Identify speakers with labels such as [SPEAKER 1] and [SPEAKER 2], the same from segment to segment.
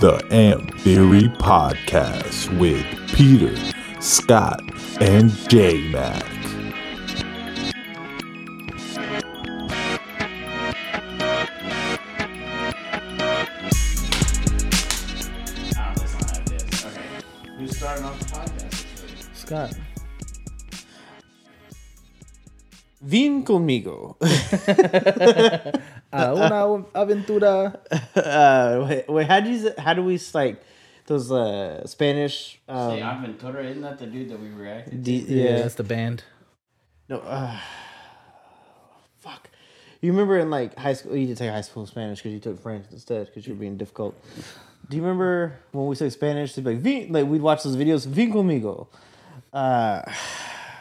[SPEAKER 1] the Amp Theory Podcast with Peter, Scott, and J Mac.
[SPEAKER 2] Oh, that's not how it is. Okay. Who's starting off the podcast this week?
[SPEAKER 3] Scott. Vin conmigo. a Ah, una aventura.
[SPEAKER 4] Uh, wait, wait, how do you how do we s- like those uh Spanish?
[SPEAKER 2] Hey,
[SPEAKER 4] Um,
[SPEAKER 2] Aventura, isn't that the dude that we reacted
[SPEAKER 4] D-
[SPEAKER 3] Yeah,
[SPEAKER 4] yeah.
[SPEAKER 3] that's the band.
[SPEAKER 4] No. Uh, fuck. You remember in like high school? You did take high school Spanish because you took French instead because you were being difficult. Do you remember when we took Spanish? They'd be like, Vin, like we'd watch those videos. Vin conmigo. Uh,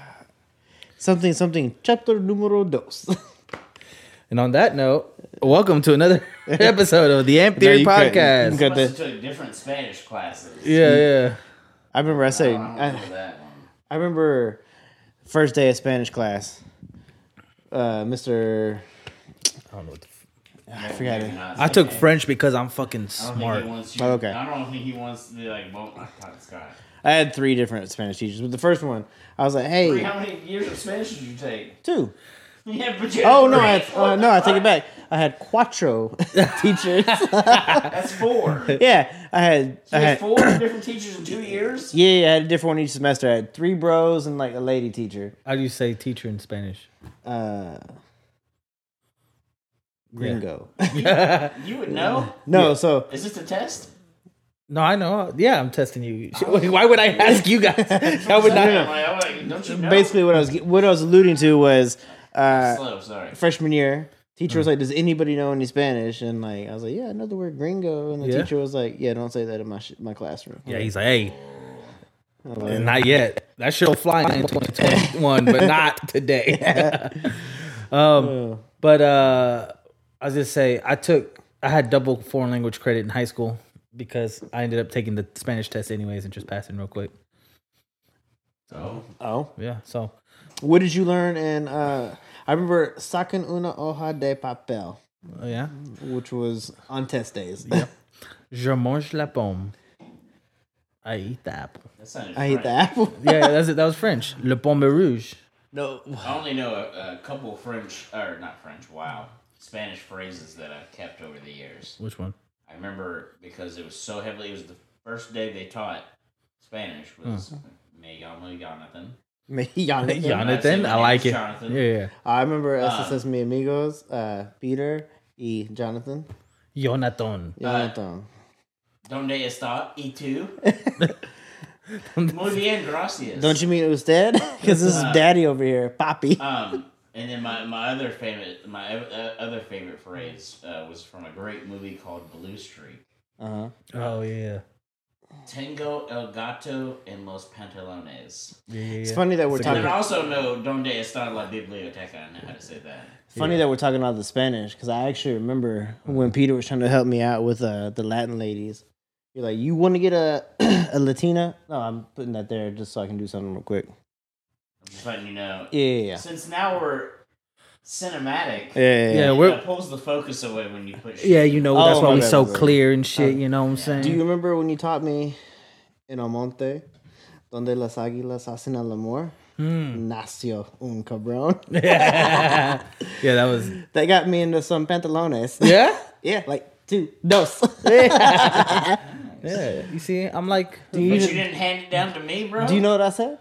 [SPEAKER 4] something something. Chapter número dos.
[SPEAKER 3] And on that note, welcome to another episode of the Amp
[SPEAKER 4] No,
[SPEAKER 3] Theory
[SPEAKER 4] you couldn't.
[SPEAKER 3] Podcast.
[SPEAKER 4] You couldn't.
[SPEAKER 2] to?
[SPEAKER 4] Got
[SPEAKER 2] Must
[SPEAKER 4] the-
[SPEAKER 2] have took different Spanish classes.
[SPEAKER 3] Yeah, yeah.
[SPEAKER 4] I remember I
[SPEAKER 2] I
[SPEAKER 4] said.
[SPEAKER 2] don't
[SPEAKER 4] I,
[SPEAKER 2] remember that one.
[SPEAKER 4] I remember first day of Spanish class. Uh, Mr.
[SPEAKER 3] I don't know. What the
[SPEAKER 4] I
[SPEAKER 3] f-
[SPEAKER 4] forgot
[SPEAKER 2] Maybe
[SPEAKER 4] it.
[SPEAKER 2] not.
[SPEAKER 3] I took
[SPEAKER 2] Okay.
[SPEAKER 3] French because I'm fucking
[SPEAKER 2] I don't think he
[SPEAKER 3] smart.
[SPEAKER 2] wants you.
[SPEAKER 4] Oh, okay.
[SPEAKER 2] I don't think he wants to be like, well, I taught Scott.
[SPEAKER 4] I had three different Spanish teachers, but the first one, I was like,
[SPEAKER 2] Three,
[SPEAKER 4] "Hey,
[SPEAKER 2] How many years of Spanish did you take?
[SPEAKER 4] two.
[SPEAKER 2] Yeah, but you had
[SPEAKER 4] Oh no,
[SPEAKER 2] three.
[SPEAKER 4] I had, uh, no, I take it back. I had cuatro teachers.
[SPEAKER 2] That's four. You
[SPEAKER 4] yeah, I had, I
[SPEAKER 2] had
[SPEAKER 4] had
[SPEAKER 2] four different teachers in two years?
[SPEAKER 4] yeah, yeah, I had a different one each semester. I had three bros and like a lady teacher.
[SPEAKER 3] How do you say teacher in Spanish?
[SPEAKER 4] Uh, gringo.
[SPEAKER 2] You would know?
[SPEAKER 4] No, so
[SPEAKER 2] Is this a test?
[SPEAKER 3] No, I know. Yeah, I'm testing you. Why would I ask you guys? I would not.
[SPEAKER 2] Like, I'm like, don't you know?
[SPEAKER 4] basically, what I was what I was alluding to was uh,
[SPEAKER 2] Slow, sorry.
[SPEAKER 4] freshman year. Teacher was like, "Does anybody know any Spanish?" And like, I was like, "Yeah, I know the word gringo." And the
[SPEAKER 3] Yeah.
[SPEAKER 4] teacher was like, "Yeah, don't say that in my sh- my classroom."
[SPEAKER 3] Yeah, he's like, hey,
[SPEAKER 4] I was like,
[SPEAKER 3] not yet. That shit'll fly in 2021, but not today. um,
[SPEAKER 4] "Oh."
[SPEAKER 3] But uh, I was just say I took I had double foreign language credit in high school because I ended up taking the Spanish test anyways and just passing real quick.
[SPEAKER 2] So,
[SPEAKER 4] Oh,
[SPEAKER 3] Yeah, so
[SPEAKER 4] what did you learn? And uh, I remember sacan una hoja de papel,
[SPEAKER 3] uh, yeah,
[SPEAKER 4] which was on test days.
[SPEAKER 3] je mange la pomme. I eat the apple.
[SPEAKER 2] that sounded
[SPEAKER 4] I hate
[SPEAKER 2] French.
[SPEAKER 4] the apple.
[SPEAKER 3] Yeah, that's it. That was French. Le pomme rouge.
[SPEAKER 4] No,
[SPEAKER 2] I only know a, a couple French, or not French, wow, Spanish phrases that I've kept over the years.
[SPEAKER 3] Which one?
[SPEAKER 2] I remember because it was so heavily, it was the first day they taught Spanish was
[SPEAKER 4] Hmm.
[SPEAKER 2] me llamo Jonathan.
[SPEAKER 4] me, Uh. Yana-
[SPEAKER 3] Jonathan. I like it.
[SPEAKER 2] Jonathan.
[SPEAKER 3] Yeah, yeah.
[SPEAKER 4] I remember SSS mi amigos, uh, Peter, E, Jonathan,
[SPEAKER 3] Jonathan.
[SPEAKER 4] Jonathan.
[SPEAKER 2] Donde está y tú? Muy bien, gracias.
[SPEAKER 4] Don't you mean it was dad? Because this is daddy over here, Poppy.
[SPEAKER 2] Um, and then my, my other favorite my uh, other favorite phrase uh, was from a great movie called Blue Streak.
[SPEAKER 4] Uh-huh.
[SPEAKER 3] Oh yeah,
[SPEAKER 2] Tengo el gato en los pantalones.
[SPEAKER 3] yeah, yeah.
[SPEAKER 4] It's
[SPEAKER 3] yeah.
[SPEAKER 4] funny that we're
[SPEAKER 2] And
[SPEAKER 4] talking.
[SPEAKER 2] then I also know Donde está la biblioteca. I know how to say that.
[SPEAKER 4] Funny that we're talking all the Spanish because I actually remember when Peter was trying to help me out with uh, the Latin ladies. You're like, you want to get a a Latina? No, I'm putting that there just so I can do something real quick.
[SPEAKER 2] I'm just letting you know.
[SPEAKER 4] Yeah, yeah,
[SPEAKER 2] Since now we're
[SPEAKER 4] yeah.
[SPEAKER 2] cinematic,
[SPEAKER 4] yeah, yeah,
[SPEAKER 3] Yeah,
[SPEAKER 4] yeah.
[SPEAKER 3] we're
[SPEAKER 2] it pulls the focus away when you put.
[SPEAKER 3] yeah. You know that's
[SPEAKER 4] Oh,
[SPEAKER 3] why
[SPEAKER 4] my
[SPEAKER 3] we
[SPEAKER 4] bad,
[SPEAKER 3] so
[SPEAKER 4] my bad.
[SPEAKER 3] clear and shit. You know what I'm saying?
[SPEAKER 4] Do you remember when you taught me in Almonte, donde las águilas hacen el amor? Hmm. Nacio un cabrón.
[SPEAKER 3] yeah, that was
[SPEAKER 4] that got me into some pantalones.
[SPEAKER 3] yeah.
[SPEAKER 4] yeah, like two, dos.
[SPEAKER 3] Yeah, you see, I'm like,
[SPEAKER 2] but you didn't hand it down to me, bro.
[SPEAKER 4] do you know what I said?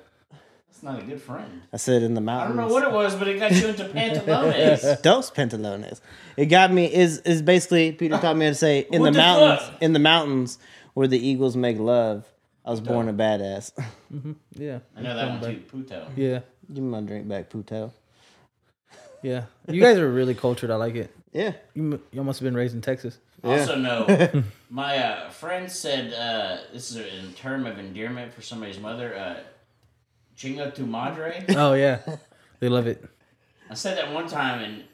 [SPEAKER 2] That's not a good friend.
[SPEAKER 4] I said in the mountains.
[SPEAKER 2] I don't know what it was, but it got you into pantalones.
[SPEAKER 4] Dos pantalones. It got me is is basically Peter taught me how to say in
[SPEAKER 2] What
[SPEAKER 4] the
[SPEAKER 2] the
[SPEAKER 4] mountains
[SPEAKER 2] fuck?
[SPEAKER 4] in the mountains where the eagles make love. I was born a badass.
[SPEAKER 3] yeah,
[SPEAKER 2] I know that one too. Puto.
[SPEAKER 3] yeah,
[SPEAKER 4] Give me my drink back, Puto.
[SPEAKER 3] yeah. You guys are really cultured. I like it.
[SPEAKER 4] Yeah.
[SPEAKER 3] You, m- you must have been raised in Texas.
[SPEAKER 2] Also, no. My uh, friend said uh, this is a term of endearment for somebody's mother. Uh, Chingo tu madre.
[SPEAKER 3] Oh yeah, they love it.
[SPEAKER 2] I said that one time, and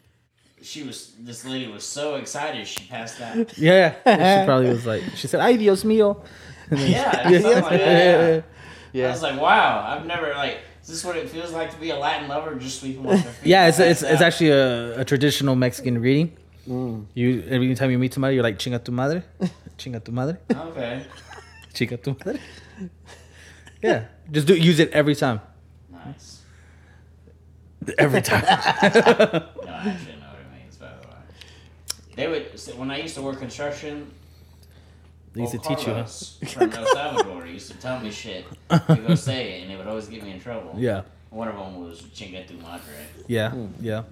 [SPEAKER 2] she was. This lady was so excited, she passed out.
[SPEAKER 3] Yeah, she probably was like, she said, "Ay Dios mío."
[SPEAKER 2] Yeah, something
[SPEAKER 4] Oh,
[SPEAKER 2] like that.
[SPEAKER 4] Yeah.
[SPEAKER 2] I was like, wow, I've never like. Is this what it feels like to be a Latin lover, just sweeping with their feet?
[SPEAKER 3] Yeah, it's it's,
[SPEAKER 2] That's
[SPEAKER 3] it's
[SPEAKER 2] out.
[SPEAKER 3] actually
[SPEAKER 4] Mm.
[SPEAKER 3] a, a traditional Mexican greeting. You every time you meet somebody, you're like "chinga tu madre," Chinga tu madre.
[SPEAKER 2] Okay.
[SPEAKER 3] Chinga tu madre. Yeah, just do use it every time.
[SPEAKER 2] Nice.
[SPEAKER 3] Every time.
[SPEAKER 2] No, I actually know what it means, by the way. They would, so when I used to work construction,
[SPEAKER 3] they used to
[SPEAKER 2] old
[SPEAKER 3] teach you, huh?
[SPEAKER 2] Carlos From El Salvador used to tell me shit to go say it, and it would always get me in trouble.
[SPEAKER 3] Yeah,
[SPEAKER 2] One of them was Chinga tu Madre.
[SPEAKER 3] yeah, yeah.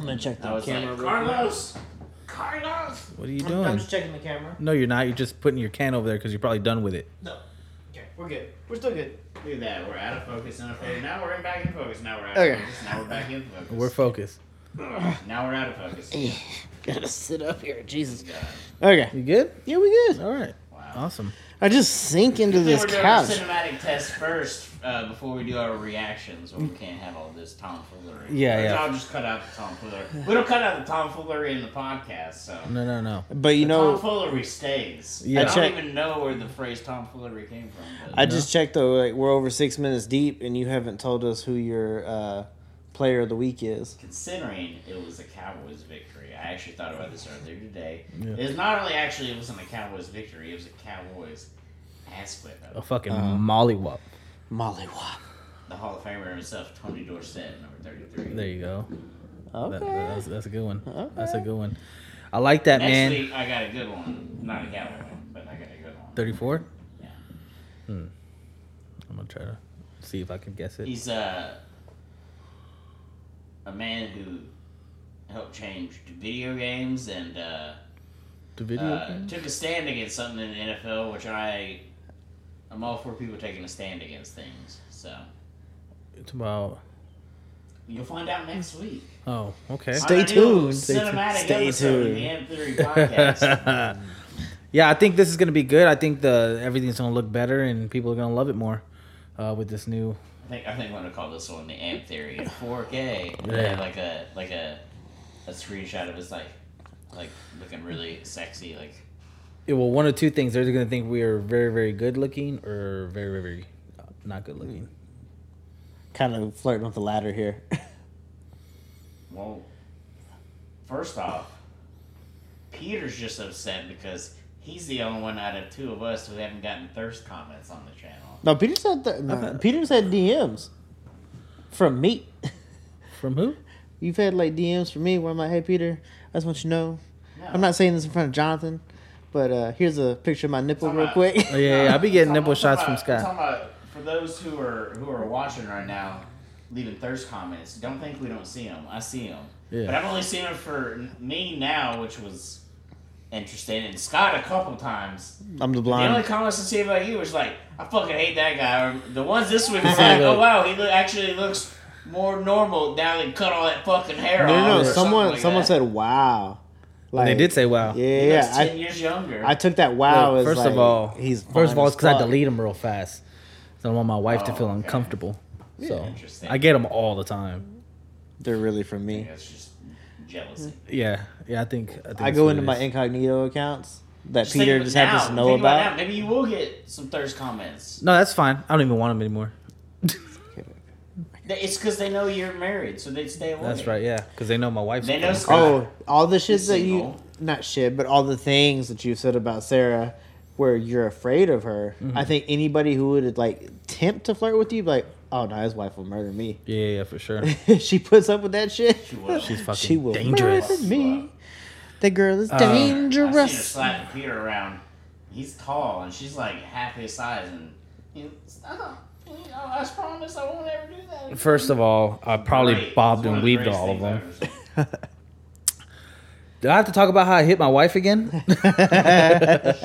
[SPEAKER 4] I'm gonna check
[SPEAKER 2] I
[SPEAKER 4] the
[SPEAKER 2] was
[SPEAKER 4] camera.
[SPEAKER 2] like, Carlos! Carlos!
[SPEAKER 3] What are you
[SPEAKER 4] I'm, I'm
[SPEAKER 3] doing?
[SPEAKER 4] just checking the camera.
[SPEAKER 3] No, you're not. You're just putting your can over there because you're probably done with it.
[SPEAKER 4] No. Okay, we're good. We're still good.
[SPEAKER 2] Look at that. We're out of focus, out of focus. Now we're in back in focus. Now we're out
[SPEAKER 4] Okay.
[SPEAKER 2] of focus. Now we're back in focus.
[SPEAKER 3] We're focused.
[SPEAKER 2] now we're out of focus.
[SPEAKER 4] Gotta sit up here, Jesus.
[SPEAKER 2] God.
[SPEAKER 4] Okay.
[SPEAKER 3] You good?
[SPEAKER 4] Yeah, we good.
[SPEAKER 3] All right.
[SPEAKER 2] Wow.
[SPEAKER 3] Awesome.
[SPEAKER 4] I just sink into
[SPEAKER 2] I think
[SPEAKER 4] this
[SPEAKER 2] we're doing
[SPEAKER 4] couch.
[SPEAKER 2] a cinematic test first uh, before we do our reactions, or we can't have all this tomfoolery.
[SPEAKER 3] Yeah,
[SPEAKER 2] Or
[SPEAKER 3] yeah.
[SPEAKER 2] I'll just cut out the tomfoolery. We don't cut out the tomfoolery in the podcast, so
[SPEAKER 3] No, no, no.
[SPEAKER 4] But you know,
[SPEAKER 2] tomfoolery stays.
[SPEAKER 3] Yeah.
[SPEAKER 2] I
[SPEAKER 3] I
[SPEAKER 2] don't
[SPEAKER 4] check-
[SPEAKER 2] even know where the phrase tomfoolery came from. But
[SPEAKER 4] I just checked though. Like we're over six minutes deep, and you haven't told us who your uh, player of the week is.
[SPEAKER 2] considering it was a Cowboys victory, I actually thought about this earlier today. It's not only actually it wasn't a Cowboys victory; it was a Cowboys ass whip.
[SPEAKER 3] A fucking mollywop.
[SPEAKER 4] Mollywop.
[SPEAKER 2] The Hall of Famer himself, Tony Dorsett, number thirty-three.
[SPEAKER 3] There you go.
[SPEAKER 4] Okay.
[SPEAKER 3] That-
[SPEAKER 2] uh,
[SPEAKER 3] that's, that's a good one. That's a good one. I like that,
[SPEAKER 2] Next
[SPEAKER 3] man.
[SPEAKER 2] week, I got a good one. Not a cowboy one, but I got a good one.
[SPEAKER 3] 34?
[SPEAKER 2] Yeah.
[SPEAKER 3] Hmm. I'm going to try to see if I can guess it.
[SPEAKER 2] He's uh, a man who helped change video games and uh,
[SPEAKER 3] The video
[SPEAKER 2] uh,
[SPEAKER 3] game?
[SPEAKER 2] took a stand against something in the NFL, which I I'm all for people taking a stand against things. So
[SPEAKER 3] It's about.
[SPEAKER 2] you'll find out next week.
[SPEAKER 3] Oh, okay.
[SPEAKER 4] Stay
[SPEAKER 2] On a new
[SPEAKER 4] tuned. Stay tuned.
[SPEAKER 2] Cinematic
[SPEAKER 4] Stay
[SPEAKER 2] episode of
[SPEAKER 4] tuned.
[SPEAKER 2] the Ant Theory podcast.
[SPEAKER 3] Yeah, I think this is going to be good. I think the everything's going to look better and people are going to love it more uh, with this new.
[SPEAKER 2] I think I think I'm gonna call this one the Amp Theory in 4K. And
[SPEAKER 3] Yeah.
[SPEAKER 2] they have like a like a a screenshot of us like like looking really sexy. Like
[SPEAKER 3] Yeah, well, one of two things. They're going to think we are very, very good looking or very, very, very uh, not good looking.
[SPEAKER 4] Kind of flirting with the latter here.
[SPEAKER 2] well, first off, Peter's just upset because he's the only one out of two of us who haven't gotten thirst comments on the channel.
[SPEAKER 4] no, Peter said that. no, Peter's had DMs from me.
[SPEAKER 3] From who?
[SPEAKER 4] You've had like DMs from me where I'm like, hey Peter, I just want you to know.
[SPEAKER 2] No.
[SPEAKER 4] I'm not saying this in front of Jonathan, but uh, here's a picture of my nipple
[SPEAKER 2] Talking
[SPEAKER 4] real
[SPEAKER 2] about-
[SPEAKER 4] quick.
[SPEAKER 3] Oh, yeah, yeah. I'll be getting
[SPEAKER 2] I'm
[SPEAKER 3] nipple shots
[SPEAKER 2] talking
[SPEAKER 3] from
[SPEAKER 2] about- I'm
[SPEAKER 3] Scott.
[SPEAKER 2] talking about for those who are who are watching right now, leaving thirst comments. Don't think we don't see them. I see them,
[SPEAKER 3] Yeah.
[SPEAKER 2] but I've only seen them for me now, which was interesting, and Scott a couple times.
[SPEAKER 4] I'm the
[SPEAKER 2] The only
[SPEAKER 4] blind.
[SPEAKER 2] comments I see about you was like, "I fucking hate that guy." Or the ones this week was like, "Oh wow, he look, actually looks more normal now that he cut all that fucking hair
[SPEAKER 4] No, no,
[SPEAKER 2] off." or
[SPEAKER 4] no.
[SPEAKER 2] something
[SPEAKER 4] Someone,
[SPEAKER 2] like
[SPEAKER 4] someone
[SPEAKER 2] that.
[SPEAKER 4] said, wow. Like,
[SPEAKER 3] They did say wow.
[SPEAKER 4] Yeah,
[SPEAKER 2] He looks
[SPEAKER 4] yeah.
[SPEAKER 2] ten
[SPEAKER 4] I,
[SPEAKER 2] years younger.
[SPEAKER 4] I took that wow as
[SPEAKER 3] first
[SPEAKER 4] like,
[SPEAKER 3] of all,
[SPEAKER 4] he's
[SPEAKER 3] first of all, it's because I
[SPEAKER 4] deleted.
[SPEAKER 3] delete them real fast. So I don't want my wife to
[SPEAKER 2] Oh,
[SPEAKER 3] feel
[SPEAKER 2] okay.
[SPEAKER 3] uncomfortable. So
[SPEAKER 2] Interesting.
[SPEAKER 3] I get them all the time.
[SPEAKER 4] They're really from me.
[SPEAKER 2] That's just jealousy.
[SPEAKER 3] Yeah, yeah. I think I, think
[SPEAKER 4] I
[SPEAKER 3] that's
[SPEAKER 4] go
[SPEAKER 3] what
[SPEAKER 4] into
[SPEAKER 3] it
[SPEAKER 4] my
[SPEAKER 3] is.
[SPEAKER 4] incognito accounts that
[SPEAKER 2] Just
[SPEAKER 4] Peter
[SPEAKER 2] think
[SPEAKER 4] just
[SPEAKER 2] now.
[SPEAKER 4] happens to know
[SPEAKER 2] Think
[SPEAKER 4] about.
[SPEAKER 2] now. Maybe you will get some thirst comments.
[SPEAKER 3] No, that's fine. I don't even want them anymore.
[SPEAKER 2] Th- It's because they know you're married, so they stay away.
[SPEAKER 3] That's right. Yeah, because they know my wife's.
[SPEAKER 2] They know.
[SPEAKER 3] fucking-
[SPEAKER 4] Oh, all the shit
[SPEAKER 2] He's
[SPEAKER 4] that you
[SPEAKER 2] single.
[SPEAKER 4] not shit, but all the things that you said about Sarah where you're afraid of her.
[SPEAKER 3] Mm-hmm.
[SPEAKER 4] I think anybody who would like tempt to flirt with you be like, "Oh no, his wife will murder me."
[SPEAKER 3] Yeah, yeah, yeah, for sure.
[SPEAKER 4] she puts up with that shit.
[SPEAKER 2] She will.
[SPEAKER 3] She's fucking
[SPEAKER 4] She will
[SPEAKER 3] dangerous. Uh,
[SPEAKER 4] murder me. That girl is
[SPEAKER 2] I seen her
[SPEAKER 4] dangerous.
[SPEAKER 2] slapping Peter around. He's tall, and she's like half his size, and you know, stop. You know, I promise I won't ever do that. again."
[SPEAKER 3] First of all, I probably
[SPEAKER 2] Great.
[SPEAKER 3] bobbed
[SPEAKER 2] It's one
[SPEAKER 3] and
[SPEAKER 2] the
[SPEAKER 3] weaved
[SPEAKER 2] greatest
[SPEAKER 3] all of
[SPEAKER 2] things I've
[SPEAKER 3] them.
[SPEAKER 2] ever seen.
[SPEAKER 3] Do I have to talk about how I hit my wife again?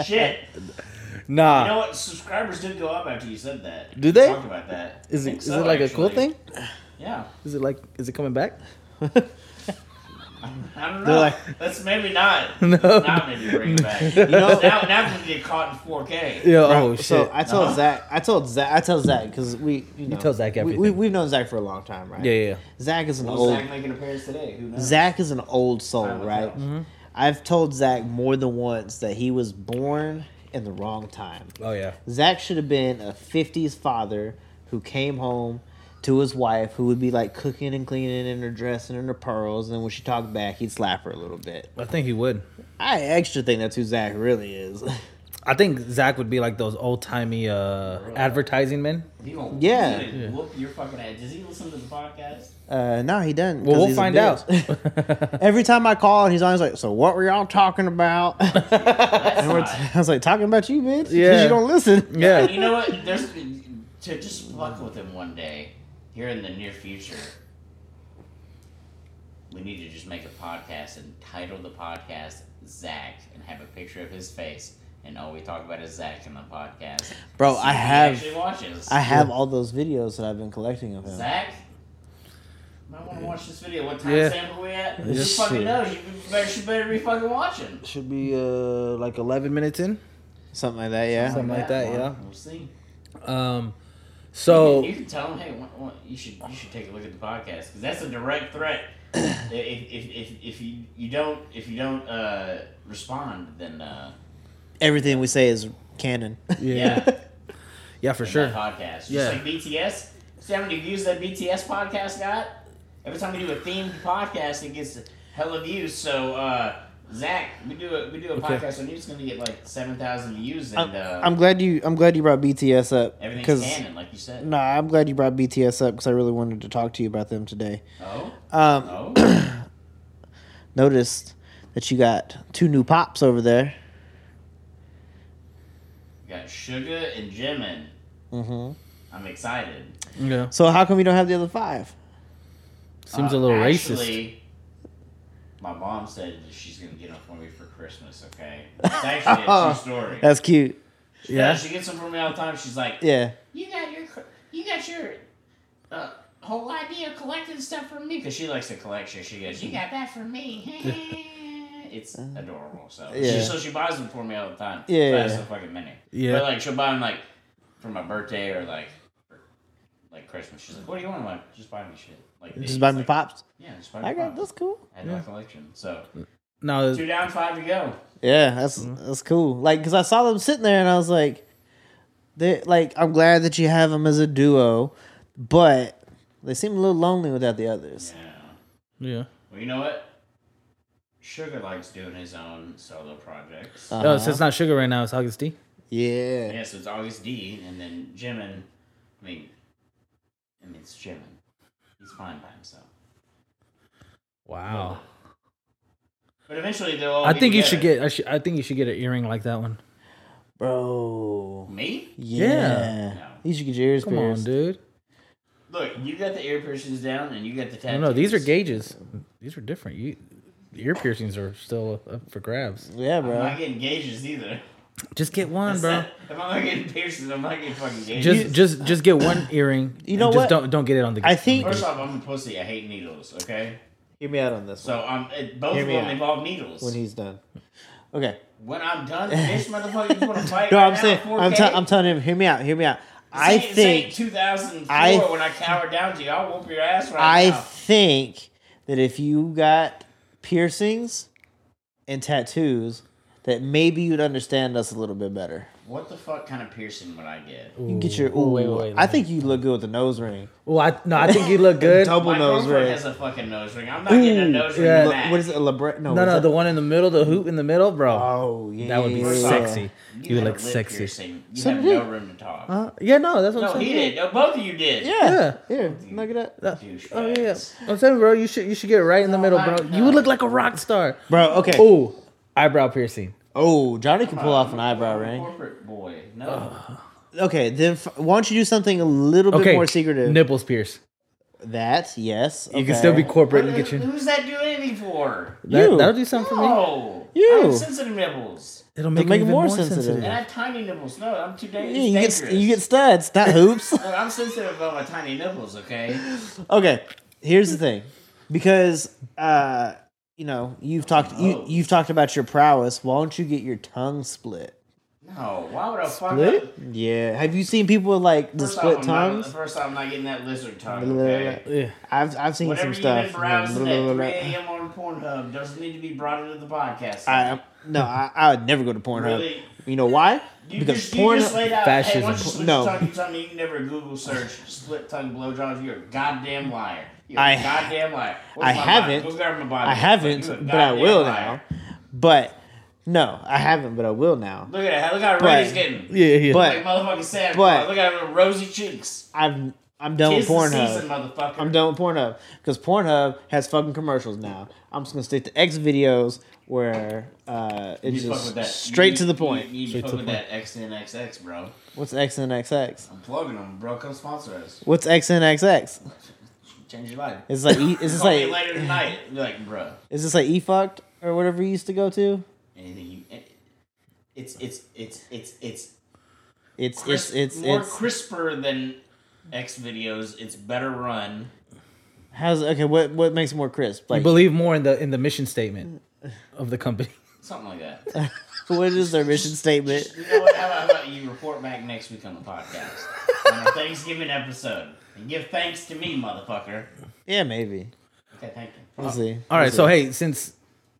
[SPEAKER 2] Shit.
[SPEAKER 3] nah.
[SPEAKER 2] You know what? Subscribers did go up after you said that.
[SPEAKER 3] Ah. Do they?
[SPEAKER 2] Talked about that.
[SPEAKER 3] is
[SPEAKER 2] I
[SPEAKER 3] it
[SPEAKER 2] think
[SPEAKER 3] is
[SPEAKER 2] so,
[SPEAKER 3] it like a cool
[SPEAKER 2] actually.
[SPEAKER 3] thing?
[SPEAKER 2] Yeah.
[SPEAKER 3] Is it like is it coming back?
[SPEAKER 2] I don't
[SPEAKER 4] They're
[SPEAKER 2] know.
[SPEAKER 4] like-
[SPEAKER 2] That's maybe not.
[SPEAKER 3] No.
[SPEAKER 2] Not maybe bring it back. You know, now, now we get caught in 4K.
[SPEAKER 3] Yeah. Oh shit.
[SPEAKER 4] So I told Zach, I told Zach, I tell Zach because we, you, know,
[SPEAKER 3] tell Zach
[SPEAKER 4] we- We,
[SPEAKER 3] everything.
[SPEAKER 4] we've known Zach for a long time, right?
[SPEAKER 3] yeah, yeah. yeah.
[SPEAKER 4] Zach is an
[SPEAKER 2] Well,
[SPEAKER 4] old.
[SPEAKER 2] Zach making appearance today. Who knows?
[SPEAKER 4] Zach is an old soul,
[SPEAKER 2] Time will
[SPEAKER 4] right?
[SPEAKER 2] tell.
[SPEAKER 3] Mm-hmm.
[SPEAKER 4] I've told Zach more than once that he was born in the wrong time.
[SPEAKER 3] Oh yeah.
[SPEAKER 4] Zach should have been a 50s father who came home to his wife, who would be like cooking and cleaning and her dressing and her pearls. And then when she talked back, he'd slap her a little bit.
[SPEAKER 3] I think he would.
[SPEAKER 4] I extra think that's who Zach really is.
[SPEAKER 3] I think Zach would be like those old timey uh, advertising men.
[SPEAKER 2] He gonna,
[SPEAKER 4] Yeah.
[SPEAKER 2] He gonna whoop your fucking ass. Does he listen to the podcast?
[SPEAKER 4] Uh, no, he doesn't.
[SPEAKER 3] Well,
[SPEAKER 4] 'cause
[SPEAKER 3] we'll
[SPEAKER 4] he's a
[SPEAKER 3] find out.
[SPEAKER 4] bitch. Every time I call, and he's always like, "So what were y'all talking about?" I
[SPEAKER 2] That's not.
[SPEAKER 4] was like, "Talking about you, bitch." Because
[SPEAKER 3] Yeah.
[SPEAKER 4] you don't listen.
[SPEAKER 3] yeah.
[SPEAKER 2] you know what? There's to just fuck with him one day here in the near future. We need to just make a podcast and title the podcast Zach and have a picture of his face and all we talk about is Zach in the podcast.
[SPEAKER 4] Bro,
[SPEAKER 2] See
[SPEAKER 4] Oh, I
[SPEAKER 2] if he
[SPEAKER 4] have-
[SPEAKER 2] actually watches
[SPEAKER 4] I have all those videos that I've been collecting of him.
[SPEAKER 2] Zach. I want to watch this video. What time
[SPEAKER 3] Yeah.
[SPEAKER 2] sample we at? You
[SPEAKER 4] Just
[SPEAKER 2] fucking
[SPEAKER 4] shit.
[SPEAKER 2] knows. You better, she better be fucking watching.
[SPEAKER 3] Should be uh like eleven minutes in,
[SPEAKER 4] Something like that, yeah.
[SPEAKER 3] something like that.
[SPEAKER 2] Well,
[SPEAKER 3] Yeah.
[SPEAKER 2] We'll see.
[SPEAKER 3] Um. So
[SPEAKER 2] you can tell them, hey, what, what, you should you should take a look at the podcast because that's a direct threat. if, if, if, if you you don't if you don't uh, respond, then uh,
[SPEAKER 4] Everything we say is canon.
[SPEAKER 3] yeah,
[SPEAKER 2] yeah,
[SPEAKER 3] yeah, for
[SPEAKER 2] that
[SPEAKER 3] sure.
[SPEAKER 2] podcast. Just
[SPEAKER 3] Yeah.
[SPEAKER 2] like BTS. See how many views that BTS podcast got? Every time we do a themed podcast, it gets hella views. So uh, Zach, we do a we do a
[SPEAKER 3] Okay.
[SPEAKER 2] podcast on you. It's gonna get like seven thousand views, and uh,
[SPEAKER 4] I'm glad you. I'm glad you brought BTS up
[SPEAKER 2] everything's canon, like you said.
[SPEAKER 4] no, I'm glad you brought BTS up because I really wanted to talk to you about them today.
[SPEAKER 2] Oh,
[SPEAKER 4] Um,
[SPEAKER 2] oh,
[SPEAKER 4] noticed that you got two new pops over there.
[SPEAKER 2] we got Sugar and Jimin.
[SPEAKER 4] Mm-hmm.
[SPEAKER 2] I'm excited.
[SPEAKER 3] Yeah,
[SPEAKER 4] So how come you don't have the other five?
[SPEAKER 3] seems
[SPEAKER 2] Uh,
[SPEAKER 3] a little racist.
[SPEAKER 2] actually, My mom said that she's gonna get them for me for Christmas. Okay, it's actually a true story.
[SPEAKER 4] That's cute.
[SPEAKER 2] yeah,
[SPEAKER 3] Yeah,
[SPEAKER 2] she gets them for me all the time. She's like,
[SPEAKER 4] Yeah.
[SPEAKER 2] "You got your, cr- you got your uh, whole idea of collecting stuff from me because she likes to collect shit. She goes, "You got that for me." it's adorable. So
[SPEAKER 4] Mm. Yeah.
[SPEAKER 2] she, so she buys them for me all the time.
[SPEAKER 4] Yeah.
[SPEAKER 2] so that's so fucking many.
[SPEAKER 3] Yeah.
[SPEAKER 2] but like she'll buy them like for my birthday or like. for, Like Christmas, she's like, "What do you want?" I'm like, "Just buy me shit." Like,
[SPEAKER 4] Just buy me
[SPEAKER 2] like,
[SPEAKER 4] pops.
[SPEAKER 2] Yeah, just buy me
[SPEAKER 4] I got Mm.
[SPEAKER 2] pops
[SPEAKER 4] that's cool.
[SPEAKER 2] had my collection. So
[SPEAKER 3] no,
[SPEAKER 2] two down, five to go.
[SPEAKER 4] Yeah, that's that's cool. Like, cause I saw them sitting there, and I was like, "They like I'm glad that you have them as a duo, but they seem a little lonely without the others."
[SPEAKER 2] Yeah.
[SPEAKER 3] yeah.
[SPEAKER 2] Well, you know what? Sugar likes doing his own solo projects.
[SPEAKER 4] Uh-huh.
[SPEAKER 3] No, Oh, so it's not sugar right now. It's August D.
[SPEAKER 4] yeah.
[SPEAKER 2] yeah, so it's August D, and then Jimin. I mean, I mean it's Jimin. He's fine by himself.
[SPEAKER 3] Wow.
[SPEAKER 2] But eventually they'll. All
[SPEAKER 3] I
[SPEAKER 2] be
[SPEAKER 3] think you should
[SPEAKER 2] together.
[SPEAKER 3] get. I, should, I think you should get an earring like that one.
[SPEAKER 4] bro.
[SPEAKER 2] me.
[SPEAKER 4] Yeah.
[SPEAKER 2] No.
[SPEAKER 4] you should get your ears
[SPEAKER 3] Come
[SPEAKER 4] pierced.
[SPEAKER 3] on, dude.
[SPEAKER 2] Look, you got the ear piercings down, and you got the
[SPEAKER 3] I
[SPEAKER 2] tattoos.
[SPEAKER 3] don't know. These are gauges. These are different. You, ear piercings are still up for grabs.
[SPEAKER 4] Yeah,
[SPEAKER 2] I'm
[SPEAKER 4] bro.
[SPEAKER 2] not getting gauges either.
[SPEAKER 3] Just get one, bro.
[SPEAKER 2] if I'm not getting piercings, I'm not getting fucking gauges.
[SPEAKER 3] Just, just, just get one earring.
[SPEAKER 4] You know
[SPEAKER 3] and
[SPEAKER 4] what?
[SPEAKER 3] just Don't, don't get it on the.
[SPEAKER 4] I think-
[SPEAKER 2] First off, I'm a pussy. I hate needles. Okay,
[SPEAKER 4] Hear me out on this
[SPEAKER 2] so um, it, both
[SPEAKER 4] Hear
[SPEAKER 2] of
[SPEAKER 4] me
[SPEAKER 2] them
[SPEAKER 4] out.
[SPEAKER 2] involve needles.
[SPEAKER 4] when he's done. Okay.
[SPEAKER 2] When I'm done, this motherfucker's gonna fight.
[SPEAKER 4] No,
[SPEAKER 2] right
[SPEAKER 4] I'm
[SPEAKER 2] now,
[SPEAKER 4] saying, I'm,
[SPEAKER 2] 4K.
[SPEAKER 4] t- I'm telling him. Hear me out. Hear me out.
[SPEAKER 2] This
[SPEAKER 4] I
[SPEAKER 2] ain't- this ain't
[SPEAKER 4] think
[SPEAKER 2] 2004
[SPEAKER 4] I-
[SPEAKER 2] when I cowered down to you, I'll whoop your ass right
[SPEAKER 4] I
[SPEAKER 2] now.
[SPEAKER 4] think that if you got piercings and tattoos, that maybe you'd understand us a little bit better.
[SPEAKER 2] What the fuck kind of piercing would I get?
[SPEAKER 4] You can get your.
[SPEAKER 3] Ooh,
[SPEAKER 4] Ooh,
[SPEAKER 3] wait, wait,
[SPEAKER 4] I
[SPEAKER 3] wait.
[SPEAKER 4] think you look good with the nose ring.
[SPEAKER 3] Well, I, no, I think you look good.
[SPEAKER 4] Double
[SPEAKER 2] My
[SPEAKER 4] nose
[SPEAKER 2] girlfriend
[SPEAKER 4] ring.
[SPEAKER 2] has a fucking nose ring. I'm not getting a
[SPEAKER 3] Ooh,
[SPEAKER 2] nose ring.
[SPEAKER 3] yeah.
[SPEAKER 2] for
[SPEAKER 4] Look,
[SPEAKER 2] that.
[SPEAKER 4] what is it? A labret? No,
[SPEAKER 3] No,
[SPEAKER 4] what's
[SPEAKER 3] no,
[SPEAKER 4] that?
[SPEAKER 3] the one in the middle, the hoop in the middle, bro.
[SPEAKER 4] Oh yeah,
[SPEAKER 3] That would be
[SPEAKER 2] First off,
[SPEAKER 3] sexy. You
[SPEAKER 2] had
[SPEAKER 3] would
[SPEAKER 2] a
[SPEAKER 3] look
[SPEAKER 2] lip
[SPEAKER 3] sexy.
[SPEAKER 2] piercing. You
[SPEAKER 4] So
[SPEAKER 2] have
[SPEAKER 4] did
[SPEAKER 2] no
[SPEAKER 4] he.
[SPEAKER 2] room to talk.
[SPEAKER 3] Uh, yeah, no, that's what
[SPEAKER 2] no,
[SPEAKER 3] I'm
[SPEAKER 2] he
[SPEAKER 3] saying.
[SPEAKER 2] did. No, both of you did.
[SPEAKER 4] Yeah,
[SPEAKER 3] Yeah.
[SPEAKER 4] yeah. Look at that,
[SPEAKER 3] Oh yeah,
[SPEAKER 2] Douchebags.
[SPEAKER 3] I'm saying, bro, you should you should get it right in the middle, bro.
[SPEAKER 2] I-
[SPEAKER 3] You would look like a rock star.
[SPEAKER 4] bro. Okay. Oh,
[SPEAKER 3] Oh, eyebrow piercing.
[SPEAKER 4] Johnny can pull off an eyebrow
[SPEAKER 2] I'm a
[SPEAKER 4] ring.
[SPEAKER 2] Corporate boy. No.
[SPEAKER 4] Okay, then f- why don't you do something a little bit
[SPEAKER 3] Okay,
[SPEAKER 4] more secretive?
[SPEAKER 3] Nipples pierce.
[SPEAKER 4] That yes,
[SPEAKER 3] You can
[SPEAKER 4] okay.
[SPEAKER 3] still be corporate and
[SPEAKER 2] What-
[SPEAKER 3] get your.
[SPEAKER 2] Who's that do anything for?
[SPEAKER 3] That,
[SPEAKER 4] You.
[SPEAKER 3] that'll do something for me.
[SPEAKER 2] No.
[SPEAKER 4] You.
[SPEAKER 2] I have sensitive nipples.
[SPEAKER 3] It'll make,
[SPEAKER 4] It'll make
[SPEAKER 3] it
[SPEAKER 4] it
[SPEAKER 3] more,
[SPEAKER 4] more
[SPEAKER 3] sensitive.
[SPEAKER 4] sensitive.
[SPEAKER 2] And I have tiny nipples. No, I'm too dang-
[SPEAKER 4] Yeah,
[SPEAKER 2] it's
[SPEAKER 4] you
[SPEAKER 2] dangerous.
[SPEAKER 4] get you get studs, not hoops.
[SPEAKER 2] Look, I'm sensitive about my tiny nipples, okay?
[SPEAKER 4] okay, here's the thing, because uh, you know you've talked you
[SPEAKER 2] Oh.
[SPEAKER 4] you've talked about your prowess. Why don't you get your tongue split?
[SPEAKER 2] No, why would I fuck
[SPEAKER 3] Split?
[SPEAKER 2] up?
[SPEAKER 4] Yeah, have you seen people with like the
[SPEAKER 2] First
[SPEAKER 4] split
[SPEAKER 2] off, I'm not-
[SPEAKER 4] tongues?
[SPEAKER 2] first off, I'm not getting that lizard tongue, okay?
[SPEAKER 4] I've
[SPEAKER 3] Yeah.
[SPEAKER 4] I've seen some
[SPEAKER 2] Whatever you've
[SPEAKER 4] stuff.
[SPEAKER 2] been browsing at 3 a.m. on Pornhub doesn't need to be brought into the podcast.
[SPEAKER 4] I I'm- no, I, I would never go to Pornhub.
[SPEAKER 2] Really?
[SPEAKER 4] You know why?
[SPEAKER 2] you
[SPEAKER 4] because
[SPEAKER 2] just,
[SPEAKER 4] porn.
[SPEAKER 2] you just laid out,
[SPEAKER 3] fascism.
[SPEAKER 2] hey, once you split
[SPEAKER 4] No.
[SPEAKER 2] your tongue, you tell me you can never Google search split tongue blowjobs. You're a goddamn liar. You're a
[SPEAKER 4] I-
[SPEAKER 2] goddamn liar. Where's
[SPEAKER 4] I
[SPEAKER 2] my
[SPEAKER 4] haven't.
[SPEAKER 2] Bible? Go grab my Bible.
[SPEAKER 4] I
[SPEAKER 2] You're a
[SPEAKER 4] haven't, but I
[SPEAKER 2] goddamn
[SPEAKER 4] will
[SPEAKER 2] liar.
[SPEAKER 4] now. But No, I haven't, but I will now.
[SPEAKER 2] Look at that. Look how red he's
[SPEAKER 4] But-
[SPEAKER 2] getting.
[SPEAKER 3] Yeah, yeah.
[SPEAKER 4] But-
[SPEAKER 2] Like motherfucking Santa
[SPEAKER 4] but-
[SPEAKER 2] Claus. Look at her rosy cheeks.
[SPEAKER 4] I'm I'm done
[SPEAKER 2] Tis
[SPEAKER 4] with
[SPEAKER 2] the season,
[SPEAKER 4] Pornhub.
[SPEAKER 2] motherfucker.
[SPEAKER 4] I'm done with Pornhub because Pornhub has fucking commercials now. I'm just gonna stick to X videos where uh,
[SPEAKER 2] You
[SPEAKER 4] it's
[SPEAKER 2] fuck with
[SPEAKER 4] just
[SPEAKER 2] that.
[SPEAKER 4] straight
[SPEAKER 2] You-
[SPEAKER 4] to the
[SPEAKER 2] you-
[SPEAKER 4] point.
[SPEAKER 2] You,
[SPEAKER 3] Straight
[SPEAKER 2] fuck
[SPEAKER 3] to
[SPEAKER 2] with
[SPEAKER 3] the
[SPEAKER 2] that XNXX, bro.
[SPEAKER 4] What's X and XX?
[SPEAKER 2] I'm plugging them, bro. Come sponsor us.
[SPEAKER 4] What's X and XX?
[SPEAKER 2] Change your life.
[SPEAKER 4] It's like e- is this
[SPEAKER 2] Call me
[SPEAKER 4] like
[SPEAKER 2] later tonight. You're like, bro.
[SPEAKER 4] is this like e fucked or whatever you used to go to?
[SPEAKER 2] Anything you. eh, It's it's it's it's it's
[SPEAKER 4] It's
[SPEAKER 2] crisp,
[SPEAKER 4] it's it's
[SPEAKER 2] more
[SPEAKER 4] it's
[SPEAKER 2] crisper than X videos. It's better run.
[SPEAKER 4] how's okay. What what makes it more crisp?
[SPEAKER 3] You
[SPEAKER 4] Like
[SPEAKER 3] believe more in the in the mission statement of the company.
[SPEAKER 2] Something like that.
[SPEAKER 4] what is their mission statement?
[SPEAKER 2] you know what? How about, how about you report back next week on the podcast on our Thanksgiving episode and give thanks to me, motherfucker.
[SPEAKER 4] Yeah, maybe.
[SPEAKER 2] Okay, thank you.
[SPEAKER 3] Uh,
[SPEAKER 4] We'll see.
[SPEAKER 3] All right, so hey, since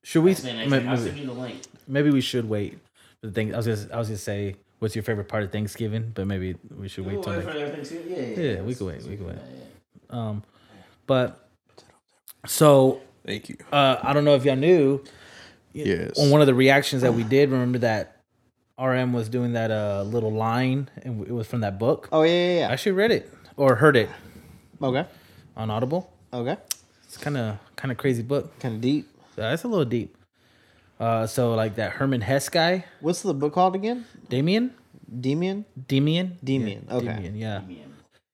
[SPEAKER 3] should we?
[SPEAKER 2] XNXX,
[SPEAKER 3] ma-
[SPEAKER 2] I'll
[SPEAKER 3] ma-
[SPEAKER 2] send you the link.
[SPEAKER 3] Maybe we should wait for the thing. I was gonna, I was gonna say, what's your favorite part of Thanksgiving? But maybe we should wait
[SPEAKER 2] We'll
[SPEAKER 3] till
[SPEAKER 2] wait for
[SPEAKER 3] next.
[SPEAKER 2] their Thanksgiving. Yeah, yeah,
[SPEAKER 3] Yeah, we could wait. We could wait. Um, but so
[SPEAKER 5] Thank you.
[SPEAKER 3] uh, I don't know if y'all knew
[SPEAKER 5] Yes.
[SPEAKER 3] on one of the reactions that we did. Remember that RM was doing that uh, little line, and it was from that book.
[SPEAKER 4] Oh yeah, yeah,
[SPEAKER 3] I actually read it or heard it
[SPEAKER 4] yeah. Okay,
[SPEAKER 3] on Audible.
[SPEAKER 4] okay.
[SPEAKER 3] It's kind of kind of crazy book.
[SPEAKER 4] Kind of deep.
[SPEAKER 3] Uh, That's a little deep. Uh, so like that Herman Hess guy,
[SPEAKER 4] What's the book called again?
[SPEAKER 3] Damien,
[SPEAKER 4] Demian.
[SPEAKER 3] Damien,
[SPEAKER 4] Damien,
[SPEAKER 3] yeah,
[SPEAKER 4] okay.
[SPEAKER 3] Damien, yeah,
[SPEAKER 2] yeah.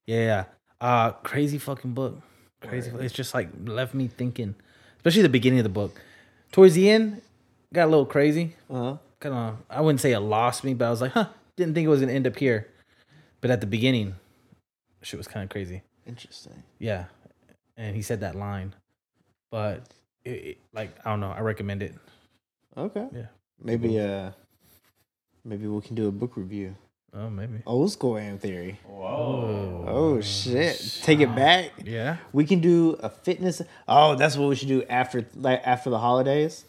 [SPEAKER 3] yeah, yeah. Uh, crazy fucking book, crazy. fu- It's just like left me thinking, especially the beginning of the book. Towards the end, got a little crazy.
[SPEAKER 4] Uh huh.
[SPEAKER 3] Kind of, I wouldn't say it lost me, but I was like, huh, didn't think it was gonna end up here. But at the beginning, shit was kind of crazy.
[SPEAKER 4] Interesting.
[SPEAKER 3] Yeah, and he said that line, but it, it, like I don't know, I recommend it.
[SPEAKER 4] Okay.
[SPEAKER 3] Yeah.
[SPEAKER 4] Maybe uh, maybe we can do a book review.
[SPEAKER 3] Oh, maybe.
[SPEAKER 4] Old school Am Theory.
[SPEAKER 2] Whoa.
[SPEAKER 4] Oh shit! Take it back.
[SPEAKER 3] Yeah.
[SPEAKER 4] We can do a fitness. Oh, that's what we should do after like after the holidays.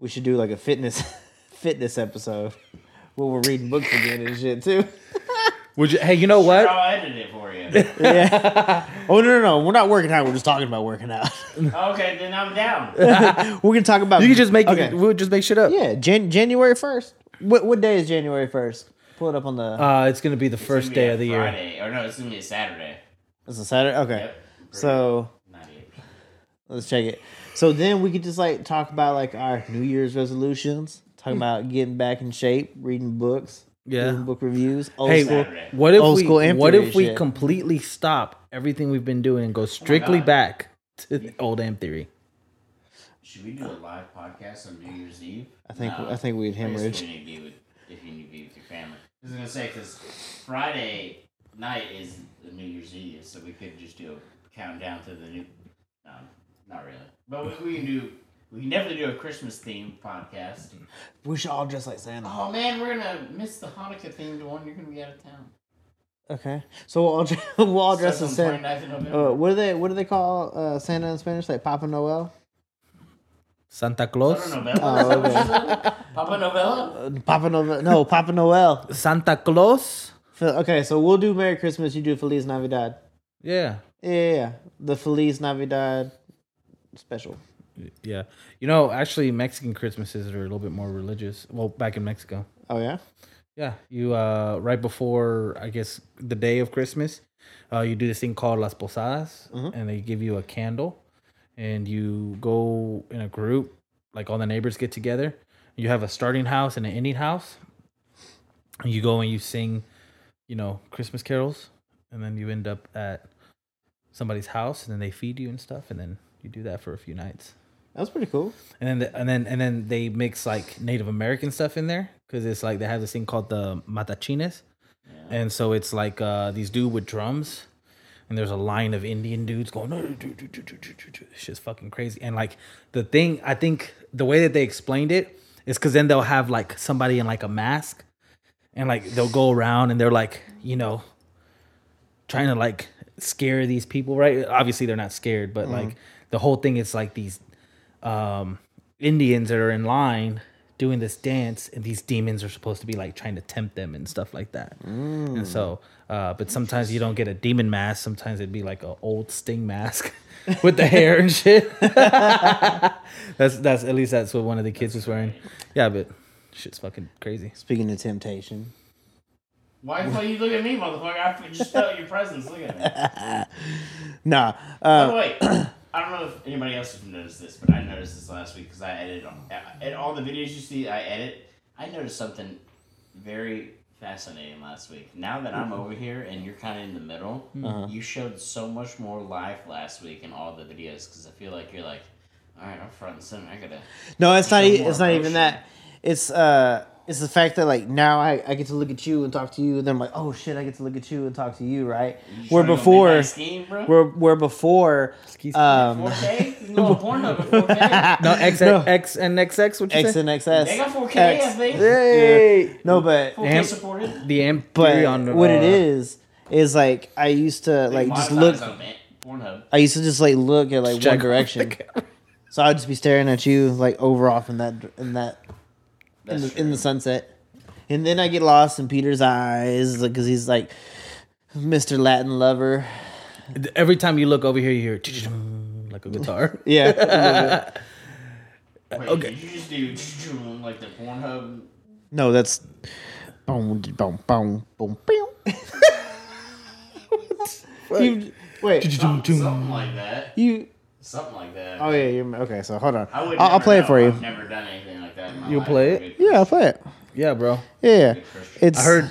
[SPEAKER 4] We should do like a fitness fitness episode where we're reading books again and shit too.
[SPEAKER 3] Would you? Hey, you know
[SPEAKER 2] Bro,
[SPEAKER 3] what?
[SPEAKER 2] I'll edit it for you.
[SPEAKER 4] Oh no no no! We're not working out. We're just talking about working out.
[SPEAKER 2] okay, then I'm down.
[SPEAKER 4] we're gonna talk about.
[SPEAKER 3] You could just make
[SPEAKER 4] Okay.
[SPEAKER 3] we'll just make shit up.
[SPEAKER 4] Yeah, Jan- January first. What what day is January first? Pull it up on the.
[SPEAKER 3] Uh, it's gonna be the first day of the year.
[SPEAKER 2] Friday. Or no, it's gonna be a Saturday.
[SPEAKER 4] it's a Saturday. Okay,
[SPEAKER 2] Yep.
[SPEAKER 4] so
[SPEAKER 2] Not it.
[SPEAKER 4] Let's check it. So then we could just like talk about like our New Year's resolutions, talking about getting back in shape, reading books,
[SPEAKER 3] Yeah.
[SPEAKER 4] doing book reviews, old
[SPEAKER 3] Hey,
[SPEAKER 4] school.
[SPEAKER 2] Saturday.
[SPEAKER 3] what if
[SPEAKER 4] Old
[SPEAKER 3] we
[SPEAKER 4] school
[SPEAKER 3] what
[SPEAKER 4] Amphory
[SPEAKER 3] if we
[SPEAKER 4] shit.
[SPEAKER 3] completely stop everything we've been doing and go
[SPEAKER 4] Oh
[SPEAKER 3] strictly
[SPEAKER 2] God.
[SPEAKER 3] back to the old Am theory?
[SPEAKER 2] Should we do a live podcast on New Year's Eve?
[SPEAKER 4] I think
[SPEAKER 2] No.
[SPEAKER 4] I think we'd
[SPEAKER 2] I guess
[SPEAKER 4] hemorrhage.
[SPEAKER 2] If you need to be with, if you need to be with your family, I was gonna say because Friday night is the New Year's Eve, so we could just do a countdown to the new. No, not really. But we, we can do. We can definitely do a Christmas themed podcast.
[SPEAKER 4] We should all dress like Santa.
[SPEAKER 2] Oh man, we're gonna miss the Hanukkah themed one. You're gonna be out of town.
[SPEAKER 4] Okay, so we'll all dre- we'll all dress as
[SPEAKER 2] Starts on
[SPEAKER 4] Santa.
[SPEAKER 2] 29th of November.
[SPEAKER 4] Uh, what do they what do they call uh, Santa in Spanish? Like Papa Noel,
[SPEAKER 3] Santa
[SPEAKER 2] Papa
[SPEAKER 3] Claus,
[SPEAKER 2] Novella.
[SPEAKER 4] Oh,
[SPEAKER 2] Papa Novella.
[SPEAKER 4] Uh, Papa Noel. No, Papa Noel.
[SPEAKER 3] Santa Claus.
[SPEAKER 4] Fe- Okay, so we'll do Merry Christmas. You do Feliz Navidad.
[SPEAKER 3] Yeah,
[SPEAKER 4] Yeah, yeah, yeah. the Feliz Navidad special.
[SPEAKER 3] yeah. You know, actually, Mexican Christmases are a little bit more religious. Well, back in Mexico,
[SPEAKER 4] Oh yeah.
[SPEAKER 3] yeah. You uh, right before I guess the day of Christmas, uh, you do this thing called las posadas, and they give you a candle, and you go in a group, like all the neighbors get together. You have a starting house and an ending house. And you go and you sing, you know, Christmas carols, and then you end up at somebody's house, and then they feed you and stuff, and then you do that for a few nights.
[SPEAKER 4] That was pretty cool.
[SPEAKER 3] And then the, and then and then they mix like Native American stuff in there because it's like they have this thing called the matachines, and so it's like uh, these dude with drums, and there's a line of Indian dudes going, "Oh, do, do, do, do, do, do, do." It's just fucking crazy. And like the thing, I think the way that they explained it is because then they'll have like somebody in like a mask, and like they'll go around and they're like, you know, trying to like scare these people, right? Obviously they're not scared, but like the whole thing is like these um, Indians that are in line doing this dance, and these demons are supposed to be like trying to tempt them and stuff like that. And so, uh, but sometimes you don't get a demon mask. Sometimes it'd be like an old sting mask with the hair and shit. that's that's at least that's what one of the kids was wearing. Yeah, but shit's fucking crazy.
[SPEAKER 4] Speaking of temptation,
[SPEAKER 2] Why the fuck you look at me, motherfucker? I f- just felt your presence. Look at me.
[SPEAKER 4] nah. Uh,
[SPEAKER 2] Oh, wait. I don't know if anybody else has noticed this, but I noticed this last week because I edit on and all the videos you see. I edit. I noticed something very fascinating last week. Now that I'm over here and you're kind of in the middle,
[SPEAKER 4] Uh-huh.
[SPEAKER 2] you showed so much more life last week in all the videos because I feel like you're like, all right, I'm front and center. I gotta.
[SPEAKER 4] no, it's not.
[SPEAKER 2] Show
[SPEAKER 4] e-
[SPEAKER 2] more
[SPEAKER 4] It's not even
[SPEAKER 2] emotion.
[SPEAKER 4] that. It's uh, it's the fact that like now I, I get to look at you and talk to you, and then I'm like, oh shit, I get to look at you and talk to you, right?
[SPEAKER 2] You
[SPEAKER 4] Where
[SPEAKER 2] showing me my
[SPEAKER 4] before,
[SPEAKER 2] scheme, bro?
[SPEAKER 4] where where before,
[SPEAKER 3] Excuse me.
[SPEAKER 4] um,
[SPEAKER 2] 4K? You can go on Pornhub at 4K.
[SPEAKER 3] No, X,
[SPEAKER 4] No.
[SPEAKER 3] X and XX. What you
[SPEAKER 4] X
[SPEAKER 3] say?
[SPEAKER 4] and XS.
[SPEAKER 2] They got 4K, I
[SPEAKER 4] X.
[SPEAKER 2] think.
[SPEAKER 4] Hey. No, but
[SPEAKER 2] 4K
[SPEAKER 3] Damn.
[SPEAKER 2] supported. They
[SPEAKER 3] the amp
[SPEAKER 4] but
[SPEAKER 3] theory on
[SPEAKER 4] what
[SPEAKER 3] uh,
[SPEAKER 4] it is is like I used to like just look.
[SPEAKER 2] monetize on it, Pornhub.
[SPEAKER 4] I used to just like look at like one
[SPEAKER 3] Jack-
[SPEAKER 4] direction, so I'd just be staring at you like over off in that in that in
[SPEAKER 2] That's
[SPEAKER 4] the,
[SPEAKER 2] true.
[SPEAKER 4] in the sunset, and then I get lost in Peter's eyes because he's like Mr. Latin lover.
[SPEAKER 3] Every time you look over here, you hear "Ch-ch-chum," like a guitar.
[SPEAKER 4] Yeah,
[SPEAKER 2] Wait,
[SPEAKER 3] okay.
[SPEAKER 2] Did you just do like the Pornhub?
[SPEAKER 4] no, that's boom boom boom boom boom. You- Wait,
[SPEAKER 2] Something, something like that.
[SPEAKER 4] you.
[SPEAKER 2] Something like that.
[SPEAKER 4] Oh yeah, you're okay. So hold on.
[SPEAKER 2] I would
[SPEAKER 4] I'll, I'll
[SPEAKER 2] never
[SPEAKER 4] play
[SPEAKER 2] know.
[SPEAKER 4] it for you.
[SPEAKER 2] I've never done anything like that in my
[SPEAKER 3] You'll
[SPEAKER 2] life.
[SPEAKER 3] play
[SPEAKER 2] I'm a
[SPEAKER 3] it?
[SPEAKER 2] good
[SPEAKER 4] Yeah, I'll play it.
[SPEAKER 3] yeah, bro.
[SPEAKER 4] Yeah,
[SPEAKER 2] Christian.
[SPEAKER 4] it's.
[SPEAKER 3] I heard,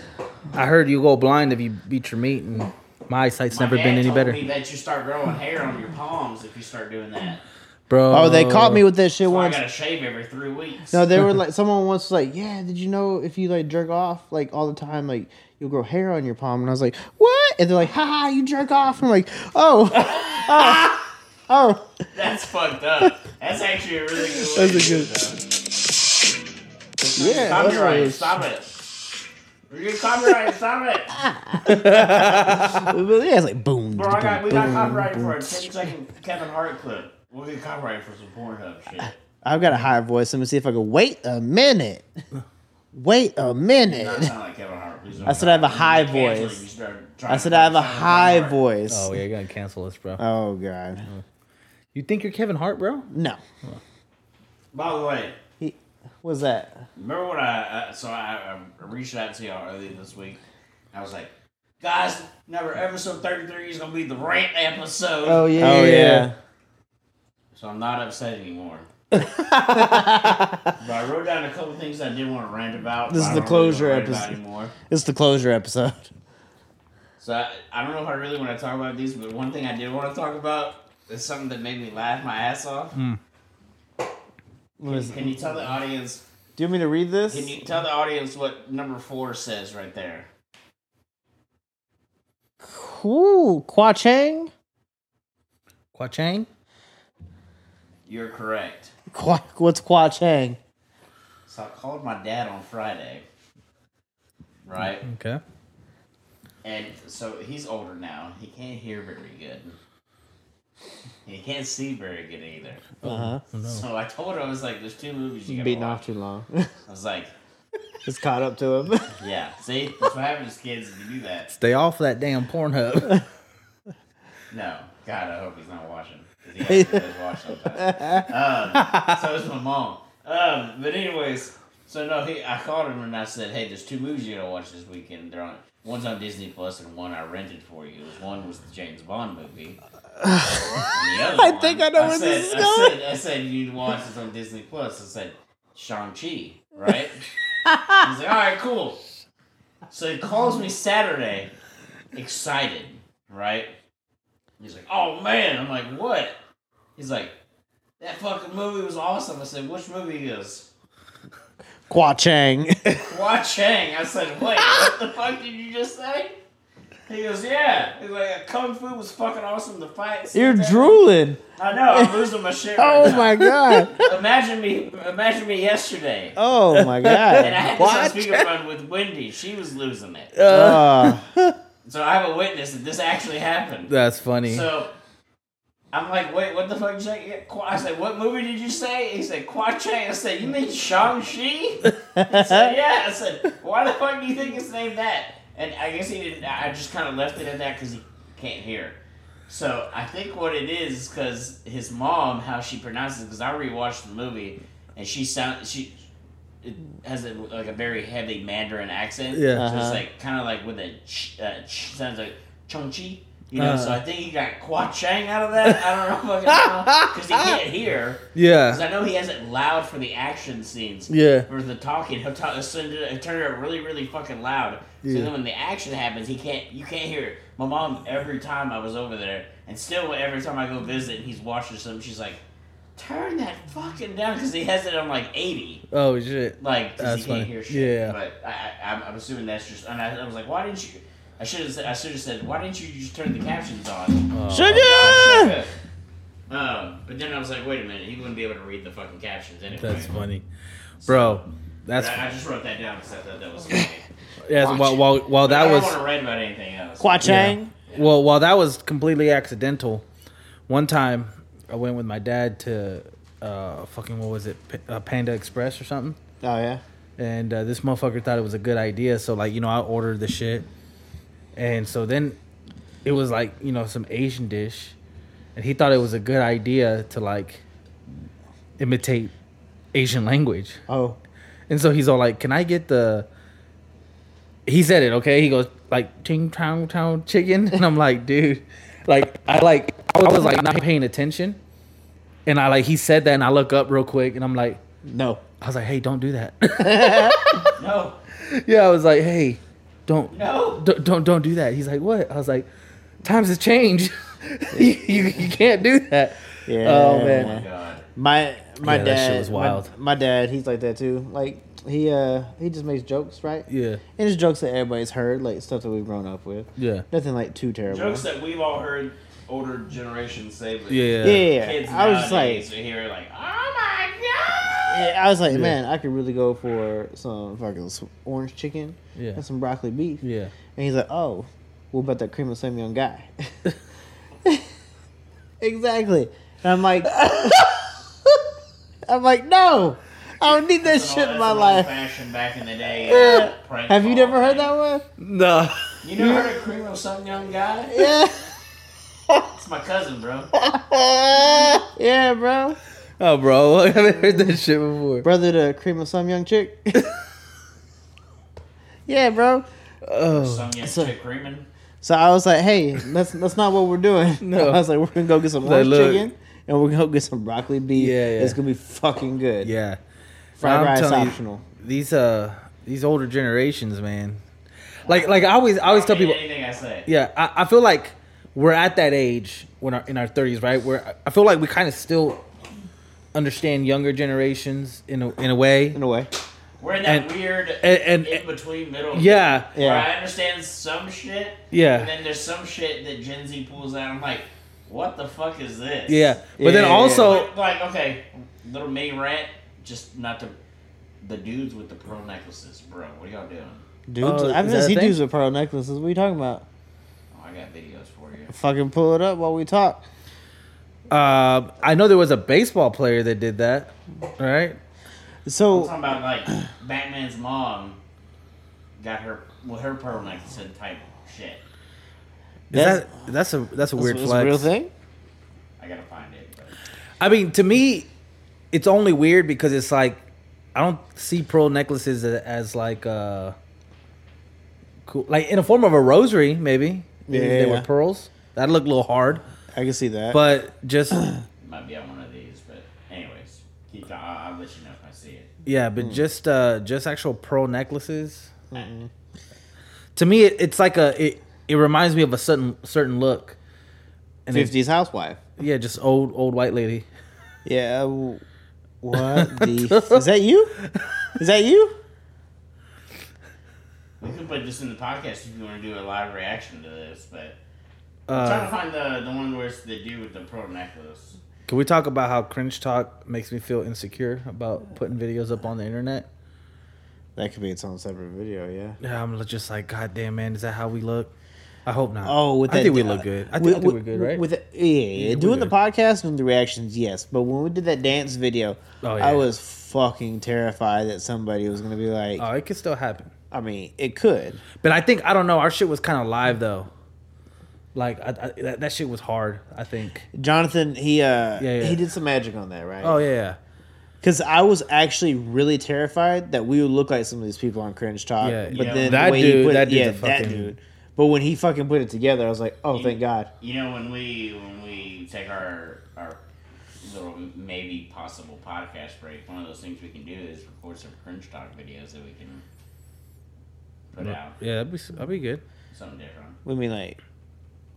[SPEAKER 3] I heard you go blind if you beat your meat, and my eyesight's
[SPEAKER 2] My
[SPEAKER 3] never
[SPEAKER 2] dad
[SPEAKER 3] been any
[SPEAKER 2] told
[SPEAKER 3] better,
[SPEAKER 2] Me that you start growing hair on your palms if you start doing that.
[SPEAKER 3] bro.
[SPEAKER 4] Oh, they caught me with that shit
[SPEAKER 2] Well, I
[SPEAKER 4] once.
[SPEAKER 2] gotta shave every three weeks.
[SPEAKER 4] No, they were like someone once was like, yeah. Did you know if you like jerk off like all the time, like you'll grow hair on your palm? And I was like, what? And they're like, haha, you jerk off. I'm like, oh, oh, oh.
[SPEAKER 2] That's fucked up. That's actually a really good. Way
[SPEAKER 4] That's a
[SPEAKER 2] to do
[SPEAKER 4] good-
[SPEAKER 2] it, though.
[SPEAKER 4] Yeah, that's what it
[SPEAKER 2] Copyright.
[SPEAKER 4] is.
[SPEAKER 2] Stop it. You're copyright. Stop it.
[SPEAKER 4] But yeah, it's like boom.
[SPEAKER 2] Bro, I got, we got
[SPEAKER 4] boom,
[SPEAKER 2] copyrighted
[SPEAKER 4] boom.
[SPEAKER 2] for a 10 second Kevin Hart clip. We'll get copyrighted for some Pornhub shit.
[SPEAKER 4] I've got a high voice. Let me see if I can. Wait a minute. Wait a
[SPEAKER 2] Not
[SPEAKER 4] minute.
[SPEAKER 2] sound like Kevin Hart. Please don't
[SPEAKER 4] I said I have a
[SPEAKER 2] You
[SPEAKER 4] high
[SPEAKER 2] cancel it if
[SPEAKER 4] voice.
[SPEAKER 2] you start trying
[SPEAKER 4] I
[SPEAKER 2] to
[SPEAKER 4] said I have a
[SPEAKER 2] sound like
[SPEAKER 4] high
[SPEAKER 2] Kevin Hart.
[SPEAKER 4] voice.
[SPEAKER 3] Oh,
[SPEAKER 4] Oh,
[SPEAKER 3] yeah, you're gonna cancel us, bro.
[SPEAKER 4] god.
[SPEAKER 3] You think you're Kevin Hart, bro?
[SPEAKER 4] No.
[SPEAKER 2] By the way,
[SPEAKER 4] He, what's that?
[SPEAKER 2] remember when I, uh, so I, I reached out to y'all earlier this week. I was like, guys, never episode 33 is going to be the rant episode.
[SPEAKER 4] Oh yeah.
[SPEAKER 3] Oh, yeah.
[SPEAKER 2] So I'm not upset anymore. but I wrote down a couple things I didn't want to rant about.
[SPEAKER 4] This is
[SPEAKER 2] but I
[SPEAKER 4] the
[SPEAKER 2] don't really
[SPEAKER 4] closure
[SPEAKER 2] wanna rant about
[SPEAKER 4] episode.
[SPEAKER 2] Anymore.
[SPEAKER 4] It's the closure episode.
[SPEAKER 2] So I, I don't know if I really want to talk about these, but one thing I did want to talk about is something that made me laugh my ass off.
[SPEAKER 4] What is it?
[SPEAKER 2] Can you tell the audience?
[SPEAKER 4] Do you want me to read this?
[SPEAKER 2] Can you tell the audience what number four says right there?
[SPEAKER 4] Ooh, Kwa Chang?
[SPEAKER 3] Kwa Chang?
[SPEAKER 2] You're correct.
[SPEAKER 4] Kwa, what's Kwa Chang?
[SPEAKER 2] So I called my dad on Friday, right?
[SPEAKER 3] Okay.
[SPEAKER 2] And so he's older now. He can't hear very good. He can't see very good either.
[SPEAKER 3] Oh,
[SPEAKER 4] Uh huh.
[SPEAKER 2] So I told him I was like, "There's two movies you gotta
[SPEAKER 4] Beating
[SPEAKER 2] watch."
[SPEAKER 4] off too long.
[SPEAKER 2] I was like,
[SPEAKER 4] Just caught up to him.
[SPEAKER 2] "Yeah, see, that's what happens, to kids. If you do that."
[SPEAKER 3] Stay off that damn Pornhub.
[SPEAKER 2] No, God, I hope he's not watching. 'cause He actually does watch sometimes. Um, so is my mom. Um, but anyways, so no, he, I called him and I said, "Hey, there's two movies you gotta watch this weekend. They're on. One's on Disney Plus, and one I rented for you. It was one was the James Bond movie. And the other
[SPEAKER 4] I
[SPEAKER 2] one,
[SPEAKER 4] think I know where
[SPEAKER 2] said,
[SPEAKER 4] this is
[SPEAKER 2] I
[SPEAKER 4] going.
[SPEAKER 2] said, I said you need to watch this on Disney Plus. I said Shang Chi, right? He's like, all right, cool. So he calls me Saturday, excited, right? He's like, oh man. I'm like, what? He's like, that fucking movie was awesome. I said, which movie is?
[SPEAKER 4] Kwa Chang.
[SPEAKER 2] Hua Chang. I said, wait, what the fuck did you just say? He goes, yeah. He's like, Kung Fu was fucking awesome. The fight.
[SPEAKER 4] You're drooling.
[SPEAKER 2] I know. I'm losing my shit. Right
[SPEAKER 4] Oh
[SPEAKER 2] now.
[SPEAKER 4] my god.
[SPEAKER 2] Imagine me. Imagine me yesterday.
[SPEAKER 4] Oh my
[SPEAKER 2] And I
[SPEAKER 4] god.
[SPEAKER 2] had this on speakerphone with Wendy. She was losing it.
[SPEAKER 4] Uh,
[SPEAKER 2] So I have a witness that this actually happened.
[SPEAKER 3] That's funny.
[SPEAKER 2] So I'm like, wait, what the fuck you say? Yeah, Qua- I said, what movie did you say? He said, Quache. I said, you mean Shang-Chi? I said, yeah. I said, why the fuck do you think it's named that? And I guess he didn't, I I just kind of left it at that because he can't hear. So I think what it is because his mom, how she pronounces it, because I rewatched the movie and she sounds, she it has a, like a very heavy Mandarin accent.
[SPEAKER 3] Yeah.
[SPEAKER 2] So
[SPEAKER 4] Uh-huh.
[SPEAKER 2] it's like kind of like with a ch, uh, ch sounds like Chongqi. You know, so I
[SPEAKER 3] Uh.
[SPEAKER 2] think he got Kwa Chang out of that. I don't know fucking because he can't hear. Because
[SPEAKER 3] Yeah.
[SPEAKER 2] I know he has it loud for the action scenes.
[SPEAKER 3] Yeah.
[SPEAKER 2] For the talking, he'll talk, send it, turn it really, really fucking loud. So
[SPEAKER 3] Yeah.
[SPEAKER 2] then when the action happens, he can't. You can't hear it. My mom, every time I was over there, and still every time I go visit, and he's watching something. She's like, "Turn that fucking down," because he has it on like eighty.
[SPEAKER 3] Oh shit.
[SPEAKER 2] Like, 'cause
[SPEAKER 3] That's
[SPEAKER 2] he can't
[SPEAKER 3] funny.
[SPEAKER 2] hear shit.
[SPEAKER 3] Yeah.
[SPEAKER 2] But I, I, I'm, I'm assuming that's just. And I, I was like, why didn't you? I should have. said I should have said, why didn't you just turn the captions on?
[SPEAKER 3] Oh.
[SPEAKER 4] Sugar!
[SPEAKER 2] Um, but then I was like, wait a minute, he wouldn't be able to read the fucking captions anyway.
[SPEAKER 3] That's funny, bro. That's
[SPEAKER 2] I, I just wrote that down because I thought that was. Funny.
[SPEAKER 3] yeah. While while, while that
[SPEAKER 2] I
[SPEAKER 3] was
[SPEAKER 2] don't want to write about anything else.
[SPEAKER 4] Qua Chang.
[SPEAKER 3] Well, while that was completely accidental, one time I went with my dad to uh, fucking what was it, P- uh, Panda Express or something,
[SPEAKER 4] Oh yeah.
[SPEAKER 3] and uh, this motherfucker thought it was a good idea. So like you know, I ordered the shit, and so then it was like you know some Asian dish, and he thought it was a good idea to like imitate Asian language.
[SPEAKER 4] Oh.
[SPEAKER 3] And so he's all like, "Can I get the?" He said it okay. He goes like, "Ching chong chong chicken," and I'm like, "Dude, like I like I was, I was, like not paying attention," and I like he said that, and I look up real quick, and I'm like,
[SPEAKER 4] No.
[SPEAKER 3] I was like, "Hey, don't do that."
[SPEAKER 2] No,
[SPEAKER 3] yeah, I was like, "Hey, don't
[SPEAKER 2] no.
[SPEAKER 3] don't don't don't do that." He's like, "What?" I was like, "Times has changed. you, you you can't do that."
[SPEAKER 4] Yeah.
[SPEAKER 3] Oh, man.
[SPEAKER 2] Oh my God.
[SPEAKER 4] My my
[SPEAKER 3] Yeah,
[SPEAKER 4] dad
[SPEAKER 3] that shit was
[SPEAKER 4] my-
[SPEAKER 3] wild.
[SPEAKER 4] My, dad, he's like that too. Like he uh he just makes jokes, right?
[SPEAKER 3] Yeah,
[SPEAKER 4] And it's jokes that everybody's heard, like stuff that we've grown up with.
[SPEAKER 3] yeah,
[SPEAKER 4] Nothing like too terrible.
[SPEAKER 2] Jokes that we've all heard older generations say. But
[SPEAKER 3] yeah,
[SPEAKER 4] yeah, yeah, yeah.
[SPEAKER 2] Kids
[SPEAKER 4] I was just
[SPEAKER 2] nowadays
[SPEAKER 4] like,
[SPEAKER 2] are here like, oh my
[SPEAKER 4] yeah, I was like, man, I could really go for some fucking s- orange chicken
[SPEAKER 3] Yeah.
[SPEAKER 4] and some broccoli beef.
[SPEAKER 3] yeah.
[SPEAKER 4] And he's like, oh, what about that cream of Semyon guy? exactly. And I'm like, I'm like, no, I don't need that
[SPEAKER 2] god!
[SPEAKER 4] shit in my life.
[SPEAKER 2] Fashion back in the day. uh, prank
[SPEAKER 4] Have you
[SPEAKER 2] call
[SPEAKER 4] never heard
[SPEAKER 2] thing.
[SPEAKER 4] that one?
[SPEAKER 3] No,
[SPEAKER 2] You never
[SPEAKER 3] Hmm?
[SPEAKER 2] heard of Cream of some young guy?
[SPEAKER 4] Yeah.
[SPEAKER 2] It's my cousin, bro.
[SPEAKER 4] yeah, bro.
[SPEAKER 3] oh, bro, I haven't heard that shit before.
[SPEAKER 4] Brother to cream of some young chick. yeah, bro.
[SPEAKER 3] Oh.
[SPEAKER 2] Some young
[SPEAKER 4] So-
[SPEAKER 2] chick creaming.
[SPEAKER 4] So I was like, hey, that's that's not what we're doing.
[SPEAKER 3] No.
[SPEAKER 4] I was like, we're gonna go get some
[SPEAKER 3] Like,
[SPEAKER 4] orange
[SPEAKER 3] look.
[SPEAKER 4] chicken and we're gonna go get some broccoli beef.
[SPEAKER 3] Yeah, yeah.
[SPEAKER 4] It's gonna be fucking good.
[SPEAKER 3] Yeah.
[SPEAKER 4] Fried
[SPEAKER 3] I'm
[SPEAKER 4] rice
[SPEAKER 3] telling you,
[SPEAKER 4] optional.
[SPEAKER 3] These uh these older generations, man. Like like I always I always tell people
[SPEAKER 2] anything I say.
[SPEAKER 3] yeah, I, I feel like we're at that age when our in our thirties, right? Where I feel like we kind of still understand younger generations in a in a way.
[SPEAKER 4] In a way.
[SPEAKER 2] We're in that
[SPEAKER 3] And-
[SPEAKER 2] weird
[SPEAKER 3] and- and-
[SPEAKER 2] in between middle.
[SPEAKER 3] Yeah.
[SPEAKER 4] Yeah.
[SPEAKER 2] Where I understand some shit.
[SPEAKER 3] Yeah.
[SPEAKER 2] And then there's some shit that Gen Z pulls out. I'm like, what the fuck is this?
[SPEAKER 3] Yeah. But
[SPEAKER 4] Yeah.
[SPEAKER 3] then also
[SPEAKER 2] But, like, okay, little mini rant, just not to the dudes with the pearl necklaces, bro. What are y'all doing?
[SPEAKER 4] Dudes,
[SPEAKER 3] Oh,
[SPEAKER 4] I've never
[SPEAKER 3] is that a
[SPEAKER 4] seen
[SPEAKER 3] thing?
[SPEAKER 4] dudes with pearl necklaces. What are you talking about?
[SPEAKER 2] Oh, I got videos for you.
[SPEAKER 4] Fucking pull it up while we talk.
[SPEAKER 3] uh, I know there was a baseball player that did that, right?
[SPEAKER 2] I'm
[SPEAKER 4] So
[SPEAKER 2] talking about like Batman's mom got her well her pearl necklace and type shit.
[SPEAKER 3] Is
[SPEAKER 4] That's-
[SPEAKER 3] that that's a that's a weird
[SPEAKER 4] it's
[SPEAKER 3] flex.
[SPEAKER 4] a real thing.
[SPEAKER 2] I gotta find it. But
[SPEAKER 3] I mean, to me, it's only weird because it's like I don't see pearl necklaces a- as like uh cool, like in a form of a rosary, maybe. Maybe
[SPEAKER 4] Yeah.
[SPEAKER 3] they were pearls. That looked a little hard,
[SPEAKER 4] I can see that.
[SPEAKER 3] but just
[SPEAKER 2] it might be on one of these. But anyways, keep. I'll, I'll let you know if I see it.
[SPEAKER 3] yeah, but just uh just actual pearl necklaces. To me, it, it's like a it. It reminds me of a certain certain look. And it-
[SPEAKER 4] fifties housewife.
[SPEAKER 3] yeah, just old old white lady.
[SPEAKER 4] Yeah. w- What the? Is that you? Is that you?
[SPEAKER 2] We could put this in the podcast if you want to do a live reaction to this. But I'm trying to
[SPEAKER 3] Uh,
[SPEAKER 2] find the the one where it's the dude with the pearl necklace.
[SPEAKER 3] can we talk about how cringe talk makes me feel insecure about putting videos up on the internet?
[SPEAKER 4] That could be its own separate video. Yeah.
[SPEAKER 3] Yeah, I'm just like, God damn, man, is that how we look? I hope not.
[SPEAKER 4] Oh, with
[SPEAKER 3] I
[SPEAKER 4] that,
[SPEAKER 3] think we
[SPEAKER 4] uh,
[SPEAKER 3] look good. I
[SPEAKER 4] with-
[SPEAKER 3] think, I think we're good, right?
[SPEAKER 4] With the- yeah, yeah, yeah. doing the podcast and the reactions, yes. But when we did that dance video,
[SPEAKER 3] Oh, yeah.
[SPEAKER 4] I was fucking terrified that somebody was gonna be like,
[SPEAKER 3] oh, it could still happen.
[SPEAKER 4] I mean, it could.
[SPEAKER 3] But I think I don't know. Our shit was kind of live though. Like I, I, that, that shit was hard. I think.
[SPEAKER 4] Jonathan, he uh,
[SPEAKER 3] yeah.
[SPEAKER 4] he did some magic on that, right?
[SPEAKER 3] Oh yeah, yeah.
[SPEAKER 4] Because I was actually really terrified that we would look like some of these people on Cringe Talk.
[SPEAKER 3] Yeah.
[SPEAKER 4] but
[SPEAKER 3] Yeah.
[SPEAKER 4] then
[SPEAKER 3] That
[SPEAKER 4] the way
[SPEAKER 3] dude-
[SPEAKER 4] he put,
[SPEAKER 3] that dude's
[SPEAKER 4] yeah,
[SPEAKER 3] a
[SPEAKER 4] that
[SPEAKER 3] fucking-
[SPEAKER 4] dude. But when he fucking put it together, I was like, oh, thank God.
[SPEAKER 2] You know when we when we take our our little maybe possible podcast break, one of those things we can do is record some cringe talk videos that we can put out.
[SPEAKER 3] Yeah, that'd be s- that'd be good.
[SPEAKER 2] Something different.
[SPEAKER 4] We mean like,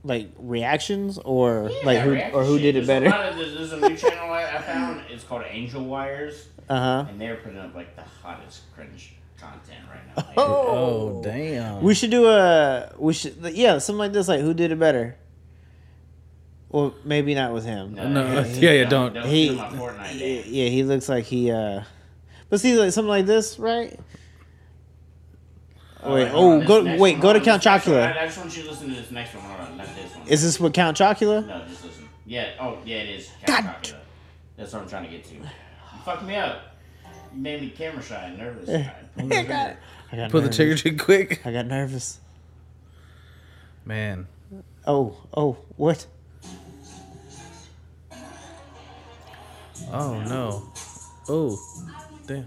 [SPEAKER 4] like reactions or
[SPEAKER 2] Yeah,
[SPEAKER 4] like who
[SPEAKER 2] reaction
[SPEAKER 4] or who
[SPEAKER 2] shit.
[SPEAKER 4] did it
[SPEAKER 2] There's a
[SPEAKER 4] better?
[SPEAKER 2] lot of- there's, there's a new channel I, I found. It's called Angel Wires,
[SPEAKER 4] Uh huh.
[SPEAKER 2] and they're putting up like the hottest cringe content right now.
[SPEAKER 3] Oh, damn.
[SPEAKER 4] We should do a we should yeah something like this like who did it better. Well, maybe not with him.
[SPEAKER 3] No, yeah, yeah, don't.
[SPEAKER 2] don't
[SPEAKER 4] He-
[SPEAKER 2] do my Fortnite
[SPEAKER 4] Yeah,
[SPEAKER 2] dance.
[SPEAKER 4] yeah, he looks like he. uh But see, like something like this, right?
[SPEAKER 2] Oh,
[SPEAKER 4] wait,
[SPEAKER 2] hold on,
[SPEAKER 4] oh,
[SPEAKER 2] this
[SPEAKER 4] go-
[SPEAKER 2] next
[SPEAKER 4] wait,
[SPEAKER 2] one,
[SPEAKER 4] go to
[SPEAKER 2] hold on,
[SPEAKER 4] Count
[SPEAKER 2] this next one.
[SPEAKER 4] Chocula.
[SPEAKER 2] I, I just want you to listen to this next one. Hold on, not this one.
[SPEAKER 4] Is this with Count Chocula?
[SPEAKER 2] No, just listen. Yeah. Oh, yeah, it is. Count Chocula. That's what I'm trying to get to. You fucked me up. You made me camera shy and nervous. I-
[SPEAKER 4] I got
[SPEAKER 3] Pull the
[SPEAKER 4] nervous.
[SPEAKER 3] trigger too quick.
[SPEAKER 4] I got nervous.
[SPEAKER 3] Man,
[SPEAKER 4] Oh, oh, what?
[SPEAKER 3] Oh no. Oh. Damn.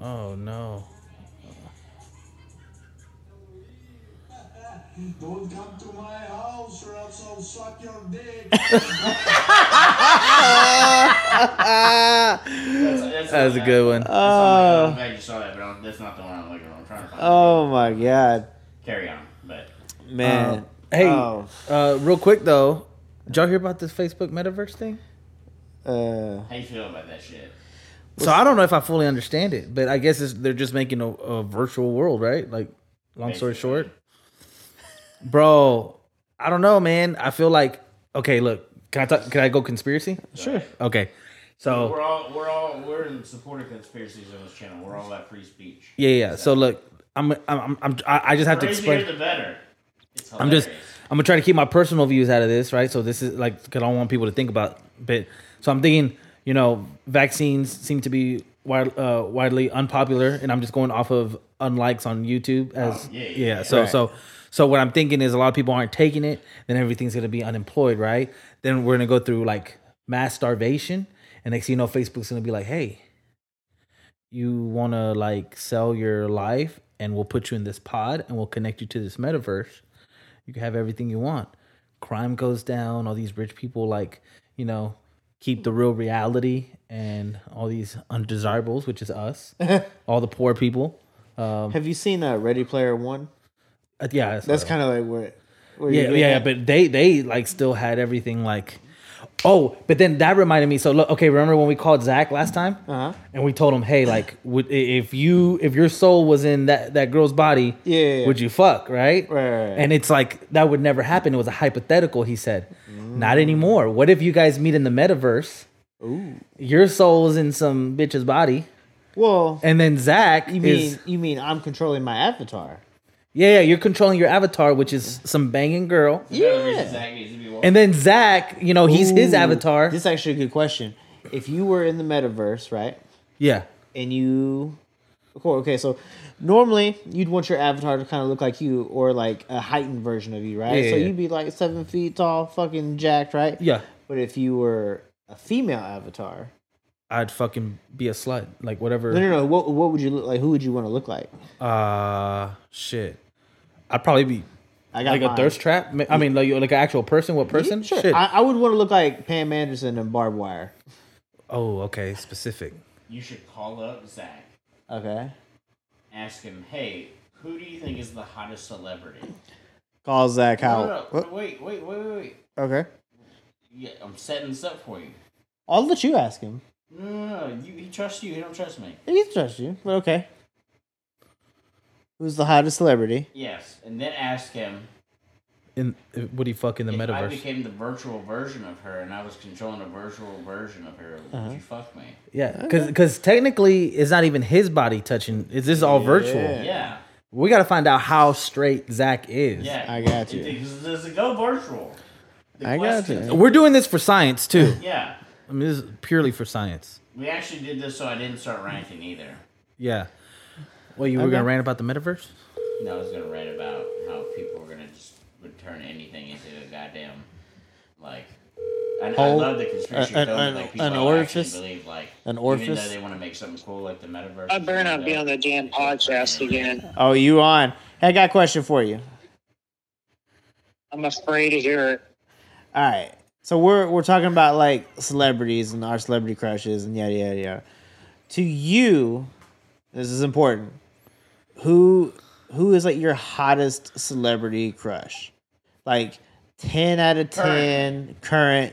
[SPEAKER 3] Oh no.
[SPEAKER 5] Don't come to my house or else I'll suck your dick.
[SPEAKER 2] That's, that's
[SPEAKER 3] That was a good one.
[SPEAKER 2] Oh. I'm glad you saw that, but I'm, that's not the one I'm looking for. I'm trying to find.
[SPEAKER 4] Oh my God,
[SPEAKER 2] Carry on, but
[SPEAKER 4] man.
[SPEAKER 3] Um, Hey,
[SPEAKER 4] Oh.
[SPEAKER 3] uh, real quick though, did y'all hear about this Facebook metaverse thing?
[SPEAKER 4] Uh,
[SPEAKER 2] how you feel about that shit?
[SPEAKER 3] So I don't know if I fully understand it, but I guess it's, they're just making a, a virtual world, right? Like, long story
[SPEAKER 2] Basically.
[SPEAKER 3] short, bro, I don't know, man. I feel like okay. Look, can I talk, can I go conspiracy?
[SPEAKER 2] Sure.
[SPEAKER 3] Okay, so
[SPEAKER 2] We're all we're all we're in support of conspiracies on this channel. We're all about free speech.
[SPEAKER 3] yeah, yeah. So look, I'm I'm I'm, I'm I I just have to
[SPEAKER 2] Crazier
[SPEAKER 3] explain.
[SPEAKER 2] the better. It's
[SPEAKER 3] I'm just
[SPEAKER 2] hilarious.
[SPEAKER 3] I'm gonna try to keep my personal views out of this, right? So this is like because I don't want people to think about. But so I'm thinking, you know, vaccines seem to be wide, uh, widely unpopular, and I'm just going off of unlikes on YouTube as
[SPEAKER 2] Oh, yeah,
[SPEAKER 3] yeah,
[SPEAKER 2] yeah, yeah.
[SPEAKER 3] So
[SPEAKER 4] Right.
[SPEAKER 3] so so what I'm thinking is a lot of people aren't taking it, then everything's gonna be unemployed, right? Then we're gonna go through like mass starvation, and next thing you know, Facebook's gonna be like, hey, you want to like sell your life and we'll put you in this pod and we'll connect you to this metaverse you can have everything you want crime goes down all these rich people like you know keep the real reality and all these undesirables which is us all the poor people
[SPEAKER 4] have you seen uh, Ready Player One?
[SPEAKER 3] Uh, yeah
[SPEAKER 4] That's kind of like where. where you're
[SPEAKER 3] yeah yeah,
[SPEAKER 4] getting
[SPEAKER 3] yeah
[SPEAKER 4] at.
[SPEAKER 3] but they they like still had everything like oh but then that reminded me so look okay remember when we called zach last time
[SPEAKER 4] Uh-huh.
[SPEAKER 3] and we told him hey like would, i- if you if your soul was in that that girl's body
[SPEAKER 4] Yeah, yeah, yeah.
[SPEAKER 3] would you fuck
[SPEAKER 4] Right,
[SPEAKER 3] right?
[SPEAKER 4] right, right.
[SPEAKER 3] and it's like that would never happen it was a hypothetical he said not anymore what if you guys meet in the metaverse Ooh. your soul's in some bitch's body
[SPEAKER 4] well,
[SPEAKER 3] and then zach
[SPEAKER 4] you mean
[SPEAKER 3] is
[SPEAKER 4] you mean I'm controlling my avatar?
[SPEAKER 3] yeah yeah you're controlling your avatar which is some banging girl
[SPEAKER 2] Another reason Zach needs to be walking
[SPEAKER 3] and then zach you know he's his
[SPEAKER 4] Ooh,
[SPEAKER 3] avatar
[SPEAKER 4] This is actually a good question. If you were in the metaverse, right,
[SPEAKER 3] yeah
[SPEAKER 4] and you, of course, okay, so normally you'd want your avatar to kind of look like you or like a heightened version of you, right?
[SPEAKER 3] Yeah,
[SPEAKER 4] so
[SPEAKER 3] yeah,
[SPEAKER 4] you'd be like seven feet tall, fucking jacked, right?
[SPEAKER 3] yeah
[SPEAKER 4] But if you were a female avatar,
[SPEAKER 3] i'd fucking be a slut like whatever
[SPEAKER 4] no, no, no. What what would you look like? Who would you want to look like?
[SPEAKER 3] Uh, shit. I'd probably be
[SPEAKER 4] I
[SPEAKER 3] like a
[SPEAKER 4] mine.
[SPEAKER 3] thirst trap. Ma- I mean, like, like an actual person. What person?
[SPEAKER 4] Sure,
[SPEAKER 3] Shit.
[SPEAKER 4] I, I would want to look like Pam Anderson and Barbed Wire.
[SPEAKER 3] oh, okay. Specific.
[SPEAKER 2] You should call up Zach.
[SPEAKER 4] Okay.
[SPEAKER 2] Ask him, hey, who do you think is the hottest celebrity?
[SPEAKER 4] Call Zach
[SPEAKER 2] No,
[SPEAKER 4] Howell.
[SPEAKER 2] no, no,
[SPEAKER 4] What?
[SPEAKER 2] wait, wait, wait, wait, wait.
[SPEAKER 4] Okay.
[SPEAKER 2] Yeah, I'm setting this up for you.
[SPEAKER 4] I'll let you ask him.
[SPEAKER 2] No, no, no. You, he trusts you. He don't trust me.
[SPEAKER 4] He can trust you, but okay. Who's the hottest celebrity?
[SPEAKER 2] Yes, and then ask him
[SPEAKER 3] In would he fuck in the
[SPEAKER 2] if I
[SPEAKER 3] metaverse?
[SPEAKER 2] became the virtual version of her and I was controlling a virtual version of her.
[SPEAKER 3] Uh-huh.
[SPEAKER 2] Would you fuck me?
[SPEAKER 3] yeah, because technically it's not even his body touching. It's this all virtual.
[SPEAKER 2] Yeah.
[SPEAKER 3] We got to find out how straight Zach is.
[SPEAKER 2] Yeah,
[SPEAKER 4] I got you.
[SPEAKER 2] Because there's a go virtual. The
[SPEAKER 4] I got
[SPEAKER 2] questions-
[SPEAKER 4] you.
[SPEAKER 3] We're doing this for science too.
[SPEAKER 2] Yeah,
[SPEAKER 3] I mean, this is purely for science.
[SPEAKER 2] we actually did this, so I didn't start ranking either.
[SPEAKER 3] Yeah. Well, you were
[SPEAKER 4] Okay.
[SPEAKER 3] gonna rant about the metaverse?
[SPEAKER 2] No, I was gonna write about how people were gonna just would turn anything into a goddamn like. I, I
[SPEAKER 4] Hole?
[SPEAKER 2] love the conspiracy
[SPEAKER 4] An-
[SPEAKER 2] theory.
[SPEAKER 4] an-
[SPEAKER 2] like people
[SPEAKER 4] an
[SPEAKER 2] actually
[SPEAKER 4] orifice?
[SPEAKER 2] believe like
[SPEAKER 4] An
[SPEAKER 2] Even
[SPEAKER 4] orifice?
[SPEAKER 2] though they want to make something cool like the metaverse.
[SPEAKER 6] I better not be on the damn podcast again.
[SPEAKER 4] Oh, you on? Hey, I got a question for you.
[SPEAKER 6] I'm afraid to hear it.
[SPEAKER 4] All right. So we're we're talking about like celebrities and our celebrity crushes and yada yada yada. To you, this is important. Who who is like your hottest celebrity crush? Like ten out of ten current,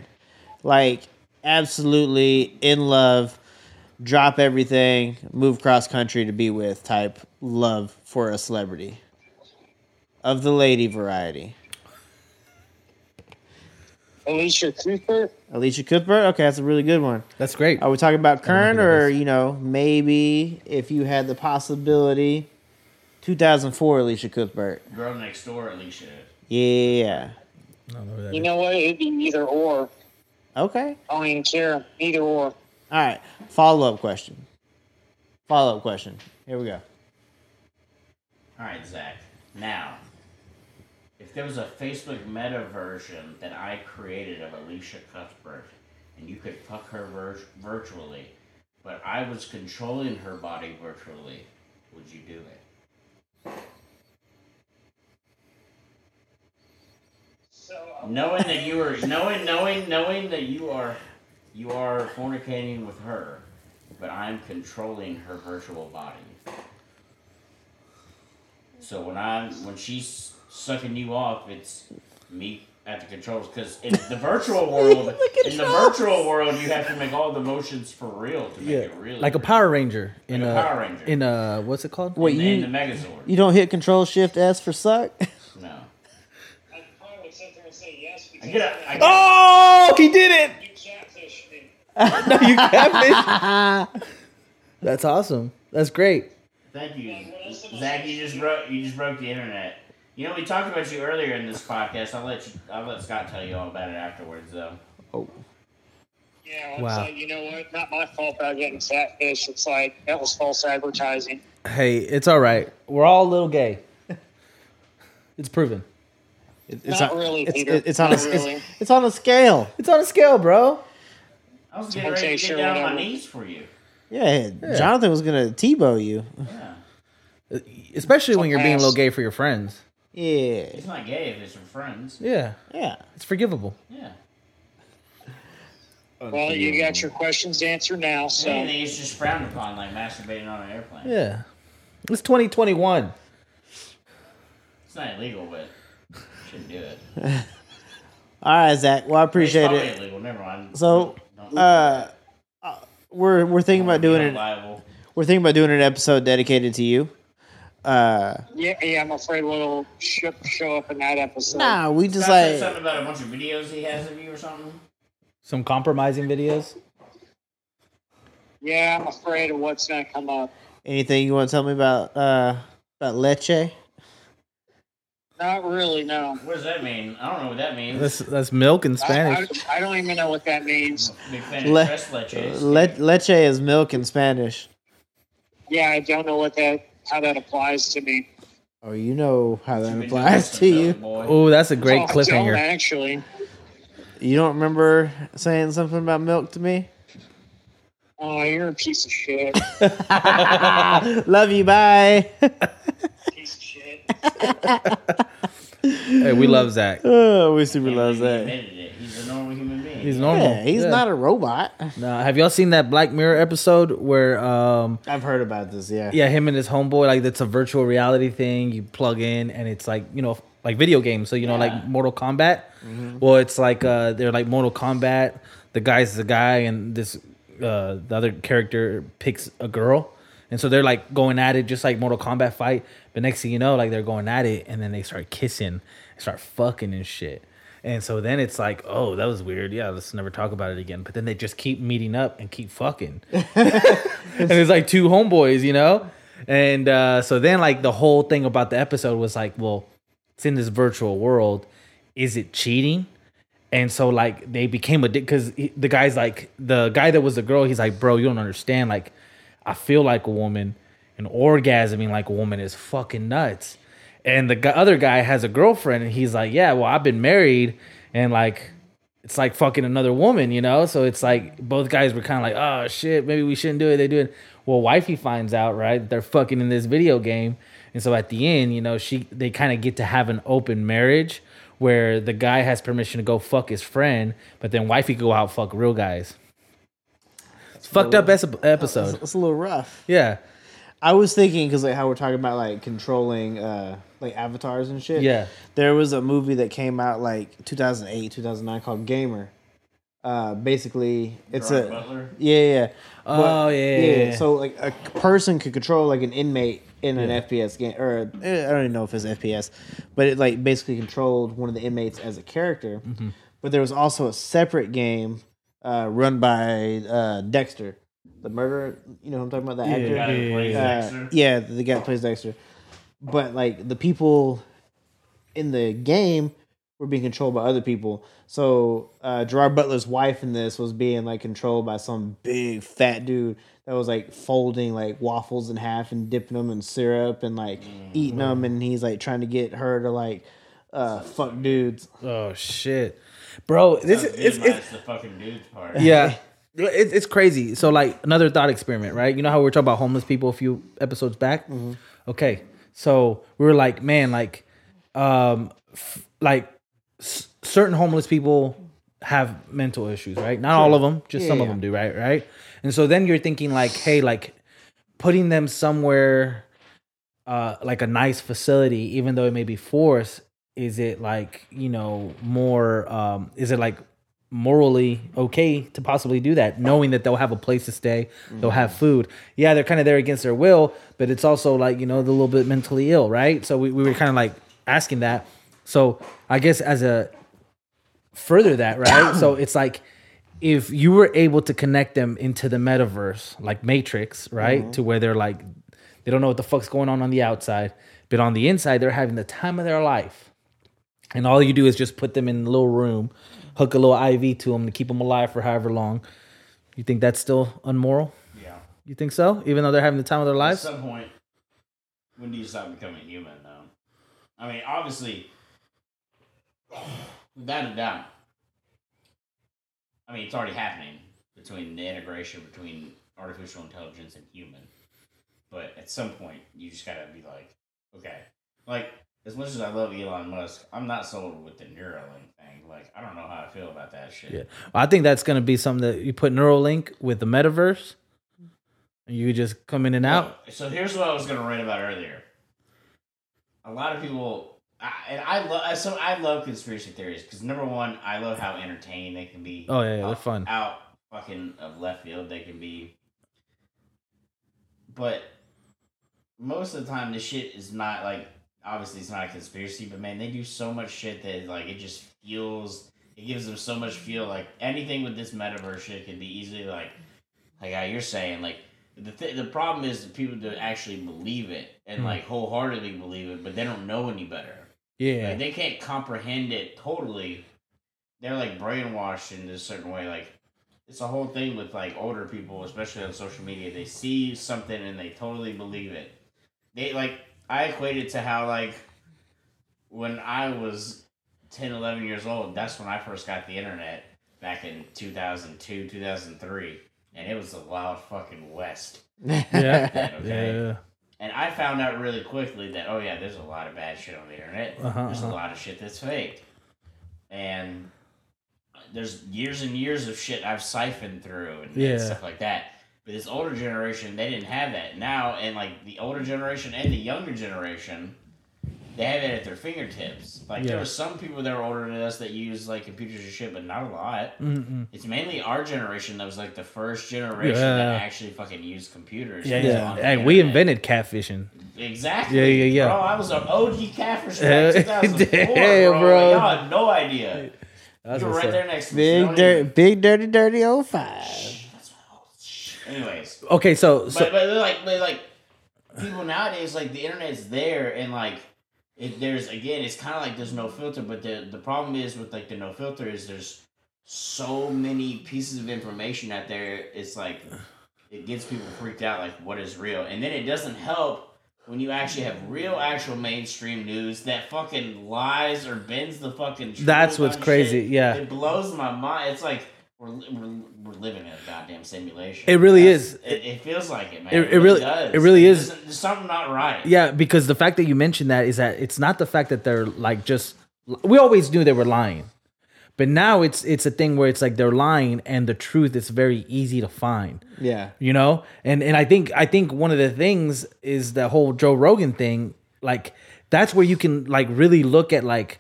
[SPEAKER 4] like absolutely in love, drop everything, move cross country to be with type love for a celebrity of the lady variety.
[SPEAKER 6] Alicia Cooper,
[SPEAKER 4] Alicia Cuthbert. Okay, that's a really good one.
[SPEAKER 3] That's great.
[SPEAKER 4] Are we talking about current
[SPEAKER 3] who that
[SPEAKER 4] or
[SPEAKER 3] is.
[SPEAKER 4] you know maybe if you had the possibility? 2004 Alicia Cuthbert.
[SPEAKER 2] Girl next door, Alicia.
[SPEAKER 4] Yeah.
[SPEAKER 3] I don't know who that
[SPEAKER 6] you
[SPEAKER 3] is.
[SPEAKER 6] know what? It'd be either or.
[SPEAKER 4] Okay.
[SPEAKER 6] I don't even care. Either or.
[SPEAKER 4] All right. Follow up question. Follow up question. Here we go.
[SPEAKER 2] All right, Zach. Now, if there was a Facebook meta version that I created of Alicia Cuthbert, and you could fuck her vir- virtually, but I was controlling her body virtually, would you do it?
[SPEAKER 6] So,
[SPEAKER 2] Knowing that you are knowing knowing knowing that you are you are fornicating with her, but I'm controlling her virtual body. So when I'm when she's sucking you off, it's me at the controls because in the virtual world, in the virtual world, you have to make all the motions for real to make it real,
[SPEAKER 3] Like a Power Ranger in
[SPEAKER 2] Like
[SPEAKER 3] a,
[SPEAKER 2] a Power Ranger.
[SPEAKER 3] in a what's it called?
[SPEAKER 4] Wait,
[SPEAKER 2] in,
[SPEAKER 4] you
[SPEAKER 2] the, in the Megazord.
[SPEAKER 4] you don't hit Control Shift S for suck?
[SPEAKER 2] no,
[SPEAKER 6] I probably would sit there and say yes
[SPEAKER 2] I
[SPEAKER 6] because
[SPEAKER 2] get a, I get
[SPEAKER 3] Oh, he did it!
[SPEAKER 6] you catfish me.
[SPEAKER 3] You catfish. That's awesome. That's great.
[SPEAKER 2] Thank you, Zach. You just broke. You just broke the internet. You know, we talked about you earlier in this podcast. I'll let you. I'll let Scott tell you all about it afterwards, though.
[SPEAKER 4] Oh.
[SPEAKER 6] Yeah, it's
[SPEAKER 3] Wow.
[SPEAKER 6] like, you know what? Not my fault about getting catfish. It's like, that was false advertising.
[SPEAKER 3] Hey, it's all right. We're all a little gay. It's proven.
[SPEAKER 4] It-
[SPEAKER 6] Not really,
[SPEAKER 4] it's,
[SPEAKER 6] Peter.
[SPEAKER 4] it's on a,
[SPEAKER 6] Not really.
[SPEAKER 4] it's, it's on a scale.
[SPEAKER 3] It's on a scale, bro.
[SPEAKER 2] I was getting
[SPEAKER 6] Okay,
[SPEAKER 2] ready to
[SPEAKER 6] sure,
[SPEAKER 2] get down on my
[SPEAKER 6] whatever.
[SPEAKER 2] knees for you.
[SPEAKER 4] Yeah, Jonathan was gonna Tebow you.
[SPEAKER 2] Yeah,
[SPEAKER 3] Especially when you're being a
[SPEAKER 6] Ass.
[SPEAKER 3] little gay for your friends.
[SPEAKER 4] Yeah,
[SPEAKER 2] it's not gay if it's your friends.
[SPEAKER 3] Yeah,
[SPEAKER 4] yeah.
[SPEAKER 3] it's forgivable.
[SPEAKER 2] Yeah,
[SPEAKER 4] Oh,
[SPEAKER 6] Well, you got your questions answered now,
[SPEAKER 2] If
[SPEAKER 6] so.
[SPEAKER 2] anything, it's just frowned upon, like masturbating on an airplane.
[SPEAKER 3] Yeah. It's 2021.
[SPEAKER 2] It's not illegal, but shouldn't do it.
[SPEAKER 4] All right, Zach. Well, I appreciate
[SPEAKER 2] it's probably
[SPEAKER 4] it.
[SPEAKER 2] Illegal. Never mind.
[SPEAKER 4] So,
[SPEAKER 2] Don't-
[SPEAKER 4] uh, uh, we're we're thinking about doing
[SPEAKER 2] don't
[SPEAKER 4] it.
[SPEAKER 2] liable.
[SPEAKER 4] We're thinking about doing an episode dedicated to you. Uh,
[SPEAKER 6] Yeah, yeah, I'm afraid we'll sh- show up in that episode.
[SPEAKER 4] nah, we just
[SPEAKER 2] Scott said
[SPEAKER 4] like
[SPEAKER 2] something about a bunch of videos he has of you or something.
[SPEAKER 3] Some compromising videos.
[SPEAKER 6] Yeah, I'm afraid of what's going to come up.
[SPEAKER 4] anything you want to tell me about uh about Leche.
[SPEAKER 6] Not really, no.
[SPEAKER 2] What does that mean? I don't know what that means.
[SPEAKER 3] That's that's milk in
[SPEAKER 6] I- I,
[SPEAKER 3] Spanish.
[SPEAKER 6] I don't even know what that means.
[SPEAKER 2] Big fan
[SPEAKER 4] Le-
[SPEAKER 2] of stress leches.
[SPEAKER 4] Uh, Le- leche is milk in Spanish.
[SPEAKER 6] Yeah, I don't know what that how that applies to me.
[SPEAKER 4] Oh, you know how that
[SPEAKER 2] Been doing
[SPEAKER 4] applies
[SPEAKER 2] this
[SPEAKER 4] to
[SPEAKER 2] since I was a
[SPEAKER 4] you.
[SPEAKER 2] boy.
[SPEAKER 3] Oh, that's a great
[SPEAKER 6] Oh, I don't,
[SPEAKER 3] cliffhanger.
[SPEAKER 6] actually.
[SPEAKER 4] You don't remember saying something about milk to me?
[SPEAKER 6] Oh, you're a piece of shit.
[SPEAKER 4] Love you. Bye.
[SPEAKER 6] piece of shit.
[SPEAKER 3] Hey, we love Zach.
[SPEAKER 4] oh, we super love
[SPEAKER 2] He
[SPEAKER 4] that.
[SPEAKER 2] admitted it. He's a normal human being.
[SPEAKER 3] He's normal.
[SPEAKER 4] Yeah, he's
[SPEAKER 3] Yeah.
[SPEAKER 4] not a robot.
[SPEAKER 3] Nah, have y'all seen that Black Mirror episode where um
[SPEAKER 4] I've heard about this. Yeah.
[SPEAKER 3] yeah, him and his homeboy like that's a virtual reality thing you plug in and it's like, you know, like video games, so you know like Mortal Kombat. Well, it's like uh they're like Mortal Kombat, the guy's the guy and this uh the other character picks a girl. And so they're like going at it just like Mortal Kombat fight, but next thing you know like they're going at it and then they start kissing, start fucking and shit. And so then it's like, oh, that was weird. Yeah, let's never talk about it again. But then they just keep meeting up and keep fucking. and it's like two homeboys, you know? And uh, so then, like, the whole thing about the episode was like, well, it's in this virtual world. Is it cheating? And so, like, they became a because the guy's like, the guy that was the girl, he's like, bro, you don't understand. Like, I feel like a woman, and orgasming like a woman is fucking nuts. And the gu- other guy has a girlfriend, and he's like, yeah, well, I've been married, and like, it's like fucking another woman, you know? So it's like both guys were kind of like, oh shit, maybe we shouldn't do it. They do it. Well, wifey finds out, right? that They're fucking in this video game. And so at the end, you know, she they kind of get to have an open marriage where the guy has permission to go fuck his friend, but then wifey go out fuck real guys. It's fucked up es- episode.
[SPEAKER 4] It's a little rough.
[SPEAKER 3] Yeah.
[SPEAKER 4] I was thinking because like how we're talking about like controlling uh like avatars and shit.
[SPEAKER 3] Yeah.
[SPEAKER 4] there was a movie that came out like 2008, 2009 called Gamer. Uh, basically, it's
[SPEAKER 2] Gerard
[SPEAKER 4] a
[SPEAKER 2] Butler?
[SPEAKER 4] yeah, yeah, yeah.
[SPEAKER 3] Oh, yeah, yeah, yeah.
[SPEAKER 4] So like a person could control like an inmate in an FPS game, or eh, I don't even know if it's FPS, but it like basically controlled one of the inmates as a character.
[SPEAKER 3] Mm-hmm.
[SPEAKER 4] But there was also a separate game uh, run by uh, Dexter, the murderer. You know who I'm talking about? That actor.
[SPEAKER 2] Guy who plays
[SPEAKER 4] Uh,
[SPEAKER 2] Dexter.
[SPEAKER 4] yeah, the guy that plays Dexter. But like the people in the game were being controlled by other people. So uh, Gerard Butler's wife in this was being like controlled by some big fat dude that was like folding like waffles in half and dipping them in syrup and like
[SPEAKER 2] Mm.
[SPEAKER 4] eating them, and he's like trying to get her to like uh, fuck dudes.
[SPEAKER 3] Oh shit. Bro, this is it's, it's,
[SPEAKER 2] Minus the fucking dude's part.
[SPEAKER 3] yeah it's, it's crazy so like another thought experiment right you know how we were talking about homeless people a few episodes back
[SPEAKER 4] Mm-hmm.
[SPEAKER 3] okay so we were like man like um f- like s- certain homeless people have mental issues right not all of them just some of
[SPEAKER 4] yeah.
[SPEAKER 3] them do right right and so then you're thinking like hey like putting them somewhere uh like a nice facility even though it may be forced is it like you know more um is it like morally okay to possibly do that knowing that they'll have a place to stay they'll have food yeah they're kind of there against their will but it's also like you know the little bit mentally ill right so we, we were kind of like asking that so i guess as a further that, right? so it's like if you were able to connect them into the metaverse, like Matrix, right? To where they're like, they don't know what the fuck's going on on the outside, but on the inside, they're having the time of their life. And all you do is just put them in a little room, hook a little IV to them to keep them alive for however long. You think that's still unmoral?
[SPEAKER 2] Yeah.
[SPEAKER 3] You think so? Even though they're having the time of their
[SPEAKER 2] At
[SPEAKER 3] lives?
[SPEAKER 2] some point, when do you stop becoming human, though? I mean, obviously, without a doubt. I mean, it's already happening between the integration between artificial intelligence and human. But at some point, you just gotta be like, okay, like as much as I love Elon Musk, I'm not sold with the Neuralink thing. Like, I don't know how I feel about that shit.
[SPEAKER 3] Yeah. I think that's going to be something that you put Neuralink with the metaverse. and You just come in and out.
[SPEAKER 2] So here's what I was gonna write about earlier. A lot of people, I, and I love so I love conspiracy theories because number one, I love how entertaining they can be.
[SPEAKER 3] Oh, yeah, yeah, they're
[SPEAKER 2] Out-
[SPEAKER 3] fun.
[SPEAKER 2] Out fucking of left field, they can be. But most of the time, this shit is not like obviously it's not a conspiracy, but man, they do so much shit that like it just feels. It gives them so much feel like anything with this metaverse shit can be easily like like how you're saying like the th- the problem is the people that actually believe it and like wholeheartedly believe it but they don't know any better
[SPEAKER 3] Yeah.
[SPEAKER 2] like they can't comprehend it totally they're like brainwashed in this certain way like it's a whole thing with like older people especially on social media they see something and they totally believe it they like i equate it to how like when i was 10 11 years old that's when i first got the internet back in 2002 2003 and it was the wild fucking west
[SPEAKER 3] yeah.
[SPEAKER 2] okay and I found out really quickly that oh yeah, there's a lot of bad shit on the internet.
[SPEAKER 3] Uh-huh,
[SPEAKER 2] there's
[SPEAKER 3] uh-huh.
[SPEAKER 2] a lot of shit that's fake, and there's years and years of shit I've siphoned through and, and
[SPEAKER 3] Yeah.
[SPEAKER 2] stuff like that. But this older generation, they didn't have that now, and like the older generation and the younger generation, they have it at their fingertips. Like
[SPEAKER 3] Yeah.
[SPEAKER 2] there were some people that were older than us that used like computers and shit, but not a lot.
[SPEAKER 3] Mm-mm.
[SPEAKER 2] It's mainly our generation that was like the first generation
[SPEAKER 3] Yeah.
[SPEAKER 2] that actually fucking used computers.
[SPEAKER 3] Yeah.
[SPEAKER 2] and was on the
[SPEAKER 3] Hey, we
[SPEAKER 2] internet.
[SPEAKER 3] invented catfishing.
[SPEAKER 2] Exactly.
[SPEAKER 3] Yeah, yeah, yeah.
[SPEAKER 2] Bro, I was an OG catfish
[SPEAKER 3] Yeah.
[SPEAKER 2] back in 2004,
[SPEAKER 3] Damn,
[SPEAKER 2] bro.
[SPEAKER 3] bro.
[SPEAKER 2] Y'all had no idea.
[SPEAKER 3] That's
[SPEAKER 2] you were
[SPEAKER 3] what's
[SPEAKER 2] right
[SPEAKER 3] up.
[SPEAKER 2] there next to me.
[SPEAKER 4] Big
[SPEAKER 2] so don't
[SPEAKER 4] dirty,
[SPEAKER 2] even-
[SPEAKER 4] big dirty, dirty oh five.
[SPEAKER 2] Anyways,
[SPEAKER 3] Okay, so so
[SPEAKER 2] but, but they're like, they're like, people nowadays like the internet's there and like it, there's again it's kind of like there's no filter but the the problem is with like the no filter is there's so many pieces of information out there it's like it gets people freaked out like what is real and then it doesn't help when you actually have real actual mainstream news that fucking lies or bends the fucking truth
[SPEAKER 3] That's what's
[SPEAKER 2] on
[SPEAKER 3] crazy,
[SPEAKER 2] shit,
[SPEAKER 3] yeah.
[SPEAKER 2] it blows my mind it's like we're, li- we're, we're living in a goddamn simulation
[SPEAKER 3] It really
[SPEAKER 2] That's-
[SPEAKER 3] is.
[SPEAKER 2] it, it feels like it man
[SPEAKER 3] It- it really-
[SPEAKER 2] does.
[SPEAKER 3] it really
[SPEAKER 2] There's-
[SPEAKER 3] is.
[SPEAKER 2] there's something not right
[SPEAKER 3] Yeah, because the fact that you mentioned that is that it's not the fact that they're like just we always knew they were lying. But now it's it's a thing where it's like they're lying and the truth is very easy to find.
[SPEAKER 4] Yeah.
[SPEAKER 3] You know? And and I think I think one of the things is the whole Joe Rogan thing, like that's where you can like really look at like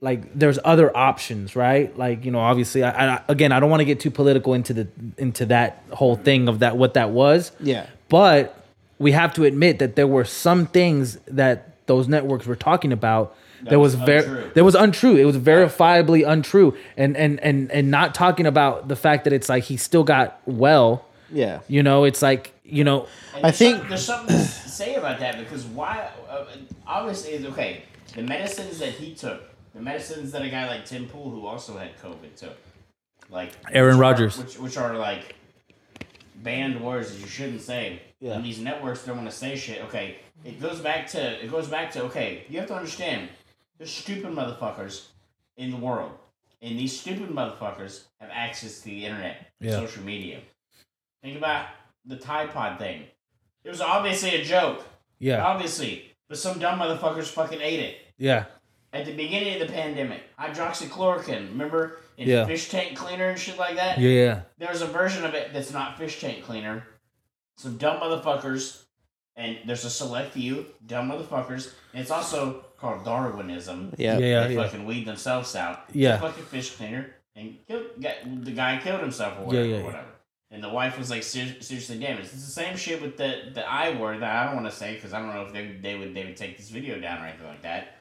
[SPEAKER 3] like there's other options, right? Like, you know, obviously I, I again, I don't want to get too political into the into that whole thing of that what that was.
[SPEAKER 4] Yeah.
[SPEAKER 3] But we have to admit that there were some things that those networks were talking about that, was,
[SPEAKER 2] was
[SPEAKER 3] very
[SPEAKER 2] untrue.
[SPEAKER 3] that was untrue. It was verifiably untrue, and and and and not talking about the fact that it's like he still got well.
[SPEAKER 4] Yeah.
[SPEAKER 3] You know, it's like you know,
[SPEAKER 2] And
[SPEAKER 4] I
[SPEAKER 2] there's
[SPEAKER 4] think-
[SPEAKER 2] some- there's something to say about that because why? Uh, obviously, it's okay. The medicines that he took, the medicines that a guy like Tim Pool, who also had COVID, took, like
[SPEAKER 3] Aaron
[SPEAKER 2] which are-
[SPEAKER 3] Rodgers.
[SPEAKER 2] which which are like banned words that you shouldn't say.
[SPEAKER 4] Yeah.
[SPEAKER 2] And these networks don't want to say shit. Okay, it goes back to it goes back to okay. You have to understand, there's stupid motherfuckers in the world, and these stupid motherfuckers have access to the internet, and
[SPEAKER 3] Yeah.
[SPEAKER 2] social media. Think about the Tide Pod thing. It was obviously a joke,
[SPEAKER 3] yeah,
[SPEAKER 2] obviously, but some dumb motherfuckers fucking ate it
[SPEAKER 3] yeah,
[SPEAKER 2] at the beginning of the pandemic. Hydroxychloroquine, remember? In
[SPEAKER 3] Yeah.
[SPEAKER 2] fish tank cleaner and shit like that
[SPEAKER 3] yeah,
[SPEAKER 2] there's a version of it that's not fish tank cleaner. Some dumb motherfuckers, and there's a select few dumb motherfuckers. And it's also called Darwinism.
[SPEAKER 4] Yeah.
[SPEAKER 3] Yeah.
[SPEAKER 2] they fucking weed themselves out.
[SPEAKER 3] Yeah.
[SPEAKER 2] fucking fish cleaner, and killed, got, the guy killed himself or
[SPEAKER 3] Yeah,
[SPEAKER 2] whatever.
[SPEAKER 3] yeah, yeah.
[SPEAKER 2] whatever. And the wife was like ser- seriously damaged. It's the same shit with the the I word that I don't want to say because I don't know if they they would they would take this video down or anything like that.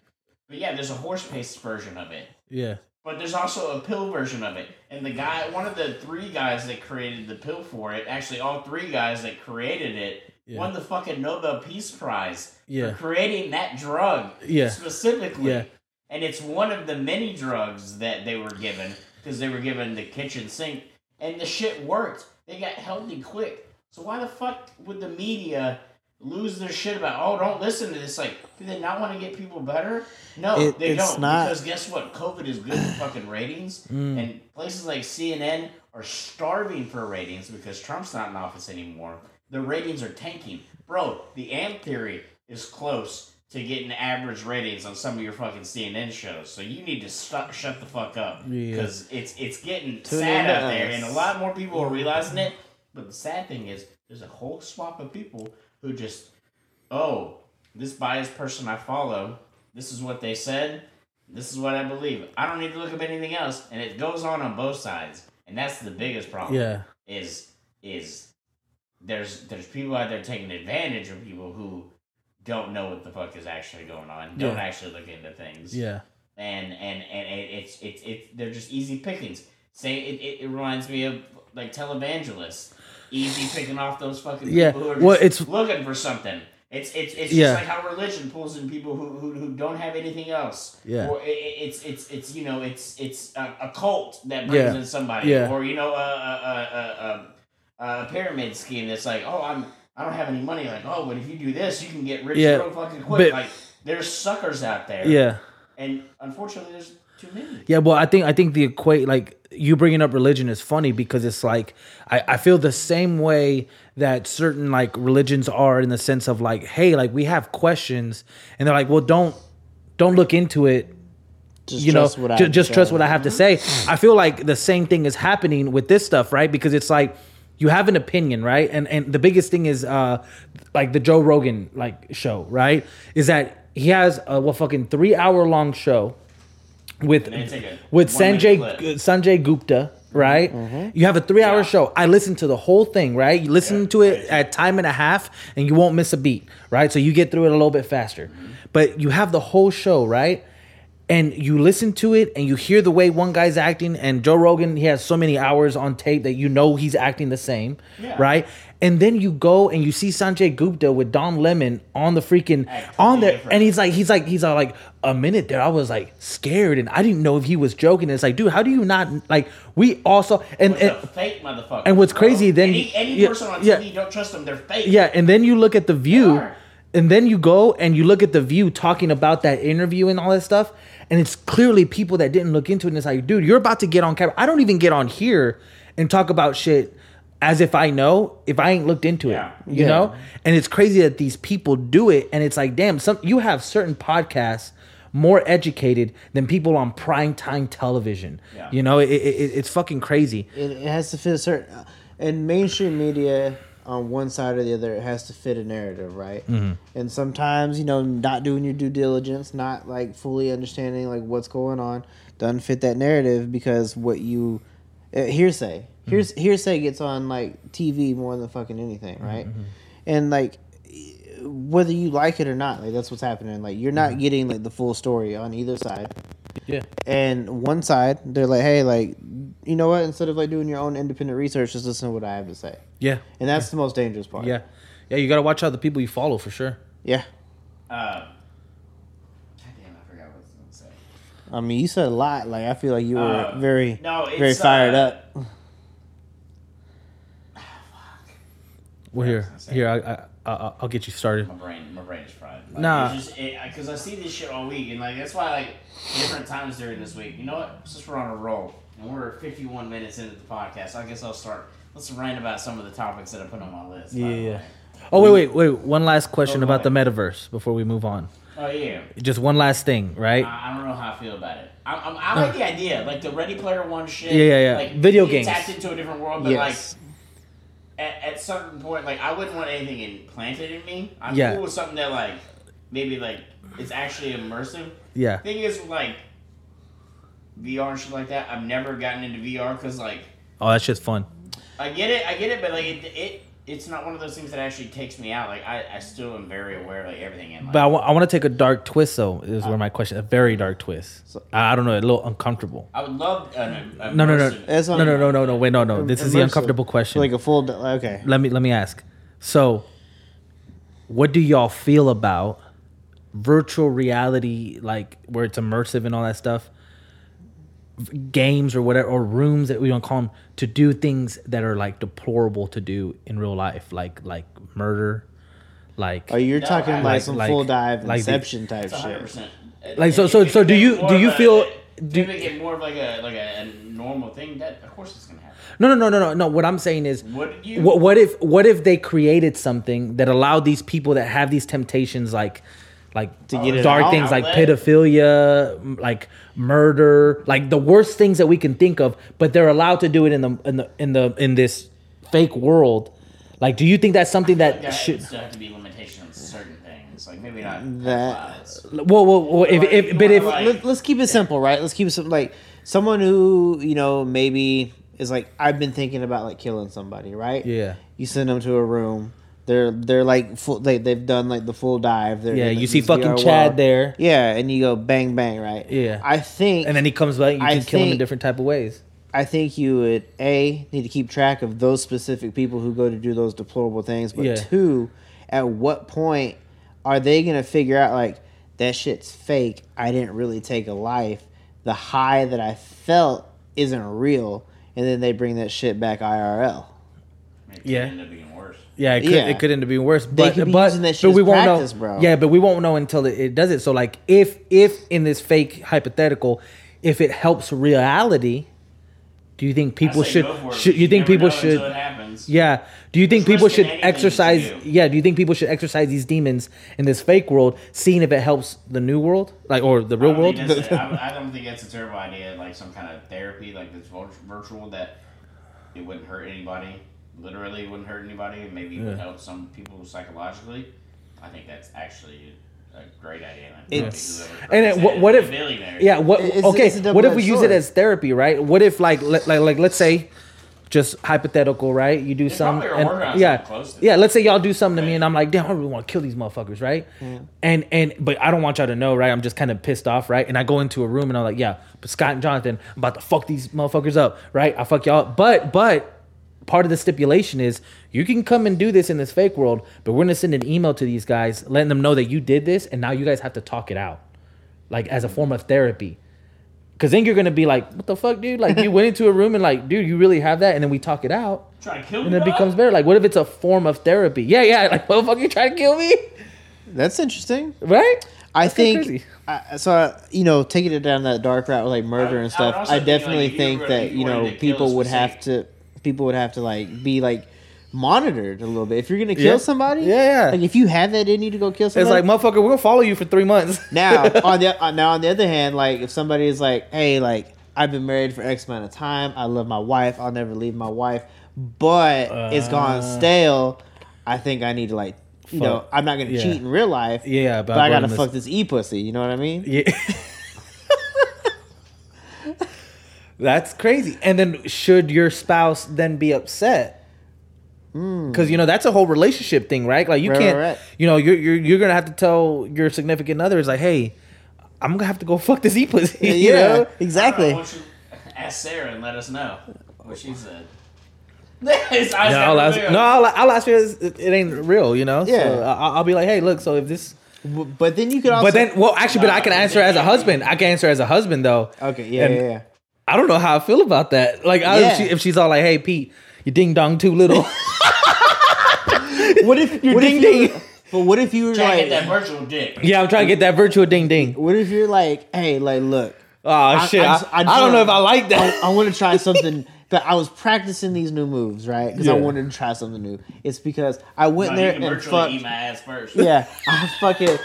[SPEAKER 2] But yeah, there's a horse paste version of it.
[SPEAKER 3] yeah,
[SPEAKER 2] But there's also a pill version of it. And the guy, one of the three guys that created the pill for it, actually, all three guys that created it,
[SPEAKER 3] Yeah.
[SPEAKER 2] won the fucking Nobel Peace Prize
[SPEAKER 3] Yeah.
[SPEAKER 2] for creating that drug
[SPEAKER 3] Yeah.
[SPEAKER 2] specifically.
[SPEAKER 3] Yeah.
[SPEAKER 2] And it's one of the many drugs that they were given because they were given the kitchen sink. And the shit worked. They got healthy quick. So why the fuck would the media lose their shit about, oh, don't listen to this? Like, do they not want to get people better? No,
[SPEAKER 4] It-
[SPEAKER 2] they
[SPEAKER 4] it's
[SPEAKER 2] don't.
[SPEAKER 4] not-
[SPEAKER 2] Because guess what? COVID is good for fucking ratings, and places like CNN are starving for ratings because Trump's not in office anymore. The ratings are tanking, bro. The AMP theory is close to getting average ratings on some of your fucking CNN shows, so you need to stu- shut the fuck up
[SPEAKER 3] Yeah.
[SPEAKER 2] because it's it's getting
[SPEAKER 4] Tune in
[SPEAKER 2] sad
[SPEAKER 4] to
[SPEAKER 2] out there,
[SPEAKER 4] us.
[SPEAKER 2] and a lot more people are realizing it. But the sad thing is, there's a whole swap of people who just, oh, this biased person I follow, this is what they said, this is what I believe. I don't need to look up anything else, and it goes on on both sides, and that's the biggest problem.
[SPEAKER 3] yeah,
[SPEAKER 2] Is is there's there's people out there taking advantage of people who don't know what the fuck is actually going on, don't
[SPEAKER 3] Yeah.
[SPEAKER 2] actually look into things
[SPEAKER 3] yeah,
[SPEAKER 2] and and and it, it's it's it's they're just easy pickings. Say it, it, it reminds me of like televangelists, easy picking off those fucking
[SPEAKER 3] Yeah,
[SPEAKER 2] people who are
[SPEAKER 3] well,
[SPEAKER 2] just
[SPEAKER 3] it's-
[SPEAKER 2] looking for something. It's it's it's
[SPEAKER 3] Yeah.
[SPEAKER 2] just like how religion pulls in people who who, who don't have anything else.
[SPEAKER 3] Yeah.
[SPEAKER 2] or it, it- it's it's it's you know it's it's a, a cult that brings
[SPEAKER 3] Yeah.
[SPEAKER 2] in somebody,
[SPEAKER 3] Yeah.
[SPEAKER 2] or you know a a a, a a pyramid scheme that's like oh I'm. I don't have any money. Like, oh, but if you do this, you can get rich
[SPEAKER 3] Yeah,
[SPEAKER 2] real fucking quick.
[SPEAKER 3] but-
[SPEAKER 2] like, there's suckers out there.
[SPEAKER 3] yeah.
[SPEAKER 2] And unfortunately, there's too many.
[SPEAKER 3] Yeah, well, I think I think the equate like you bringing up religion is funny because it's like I, I feel the same way that certain like religions are in the sense of like, hey, like we have questions, and they're like, well, don't don't look into it
[SPEAKER 4] Just
[SPEAKER 3] you know,
[SPEAKER 4] I
[SPEAKER 3] ju-
[SPEAKER 4] have to
[SPEAKER 3] just
[SPEAKER 4] say. Mm-hmm.
[SPEAKER 3] trust what I have to say. I feel like the same thing is happening with this stuff, right? Because it's like you have an opinion, right? And and the biggest thing is uh like the Joe Rogan like show, right? Is that he has a what fucking three hour long show with
[SPEAKER 2] then take a
[SPEAKER 3] with
[SPEAKER 2] one-minute
[SPEAKER 3] Sanjay
[SPEAKER 2] clip.
[SPEAKER 3] Sanjay Gupta, right?
[SPEAKER 4] Mm-hmm.
[SPEAKER 3] You have a three hour show. I listened to the whole thing, right? You listen to it at time and a half and you won't
[SPEAKER 2] Mm-hmm.
[SPEAKER 3] miss a beat, right? So you get through it a little bit faster. But you have the whole show, right? and you listen to it and you hear the way one guy's acting and Joe Rogan he has so many hours on tape that you know he's acting the same, right? And then you go and you see Sanjay Gupta with Don Lemon on the freaking on there
[SPEAKER 2] different.
[SPEAKER 3] and he's like he's like he's all like a minute there I was like scared and I didn't know if he was joking. It's like, dude, how do you not like we also and,
[SPEAKER 2] It's
[SPEAKER 3] and
[SPEAKER 2] a fake motherfucker.
[SPEAKER 3] and what's
[SPEAKER 2] bro.
[SPEAKER 3] crazy, then-
[SPEAKER 2] any, any
[SPEAKER 3] yeah,
[SPEAKER 2] person on
[SPEAKER 3] yeah.
[SPEAKER 2] TV don't trust them. They're fake.
[SPEAKER 3] yeah, and then you look at the view,
[SPEAKER 2] are.
[SPEAKER 3] and then you go and you look at the view talking about that interview and all that stuff, and it's clearly people that didn't look into it. And it's like, dude, you're about to get on camera. I don't even get on here and talk about shit as if I know if I ain't looked into
[SPEAKER 2] Yeah.
[SPEAKER 3] it, you know. And it's crazy that these people do it, and it's like, damn, some you have certain podcasts more educated than people on primetime television.
[SPEAKER 2] Yeah.
[SPEAKER 3] You know, it, it, it- it's fucking crazy.
[SPEAKER 4] It, it has to fit a certain. uh, In mainstream media, on one side or the other, it has to fit a narrative, right?
[SPEAKER 3] Mm-hmm.
[SPEAKER 4] And sometimes, you know, not doing your due diligence, not like fully understanding like what's going on, doesn't fit that narrative because what you uh, hearsay,
[SPEAKER 3] Mm-hmm.
[SPEAKER 4] hears, hearsay gets on like TV more than fucking anything, right?
[SPEAKER 3] Mm-hmm.
[SPEAKER 4] And like whether you like it or not, like that's what's happening. Like you're
[SPEAKER 3] Mm-hmm.
[SPEAKER 4] not getting like the full story on either side
[SPEAKER 3] Yeah.
[SPEAKER 4] and one side they're like hey like you know what instead of like doing your own independent research just listen to what i have to say
[SPEAKER 3] Yeah.
[SPEAKER 4] and that's the most dangerous part
[SPEAKER 3] Yeah. Yeah, you gotta watch out the people you follow for sure.
[SPEAKER 4] yeah
[SPEAKER 2] Uh, God damn, I forgot what I was gonna say.
[SPEAKER 4] i mean you said a lot like i feel like you were
[SPEAKER 2] Uh,
[SPEAKER 4] very
[SPEAKER 2] no, it's,
[SPEAKER 4] very fired
[SPEAKER 2] uh,
[SPEAKER 4] up
[SPEAKER 3] Well, here,
[SPEAKER 2] say.
[SPEAKER 3] here, I, I, I, I'll get you started.
[SPEAKER 2] My brain, my brain is fried. Like,
[SPEAKER 3] Nah.
[SPEAKER 2] because I see this shit all week, and like that's why like different times during this week. You know what? Since we're on a roll and we're 51 minutes into the podcast, I guess I'll start. Let's rant about some of the topics that I put on my list. by the
[SPEAKER 4] Yeah.
[SPEAKER 2] way.
[SPEAKER 3] Oh wait, wait, wait! One last question
[SPEAKER 2] Oh,
[SPEAKER 3] about the
[SPEAKER 2] my.
[SPEAKER 3] metaverse before we move on.
[SPEAKER 2] Oh yeah.
[SPEAKER 3] Just one last thing, right?
[SPEAKER 4] Ah.
[SPEAKER 2] I, I don't know how I feel about it. I, I'm, I like the idea, like the Ready Player One shit.
[SPEAKER 3] Yeah, yeah, yeah.
[SPEAKER 2] Like,
[SPEAKER 3] Video
[SPEAKER 2] you
[SPEAKER 3] games.
[SPEAKER 2] tapped into a different world, but
[SPEAKER 4] yes
[SPEAKER 2] like at, at certain point, like I wouldn't want anything implanted in me. I'm
[SPEAKER 3] Yeah.
[SPEAKER 2] cool with something that like maybe like it's actually immersive.
[SPEAKER 3] yeah,
[SPEAKER 2] Thing is, like VR and shit like that. I've never gotten into VR because like
[SPEAKER 3] oh, that's just fun.
[SPEAKER 2] I get it, I get it, but like it, it it's not one of those things that actually takes me out. Like I, I still am very aware of like everything in life.
[SPEAKER 3] But I want to take a dark twist, though. Is where my question, a very dark twist. I I don't know, a little uncomfortable.
[SPEAKER 2] I would love an, a,
[SPEAKER 3] No, no, no,
[SPEAKER 2] immersive-
[SPEAKER 3] no,
[SPEAKER 4] That's
[SPEAKER 3] no,
[SPEAKER 4] not-
[SPEAKER 3] no, no, no. Wait, no, no. This is the
[SPEAKER 4] Immersive.
[SPEAKER 3] uncomfortable question.
[SPEAKER 4] like a full d- okay
[SPEAKER 3] let me let me ask. So, what do y'all feel about virtual reality, like where it's immersive and all that stuff? v- Games or whatever, or rooms that we don't call them to do things that are like deplorable to do in real life, like like murder, like
[SPEAKER 4] oh you're talking
[SPEAKER 2] I-
[SPEAKER 4] like,
[SPEAKER 3] Like-
[SPEAKER 4] some
[SPEAKER 3] like-
[SPEAKER 4] full dive
[SPEAKER 3] like the-
[SPEAKER 4] inception type shit
[SPEAKER 2] 100%.
[SPEAKER 3] Like, so-
[SPEAKER 2] If
[SPEAKER 3] so-
[SPEAKER 2] it
[SPEAKER 3] so do
[SPEAKER 2] became
[SPEAKER 3] you-
[SPEAKER 2] more
[SPEAKER 3] do
[SPEAKER 2] of
[SPEAKER 3] you
[SPEAKER 2] a-
[SPEAKER 3] feel-
[SPEAKER 2] if
[SPEAKER 3] do-
[SPEAKER 2] it became more of like a like a, a normal thing? That of course it's gonna happen.
[SPEAKER 3] No, no, no, no, no, no. What I'm saying is,
[SPEAKER 2] Would you-
[SPEAKER 3] What, what if, what if they created something that allowed these people that have these temptations, like, like to
[SPEAKER 4] get it
[SPEAKER 3] dark
[SPEAKER 4] out.
[SPEAKER 3] things, like
[SPEAKER 2] Outlet.
[SPEAKER 3] pedophilia, m- like murder, like the worst things that we can think of, but they're allowed to do it in the in the in the in this fake world. Like, do you think that's something that
[SPEAKER 2] There
[SPEAKER 3] should?
[SPEAKER 2] still have to be limitations on certain things. Like maybe not
[SPEAKER 4] That-
[SPEAKER 2] pedophiles.
[SPEAKER 3] Well, well, well if,
[SPEAKER 2] Like,
[SPEAKER 3] if,
[SPEAKER 2] you
[SPEAKER 3] but
[SPEAKER 2] wanna,
[SPEAKER 3] if
[SPEAKER 2] like-
[SPEAKER 4] Let, let's keep it simple right let's keep it simple like someone who you know maybe is like i've been thinking about like killing somebody right
[SPEAKER 3] yeah,
[SPEAKER 4] You send them to a room. They're they're like full. They they've done like the full dive. They're,
[SPEAKER 3] yeah,
[SPEAKER 4] in, like,
[SPEAKER 3] you see
[SPEAKER 4] this
[SPEAKER 3] fucking
[SPEAKER 4] VR
[SPEAKER 3] Chad
[SPEAKER 4] world.
[SPEAKER 3] there,
[SPEAKER 4] Yeah, and you go bang bang right.
[SPEAKER 3] Yeah.
[SPEAKER 4] I think
[SPEAKER 3] and then he comes back. You
[SPEAKER 4] I
[SPEAKER 3] can kill him in
[SPEAKER 4] think-
[SPEAKER 3] different type of ways.
[SPEAKER 4] I think you would a need to keep track of those specific people who go to do those deplorable things. But
[SPEAKER 3] Yeah.
[SPEAKER 4] two, at what point are they gonna figure out like that shit's fake? I didn't really take a life. The high that I felt isn't real, and then they bring that shit back IRL.
[SPEAKER 2] It
[SPEAKER 3] Yeah.
[SPEAKER 2] could end up being worse.
[SPEAKER 3] Yeah, it could,
[SPEAKER 4] Yeah.
[SPEAKER 3] it could end up being worse. But,
[SPEAKER 4] could be
[SPEAKER 3] but,
[SPEAKER 4] using that shit
[SPEAKER 3] but
[SPEAKER 4] as
[SPEAKER 3] we won't
[SPEAKER 4] practice,
[SPEAKER 3] know,
[SPEAKER 4] bro.
[SPEAKER 3] Yeah, but we won't know until it, it does it. So like, if if in this fake hypothetical, if it helps reality, do you think people
[SPEAKER 2] I say
[SPEAKER 3] should
[SPEAKER 2] go for it,
[SPEAKER 3] should
[SPEAKER 2] but
[SPEAKER 3] you think
[SPEAKER 2] never
[SPEAKER 3] people
[SPEAKER 2] know
[SPEAKER 3] should?
[SPEAKER 2] Until it happens.
[SPEAKER 3] Yeah. Do you think
[SPEAKER 2] There's
[SPEAKER 3] people
[SPEAKER 2] risk in
[SPEAKER 3] should
[SPEAKER 2] anything that you
[SPEAKER 3] exercise?
[SPEAKER 2] do.
[SPEAKER 3] Yeah. Do you think people should exercise these demons in this fake world, seeing if it helps the new world, like or the
[SPEAKER 2] I
[SPEAKER 3] real
[SPEAKER 2] don't
[SPEAKER 3] world?
[SPEAKER 2] think that's a- I- I don't think that's a terrible idea. Like some kind of therapy, like this vir- virtual that it wouldn't hurt anybody. Literally, it wouldn't hurt anybody, and maybe it would help some people psychologically. I think that's actually a great idea. and I think
[SPEAKER 4] It's-
[SPEAKER 2] whoever
[SPEAKER 3] And
[SPEAKER 2] created
[SPEAKER 3] it- what, what
[SPEAKER 2] it is
[SPEAKER 3] if?
[SPEAKER 2] a billionaire.
[SPEAKER 3] Yeah. What?
[SPEAKER 4] It's-
[SPEAKER 3] okay.
[SPEAKER 4] it's a
[SPEAKER 3] what if we
[SPEAKER 4] double-edged
[SPEAKER 3] use it
[SPEAKER 4] sword.
[SPEAKER 3] as therapy? Right. What if like let, like like let's say just hypothetical, right? You do something,
[SPEAKER 2] probably are working
[SPEAKER 3] and,
[SPEAKER 2] on
[SPEAKER 3] yeah,
[SPEAKER 2] something close to
[SPEAKER 3] yeah.
[SPEAKER 2] that.
[SPEAKER 3] Let's say y'all do something to me, and I'm like, damn, I really want to kill these motherfuckers, right? And and but I don't want y'all to know, right? I'm just kind of pissed off, right? And I go into a room, and I'm like, yeah, but Scott and Jonathan, I'm about to fuck these motherfuckers up, right? I fuck y'all, up. but but. Part of the stipulation is you can come and do this in this fake world, but we're gonna send an email to these guys letting them know that you did this, and now you guys have to talk it out, like as a form of therapy. Cause then you're gonna be like, what the fuck, dude? Like you went into a room and like, dude, you really have that, and then we talk it out,
[SPEAKER 2] Try to kill me.
[SPEAKER 3] and it
[SPEAKER 2] dog?
[SPEAKER 3] becomes better. Like, what if it's a form of therapy? Yeah, yeah. Like, motherfucker, you trying to kill me,
[SPEAKER 4] That's interesting.
[SPEAKER 3] right?
[SPEAKER 4] I
[SPEAKER 3] That's kinda
[SPEAKER 4] think
[SPEAKER 3] crazy.
[SPEAKER 4] I, so. I, you know, taking it down that dark route with like murder
[SPEAKER 2] I would
[SPEAKER 4] and stuff.
[SPEAKER 2] also
[SPEAKER 4] I
[SPEAKER 2] think, like,
[SPEAKER 4] definitely
[SPEAKER 2] if you
[SPEAKER 4] think
[SPEAKER 2] were-
[SPEAKER 4] that
[SPEAKER 2] if you
[SPEAKER 4] you know
[SPEAKER 2] wanted to kill
[SPEAKER 4] people
[SPEAKER 2] a
[SPEAKER 4] would have to people would have to like be like monitored a little bit. If you're gonna kill
[SPEAKER 3] Yeah.
[SPEAKER 4] somebody,
[SPEAKER 3] Yeah, yeah.
[SPEAKER 4] Like if you have that in you to go kill
[SPEAKER 3] it's
[SPEAKER 4] somebody,
[SPEAKER 3] like, motherfucker, we're gonna follow you for three months.
[SPEAKER 4] now on the uh, now on the other hand, like if somebody is like, hey, like I've been married for X amount of time, I love my wife, I'll never leave my wife, but it's gone stale. I think I need to like. You know,
[SPEAKER 3] Uh. Fuck.
[SPEAKER 4] I'm not gonna
[SPEAKER 3] Yeah.
[SPEAKER 4] cheat in real life.
[SPEAKER 3] Yeah,
[SPEAKER 4] but,
[SPEAKER 3] but
[SPEAKER 4] I
[SPEAKER 3] I'm
[SPEAKER 4] gotta
[SPEAKER 3] gonna-
[SPEAKER 4] fuck this e pussy. You know what I mean?
[SPEAKER 3] Yeah. That's crazy. And then should your spouse then be upset? Because you know that's a whole relationship thing, right? Like you
[SPEAKER 4] Hmm. Right,
[SPEAKER 3] can't,
[SPEAKER 4] right, right.
[SPEAKER 3] you know, you're, you're you're gonna have to tell your significant other is like, hey, I'm gonna have to go fuck this e pussy.
[SPEAKER 4] Yeah,
[SPEAKER 3] you know?
[SPEAKER 2] I don't know,
[SPEAKER 4] exactly.
[SPEAKER 2] why don't you ask Sarah and let us know what she said. His eyes
[SPEAKER 3] No,
[SPEAKER 2] got
[SPEAKER 3] I'll ask,
[SPEAKER 2] real big.
[SPEAKER 3] no, I'll, I'll ask you. It it ain't real, you know.
[SPEAKER 4] Yeah.
[SPEAKER 3] so I- I'll be like, hey, look. So if this,
[SPEAKER 4] W- But then you could also.
[SPEAKER 3] but then, well, actually, but I can
[SPEAKER 2] Nah,
[SPEAKER 3] answer as a husband. I can answer as a husband though.
[SPEAKER 4] okay, yeah,
[SPEAKER 3] And-
[SPEAKER 4] yeah, yeah.
[SPEAKER 3] I don't know how I feel about that. Like, I,
[SPEAKER 4] Yeah.
[SPEAKER 3] if, she, if she's all like, "Hey, Pete, you ding dong too little."
[SPEAKER 4] What if you're
[SPEAKER 3] ding ding.
[SPEAKER 4] But what if you were
[SPEAKER 2] Try to get that
[SPEAKER 4] like,
[SPEAKER 2] virtual dick.
[SPEAKER 3] yeah, I'm trying to get that virtual ding ding.
[SPEAKER 4] what if you're like, hey, like, look,
[SPEAKER 3] Oh shit,
[SPEAKER 4] I'm
[SPEAKER 3] I,
[SPEAKER 4] s- I
[SPEAKER 3] I don't
[SPEAKER 4] do-
[SPEAKER 3] know if I like
[SPEAKER 4] I,
[SPEAKER 3] that.
[SPEAKER 4] I want to try something. But I was practicing these new moves, right? Because I
[SPEAKER 3] Yeah.
[SPEAKER 4] wanted to try something new. It's because I
[SPEAKER 2] No,
[SPEAKER 4] went
[SPEAKER 2] you
[SPEAKER 4] there
[SPEAKER 2] can
[SPEAKER 4] and
[SPEAKER 2] virtually
[SPEAKER 4] fucked.
[SPEAKER 2] eat my ass first.
[SPEAKER 4] Yeah, I fucking,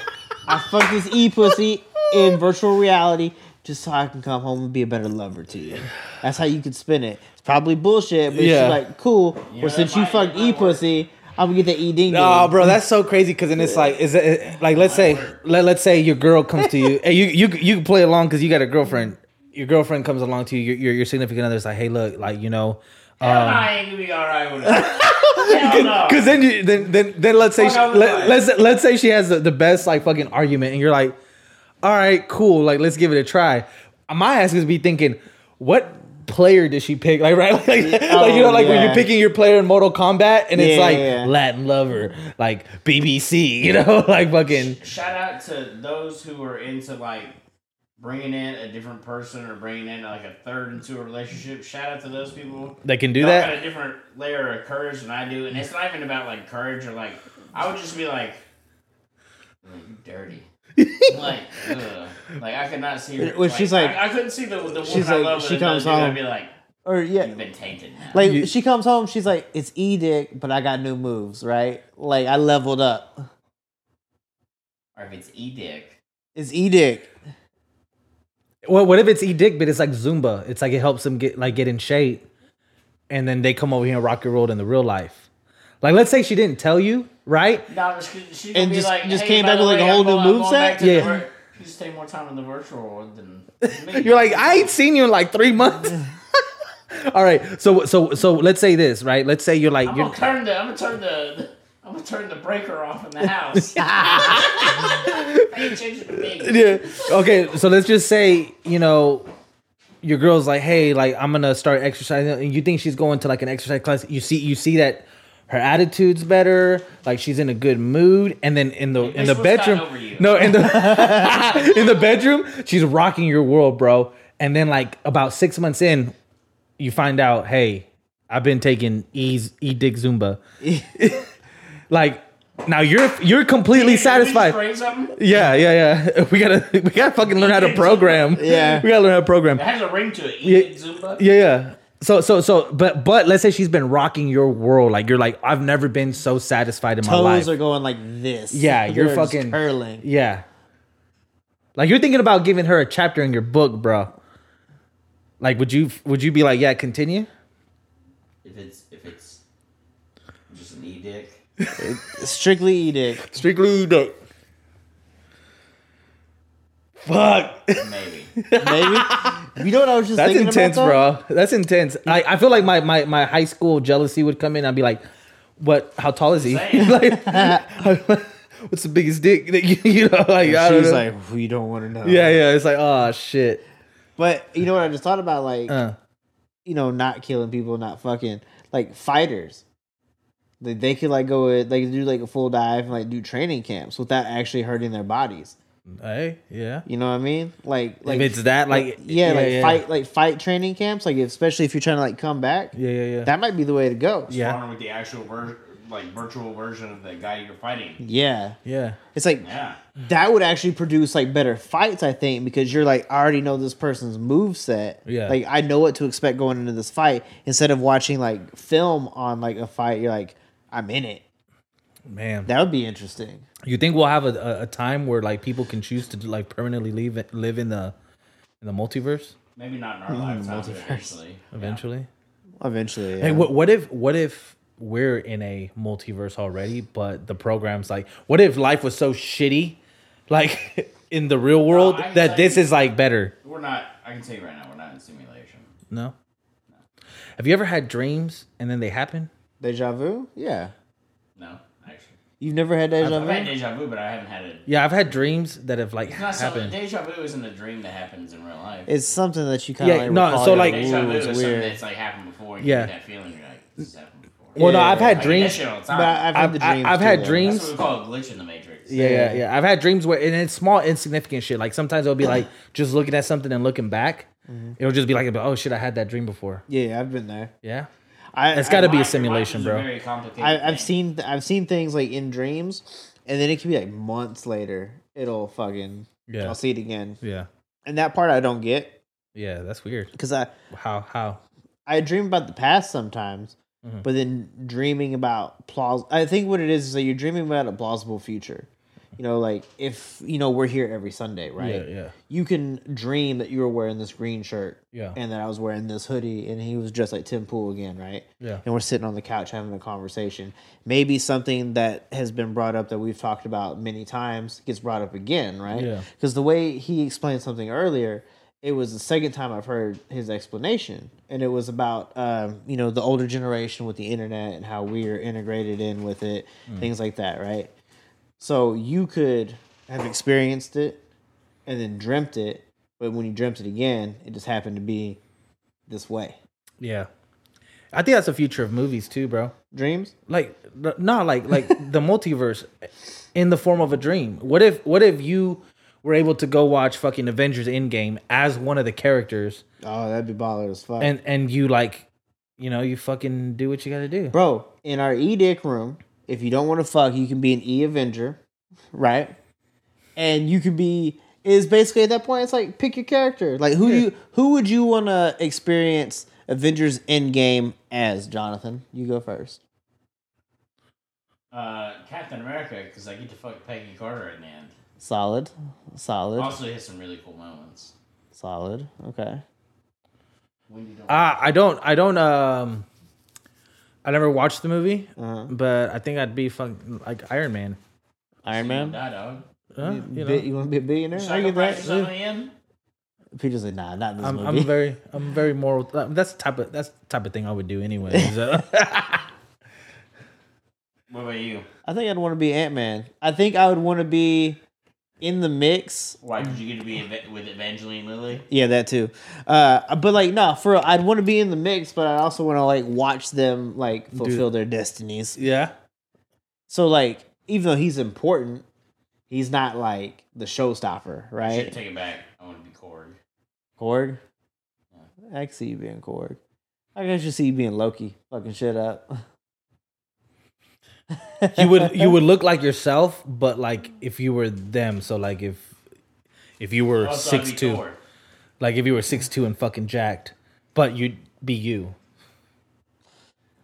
[SPEAKER 4] I fucked this e pussy in virtual reality just so I can come home and be a better lover to you. That's how you could spin it. It's probably bullshit, but
[SPEAKER 3] Yeah.
[SPEAKER 4] she's like, cool.
[SPEAKER 2] that
[SPEAKER 4] well, since you
[SPEAKER 2] might-
[SPEAKER 4] fucked
[SPEAKER 2] that might
[SPEAKER 4] e
[SPEAKER 2] work.
[SPEAKER 4] pussy, I'm gonna get the e ding.
[SPEAKER 3] No, bro, that's so crazy. Because then it's like, is it like, let's say, let, let's say your girl comes to you, and you you you can play along because you got a girlfriend. Your girlfriend comes along to you. Your your, your significant other's like, "Hey, look, like you know."
[SPEAKER 2] Hell no, I ain't gonna be alright with it. Hell no.
[SPEAKER 3] Because then, you, then, then, then, let's say,
[SPEAKER 2] Fuck,
[SPEAKER 3] she,
[SPEAKER 2] I was
[SPEAKER 3] let,
[SPEAKER 2] right.
[SPEAKER 3] let's let's say she has the, the best like fucking argument, and you're like, all right, cool, like let's give it a try. My ass is be thinking, what player did she pick? Like, right, like, like, you know,
[SPEAKER 4] Oh,
[SPEAKER 3] like when
[SPEAKER 4] yeah.
[SPEAKER 3] you're picking your player in Mortal Kombat, and it's
[SPEAKER 4] Yeah,
[SPEAKER 3] like
[SPEAKER 4] yeah, yeah.
[SPEAKER 3] Latin lover, like BBC, you know, like fucking.
[SPEAKER 2] Shout out to those who are into like bringing in a different person or bringing in like a third into a relationship. Shout out to those people.
[SPEAKER 3] They can do
[SPEAKER 2] Y'all
[SPEAKER 3] that?
[SPEAKER 2] Got a different layer of courage than I do, and it's not even about like courage or like. I would just be like, like you dirty. like, ugh. like I could not see. Her,
[SPEAKER 4] Well, she's like-
[SPEAKER 2] I, I couldn't see the the woman
[SPEAKER 4] she's
[SPEAKER 2] I
[SPEAKER 4] like-
[SPEAKER 2] love.
[SPEAKER 4] she
[SPEAKER 2] with
[SPEAKER 4] comes
[SPEAKER 2] another dude,
[SPEAKER 4] home.
[SPEAKER 2] I'd be like,
[SPEAKER 4] or yeah,
[SPEAKER 2] you've been tainted now.
[SPEAKER 4] Like she comes home, she's like, "It's E dick, but I got new moves, right? Like I leveled up.
[SPEAKER 2] or if it's e dick.
[SPEAKER 4] It's E dick.
[SPEAKER 3] Well, what if it's E Dick, but it's like Zumba? It's like it helps them get like get in shape, and then they come over here and rock and roll in the real life. Like, let's say she didn't tell you, right?
[SPEAKER 2] No, but she- she gonna
[SPEAKER 4] And
[SPEAKER 2] be
[SPEAKER 4] just-
[SPEAKER 2] like,
[SPEAKER 4] just
[SPEAKER 2] hey,
[SPEAKER 4] came
[SPEAKER 2] by
[SPEAKER 4] back
[SPEAKER 2] the
[SPEAKER 4] with, like, a
[SPEAKER 2] way,
[SPEAKER 4] whole
[SPEAKER 2] I'm
[SPEAKER 4] new
[SPEAKER 2] going- I'm going
[SPEAKER 4] moveset?
[SPEAKER 2] back to the
[SPEAKER 3] Yeah.
[SPEAKER 2] vir- You just take more time in the virtual world than me.
[SPEAKER 3] You're like, I ain't seen you in like three months. All right, so so so let's say this, right? Let's say you're like
[SPEAKER 2] I'm
[SPEAKER 3] you're
[SPEAKER 2] gonna turn the I'm gonna turn the I'm gonna turn the breaker off in the house. Hey, change it to me.
[SPEAKER 3] yeah. Okay, so let's just say you know your girl's like, hey, like I'm gonna start exercising, and you think she's going to like an exercise class. You see, you see that her attitude's better, like she's in a good mood, and then in the in
[SPEAKER 2] this
[SPEAKER 3] the
[SPEAKER 2] was not
[SPEAKER 3] bedroom,
[SPEAKER 2] over you.
[SPEAKER 3] no, in the in the bedroom, she's rocking your world, bro. And then like about six months in, you find out, hey, I've been taking E's E Dick Zumba, like. Now you're you're completely satisfied.
[SPEAKER 2] Can we just bring something?
[SPEAKER 3] Yeah, yeah, yeah. We gotta we gotta fucking learn how to program.
[SPEAKER 4] Yeah.
[SPEAKER 3] We gotta learn how to program.
[SPEAKER 2] It has a ring to it. Eat it, Zumba.
[SPEAKER 3] Yeah, yeah. So so so but but let's say she's been rocking your world. Like you're like, I've never been so satisfied in my
[SPEAKER 4] Toes
[SPEAKER 3] life.
[SPEAKER 4] are going like this.
[SPEAKER 3] Yeah, you're
[SPEAKER 4] They're just
[SPEAKER 3] fucking-
[SPEAKER 4] curling.
[SPEAKER 3] yeah. Like you're thinking about giving her a chapter in your book, bro. Like would you would you be like, yeah, continue?
[SPEAKER 2] If it's if it's just an e dick.
[SPEAKER 4] Strictly E dick.
[SPEAKER 3] Strictly no. Fuck.
[SPEAKER 2] Maybe.
[SPEAKER 4] Maybe. you know what I was just
[SPEAKER 3] That's
[SPEAKER 4] thinking
[SPEAKER 3] intense,
[SPEAKER 4] about, though?
[SPEAKER 3] bro. That's intense. I, I feel like my, my, my high school jealousy would come in. I'd be like, "What? How tall is he?
[SPEAKER 2] Same.
[SPEAKER 3] like, what's the biggest dick that you, you know? Like, I
[SPEAKER 4] She
[SPEAKER 3] don't
[SPEAKER 4] was
[SPEAKER 3] know.
[SPEAKER 4] like, we don't want to know.
[SPEAKER 3] yeah, yeah. It's like, oh shit.
[SPEAKER 4] But you know what I just thought about? Like,
[SPEAKER 3] Uh,
[SPEAKER 4] you know, not killing people, not fucking like fighters. They, they could like go with, they could do like a full dive and like do training camps without actually hurting their bodies.
[SPEAKER 3] hey, yeah.
[SPEAKER 4] You know what I mean? Like, like
[SPEAKER 3] if it's that, like,
[SPEAKER 4] yeah, like fight, like fight training camps. Like, especially if you're trying to like come back,
[SPEAKER 3] Yeah, yeah, yeah.
[SPEAKER 4] that might be the way to go.
[SPEAKER 3] Yeah.
[SPEAKER 2] Sparring with the actual ver- like virtual version of the guy you're fighting.
[SPEAKER 4] Yeah,
[SPEAKER 3] yeah.
[SPEAKER 4] it's like
[SPEAKER 2] Yeah.
[SPEAKER 4] that would actually produce like better fights, I think, because you're like, I already know this person's move set.
[SPEAKER 3] Yeah.
[SPEAKER 4] Like I know what to expect going into this fight. Instead of watching like film on like a fight, you're like, I'm in it.
[SPEAKER 3] Man,
[SPEAKER 4] That would be interesting.
[SPEAKER 3] you think we'll have a, a, a time where like people can choose to like permanently leave it- live in the in the multiverse
[SPEAKER 2] Maybe not
[SPEAKER 4] Mm,
[SPEAKER 2] in our lifetime, but eventually.
[SPEAKER 3] eventually?
[SPEAKER 4] Eventually.
[SPEAKER 3] Hey,
[SPEAKER 4] yeah.
[SPEAKER 3] what what if what if we're in a multiverse already, but the program's like, what if life was so shitty, like in the real world
[SPEAKER 2] I-
[SPEAKER 3] that
[SPEAKER 2] I-
[SPEAKER 3] this is like better?
[SPEAKER 2] We're not. I can tell you right now, we're not in simulation.
[SPEAKER 3] No. Have you ever had dreams and then they happen?
[SPEAKER 4] Deja vu? Yeah.
[SPEAKER 2] No, actually.
[SPEAKER 4] You've never had deja
[SPEAKER 2] I've had
[SPEAKER 4] vu?
[SPEAKER 2] deja vu, but I haven't had it.
[SPEAKER 3] Yeah, I've had dreams that have like
[SPEAKER 2] It's not something.
[SPEAKER 3] happened.
[SPEAKER 2] Deja vu isn't a dream that happens in real life.
[SPEAKER 4] It's something that you kind of
[SPEAKER 3] Yeah,
[SPEAKER 4] like,
[SPEAKER 3] no,
[SPEAKER 4] recall,
[SPEAKER 3] so,
[SPEAKER 4] you're
[SPEAKER 3] like-
[SPEAKER 2] deja
[SPEAKER 4] ooh,
[SPEAKER 2] vu is
[SPEAKER 4] it's
[SPEAKER 2] something
[SPEAKER 4] weird.
[SPEAKER 2] that's like happened before. And
[SPEAKER 3] Yeah.
[SPEAKER 2] You get that feeling. You're like, this has happened before.
[SPEAKER 3] Well, no, I've
[SPEAKER 4] Yeah.
[SPEAKER 3] had
[SPEAKER 2] Like, that
[SPEAKER 3] dreams.
[SPEAKER 2] shit all the time.
[SPEAKER 4] But I've had
[SPEAKER 3] I've,
[SPEAKER 4] the
[SPEAKER 3] I-
[SPEAKER 4] dreams.
[SPEAKER 3] I've
[SPEAKER 4] too,
[SPEAKER 3] had
[SPEAKER 4] though.
[SPEAKER 2] That's what
[SPEAKER 3] dreams.
[SPEAKER 2] we call a glitch in the matrix.
[SPEAKER 3] Yeah, yeah,
[SPEAKER 4] Yeah.
[SPEAKER 3] yeah. I've had dreams where, and it's small, insignificant shit. Like sometimes it'll be like just looking at something and looking back.
[SPEAKER 4] Mm-hmm.
[SPEAKER 3] It'll just be like, oh shit, I had that dream before.
[SPEAKER 4] Yeah, I've been there.
[SPEAKER 3] Yeah.
[SPEAKER 4] I,
[SPEAKER 3] It's gotta
[SPEAKER 4] I-
[SPEAKER 3] be a
[SPEAKER 2] Life-
[SPEAKER 3] simulation,
[SPEAKER 2] life is a
[SPEAKER 3] bro.
[SPEAKER 2] very complicated
[SPEAKER 4] I,
[SPEAKER 2] thing.
[SPEAKER 4] I've seen I've seen things like in dreams, and then it can be like months later. It'll fucking
[SPEAKER 3] Yeah.
[SPEAKER 4] I'll see it again.
[SPEAKER 3] Yeah.
[SPEAKER 4] And that part I don't get
[SPEAKER 3] Yeah. That's weird.
[SPEAKER 4] because I
[SPEAKER 3] How? How?
[SPEAKER 4] I dream about the past sometimes,
[SPEAKER 3] Mhm.
[SPEAKER 4] but then dreaming about plaus. I think what it is is that you're dreaming about a plausible future. You know, like if you know we're here every Sunday, right?
[SPEAKER 3] Yeah. Yeah.
[SPEAKER 4] You can dream that you were wearing this green shirt,
[SPEAKER 3] Yeah.
[SPEAKER 4] and that I was wearing this hoodie, and he was dressed like Tim Pool again, right?
[SPEAKER 3] Yeah.
[SPEAKER 4] and we're sitting on the couch having a conversation. Maybe something that has been brought up that we've talked about many times gets brought up again, right?
[SPEAKER 3] Yeah.
[SPEAKER 4] Because the way he explained something earlier, it was the second time I've heard his explanation, and it was about um, you know the older generation with the internet and how we are integrated in with it,
[SPEAKER 3] Mm.
[SPEAKER 4] things like that, right? So you could have experienced it and then dreamt it, but when you dreamt it again, it just happened to be this way.
[SPEAKER 3] Yeah. I think that's the future of movies too, bro.
[SPEAKER 4] Dreams?
[SPEAKER 3] Like no, nah, like like the multiverse in the form of a dream. What if what if you were able to go watch fucking Avengers Endgame as one of the characters
[SPEAKER 4] Oh, that'd be baller as fuck.
[SPEAKER 3] and and you like you know, you fucking do what you got to do.
[SPEAKER 4] bro, in our E Dick room, if you don't want to fuck, you can be an E Avenger, right? And you can be is basically at that point it's like pick your character. Like who do you who would you wanna experience Avengers Endgame as, Jonathan? You go first.
[SPEAKER 2] uh, Captain America because I get to fuck Peggy Carter at the end.
[SPEAKER 4] Solid. Solid.
[SPEAKER 2] Also, he has some really cool moments.
[SPEAKER 4] Solid. Okay.
[SPEAKER 2] Wendy don't.
[SPEAKER 3] Uh, I don't I don't um I never watched the movie, but I think I'd be fucking like Iron Man.
[SPEAKER 4] Iron Man.
[SPEAKER 2] die, dog.
[SPEAKER 3] Huh?
[SPEAKER 4] You,
[SPEAKER 3] You know,
[SPEAKER 4] want to be a billionaire? I get
[SPEAKER 2] Sacrifices on the
[SPEAKER 4] that.
[SPEAKER 2] end.
[SPEAKER 4] Peter's like, nah, not this
[SPEAKER 3] I'm,
[SPEAKER 4] movie.
[SPEAKER 3] I'm very I'm very moral. That's the type of that's the type of thing I would do anyway. so.
[SPEAKER 2] What about you?
[SPEAKER 4] I think I'd want to be Ant Man. I think I would want to be in the mix
[SPEAKER 2] Why did you get to be eva- with Evangeline Lilly?
[SPEAKER 4] Yeah, that too. Uh, but like, no, for real, I'd want to be in the mix, but I also want to like watch them like fulfill their destinies.
[SPEAKER 3] yeah.
[SPEAKER 4] So like, even though he's important, he's not like the showstopper,
[SPEAKER 2] Shit,
[SPEAKER 4] right?
[SPEAKER 2] take it back. I want to be Korg.
[SPEAKER 4] Korg. I can see you being Korg. I guess you see you being Loki, fucking shit up.
[SPEAKER 3] you would you would look like yourself, but like if you were them. So like if if you were
[SPEAKER 2] Also, I'd
[SPEAKER 3] six
[SPEAKER 2] be
[SPEAKER 3] two,
[SPEAKER 2] Thor.
[SPEAKER 3] like if you were six two and fucking jacked, but you'd be you.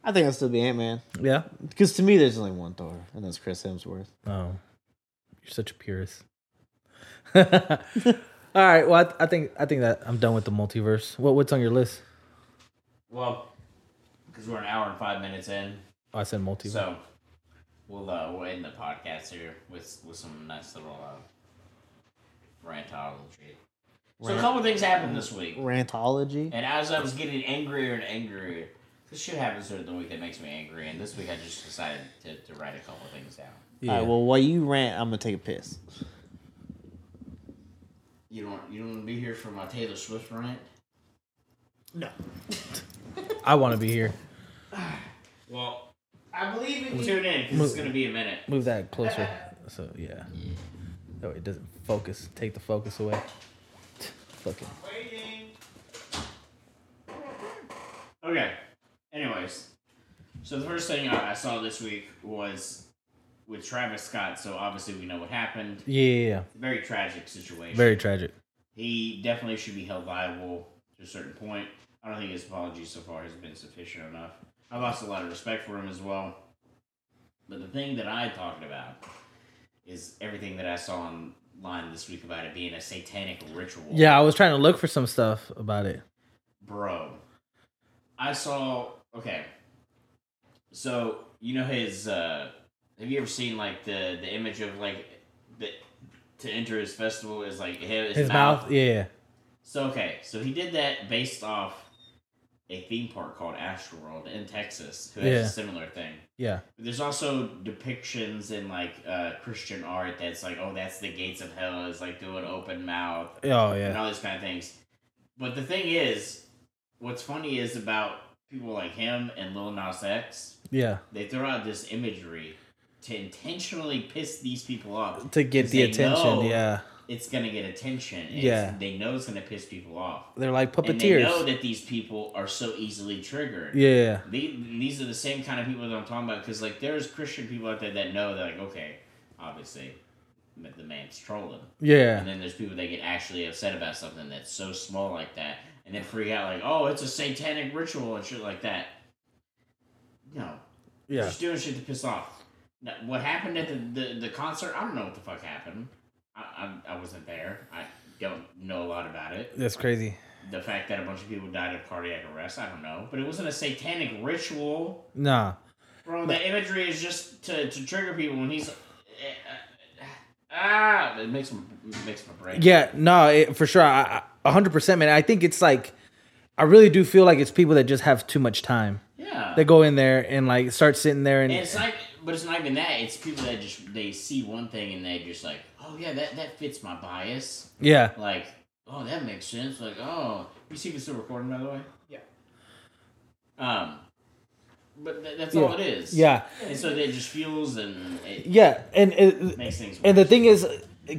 [SPEAKER 4] I think I'd still be Ant Man
[SPEAKER 3] Yeah.
[SPEAKER 4] because to me, there's only one Thor, and that's Chris Hemsworth.
[SPEAKER 3] Oh, you're such a purist. All right. Well, I, th- I think I think that I'm done with the multiverse. What what's on your list?
[SPEAKER 2] Well, because we're an hour and five minutes in,
[SPEAKER 3] Oh, I said multiverse.
[SPEAKER 2] so we'll uh, we'll end the podcast here with with some nice little uh, rantology. So a couple things happened this week,
[SPEAKER 4] Rantology.
[SPEAKER 2] and as I was getting angrier and angrier, this shit happens during the week that makes me angry, and this week I just decided to, to write a couple things down.
[SPEAKER 4] All right, well, while you rant, I'm gonna take a piss.
[SPEAKER 2] You don't you don't want to be here for my Taylor Swift rant?
[SPEAKER 3] I want to be here.
[SPEAKER 2] Well, I believe if you tune in, 'cause it's gonna be a minute.
[SPEAKER 3] Move that closer. So yeah. That way it doesn't focus. Take the focus away. Fuck it.
[SPEAKER 2] Waiting. Okay. Anyways, so the first thing I I saw this week was with Travis Scott. So obviously we know what happened.
[SPEAKER 3] Yeah, yeah, yeah.
[SPEAKER 2] Very tragic situation.
[SPEAKER 3] Very tragic.
[SPEAKER 2] He definitely should be held liable to a certain point. I don't think his apology so far has been sufficient enough. I lost a lot of respect for him as well. But the thing that I'm talking about is everything that I saw online this week about it being a satanic ritual.
[SPEAKER 3] Yeah, I was trying to look for some stuff about it.
[SPEAKER 2] bro. I saw. Okay, so you know his. uh Have you ever seen like the the image of like the to enter his festival is like his,
[SPEAKER 3] His mouth. Yeah, yeah.
[SPEAKER 2] So okay, so he did that based off a theme park called Astroworld in Texas, who has
[SPEAKER 3] Yeah.
[SPEAKER 2] a similar thing.
[SPEAKER 3] Yeah.
[SPEAKER 2] There's also depictions in like uh Christian art that's like, oh, that's the gates of hell is like doing open mouth
[SPEAKER 3] Oh
[SPEAKER 2] and
[SPEAKER 3] yeah.
[SPEAKER 2] all these kind of things. But the thing is, what's funny is about people like him and Lil Nas X,
[SPEAKER 3] Yeah.
[SPEAKER 2] they throw out this imagery to intentionally piss these people off.
[SPEAKER 3] To get the
[SPEAKER 2] They know
[SPEAKER 3] attention. Yeah.
[SPEAKER 2] It's gonna get attention. and
[SPEAKER 3] Yeah.
[SPEAKER 2] They know it's gonna piss people off.
[SPEAKER 3] They're like
[SPEAKER 2] And they know
[SPEAKER 3] puppeteers.
[SPEAKER 2] that these people are so easily triggered.
[SPEAKER 3] Yeah.
[SPEAKER 2] They- these are the same kind of people that I'm talking about because, like, there's Christian people out there that know that, like, okay, obviously, the man's trolling.
[SPEAKER 3] Yeah.
[SPEAKER 2] And then there's people that get actually upset about something that's so small like that, and then freak out like, "Oh, it's a satanic ritual and shit like that." No,
[SPEAKER 3] Yeah.
[SPEAKER 2] just doing shit to piss off. No, what happened at the, the the concert? I don't know what the fuck happened. I, I I wasn't there. I don't know a lot about it.
[SPEAKER 3] That's crazy.
[SPEAKER 2] The fact that a bunch of people died of cardiac arrest, I don't know. But it wasn't a satanic ritual.
[SPEAKER 3] Nah.
[SPEAKER 2] Bro, the imagery is just to, to trigger people when he's. eh, Ah, it makes my it makes my brain.
[SPEAKER 3] Yeah, no, it, for sure. I, I, 100%, man. I think it's like, I really do feel like it's people that just have too much time.
[SPEAKER 2] Yeah.
[SPEAKER 3] They go in there and like start sitting there and,
[SPEAKER 2] And it's not, but it's not even that. It's people that just they see one thing and they just like, oh yeah, that that fits my bias.
[SPEAKER 3] yeah,
[SPEAKER 2] Like, oh that makes sense. Like, oh, you see this still recording by the way. Yeah. Um, but th- that's all
[SPEAKER 3] Yeah.
[SPEAKER 2] it is.
[SPEAKER 3] yeah,
[SPEAKER 2] And so it just fuels and it
[SPEAKER 3] yeah. And it,
[SPEAKER 2] makes things. Worse.
[SPEAKER 3] and the thing is,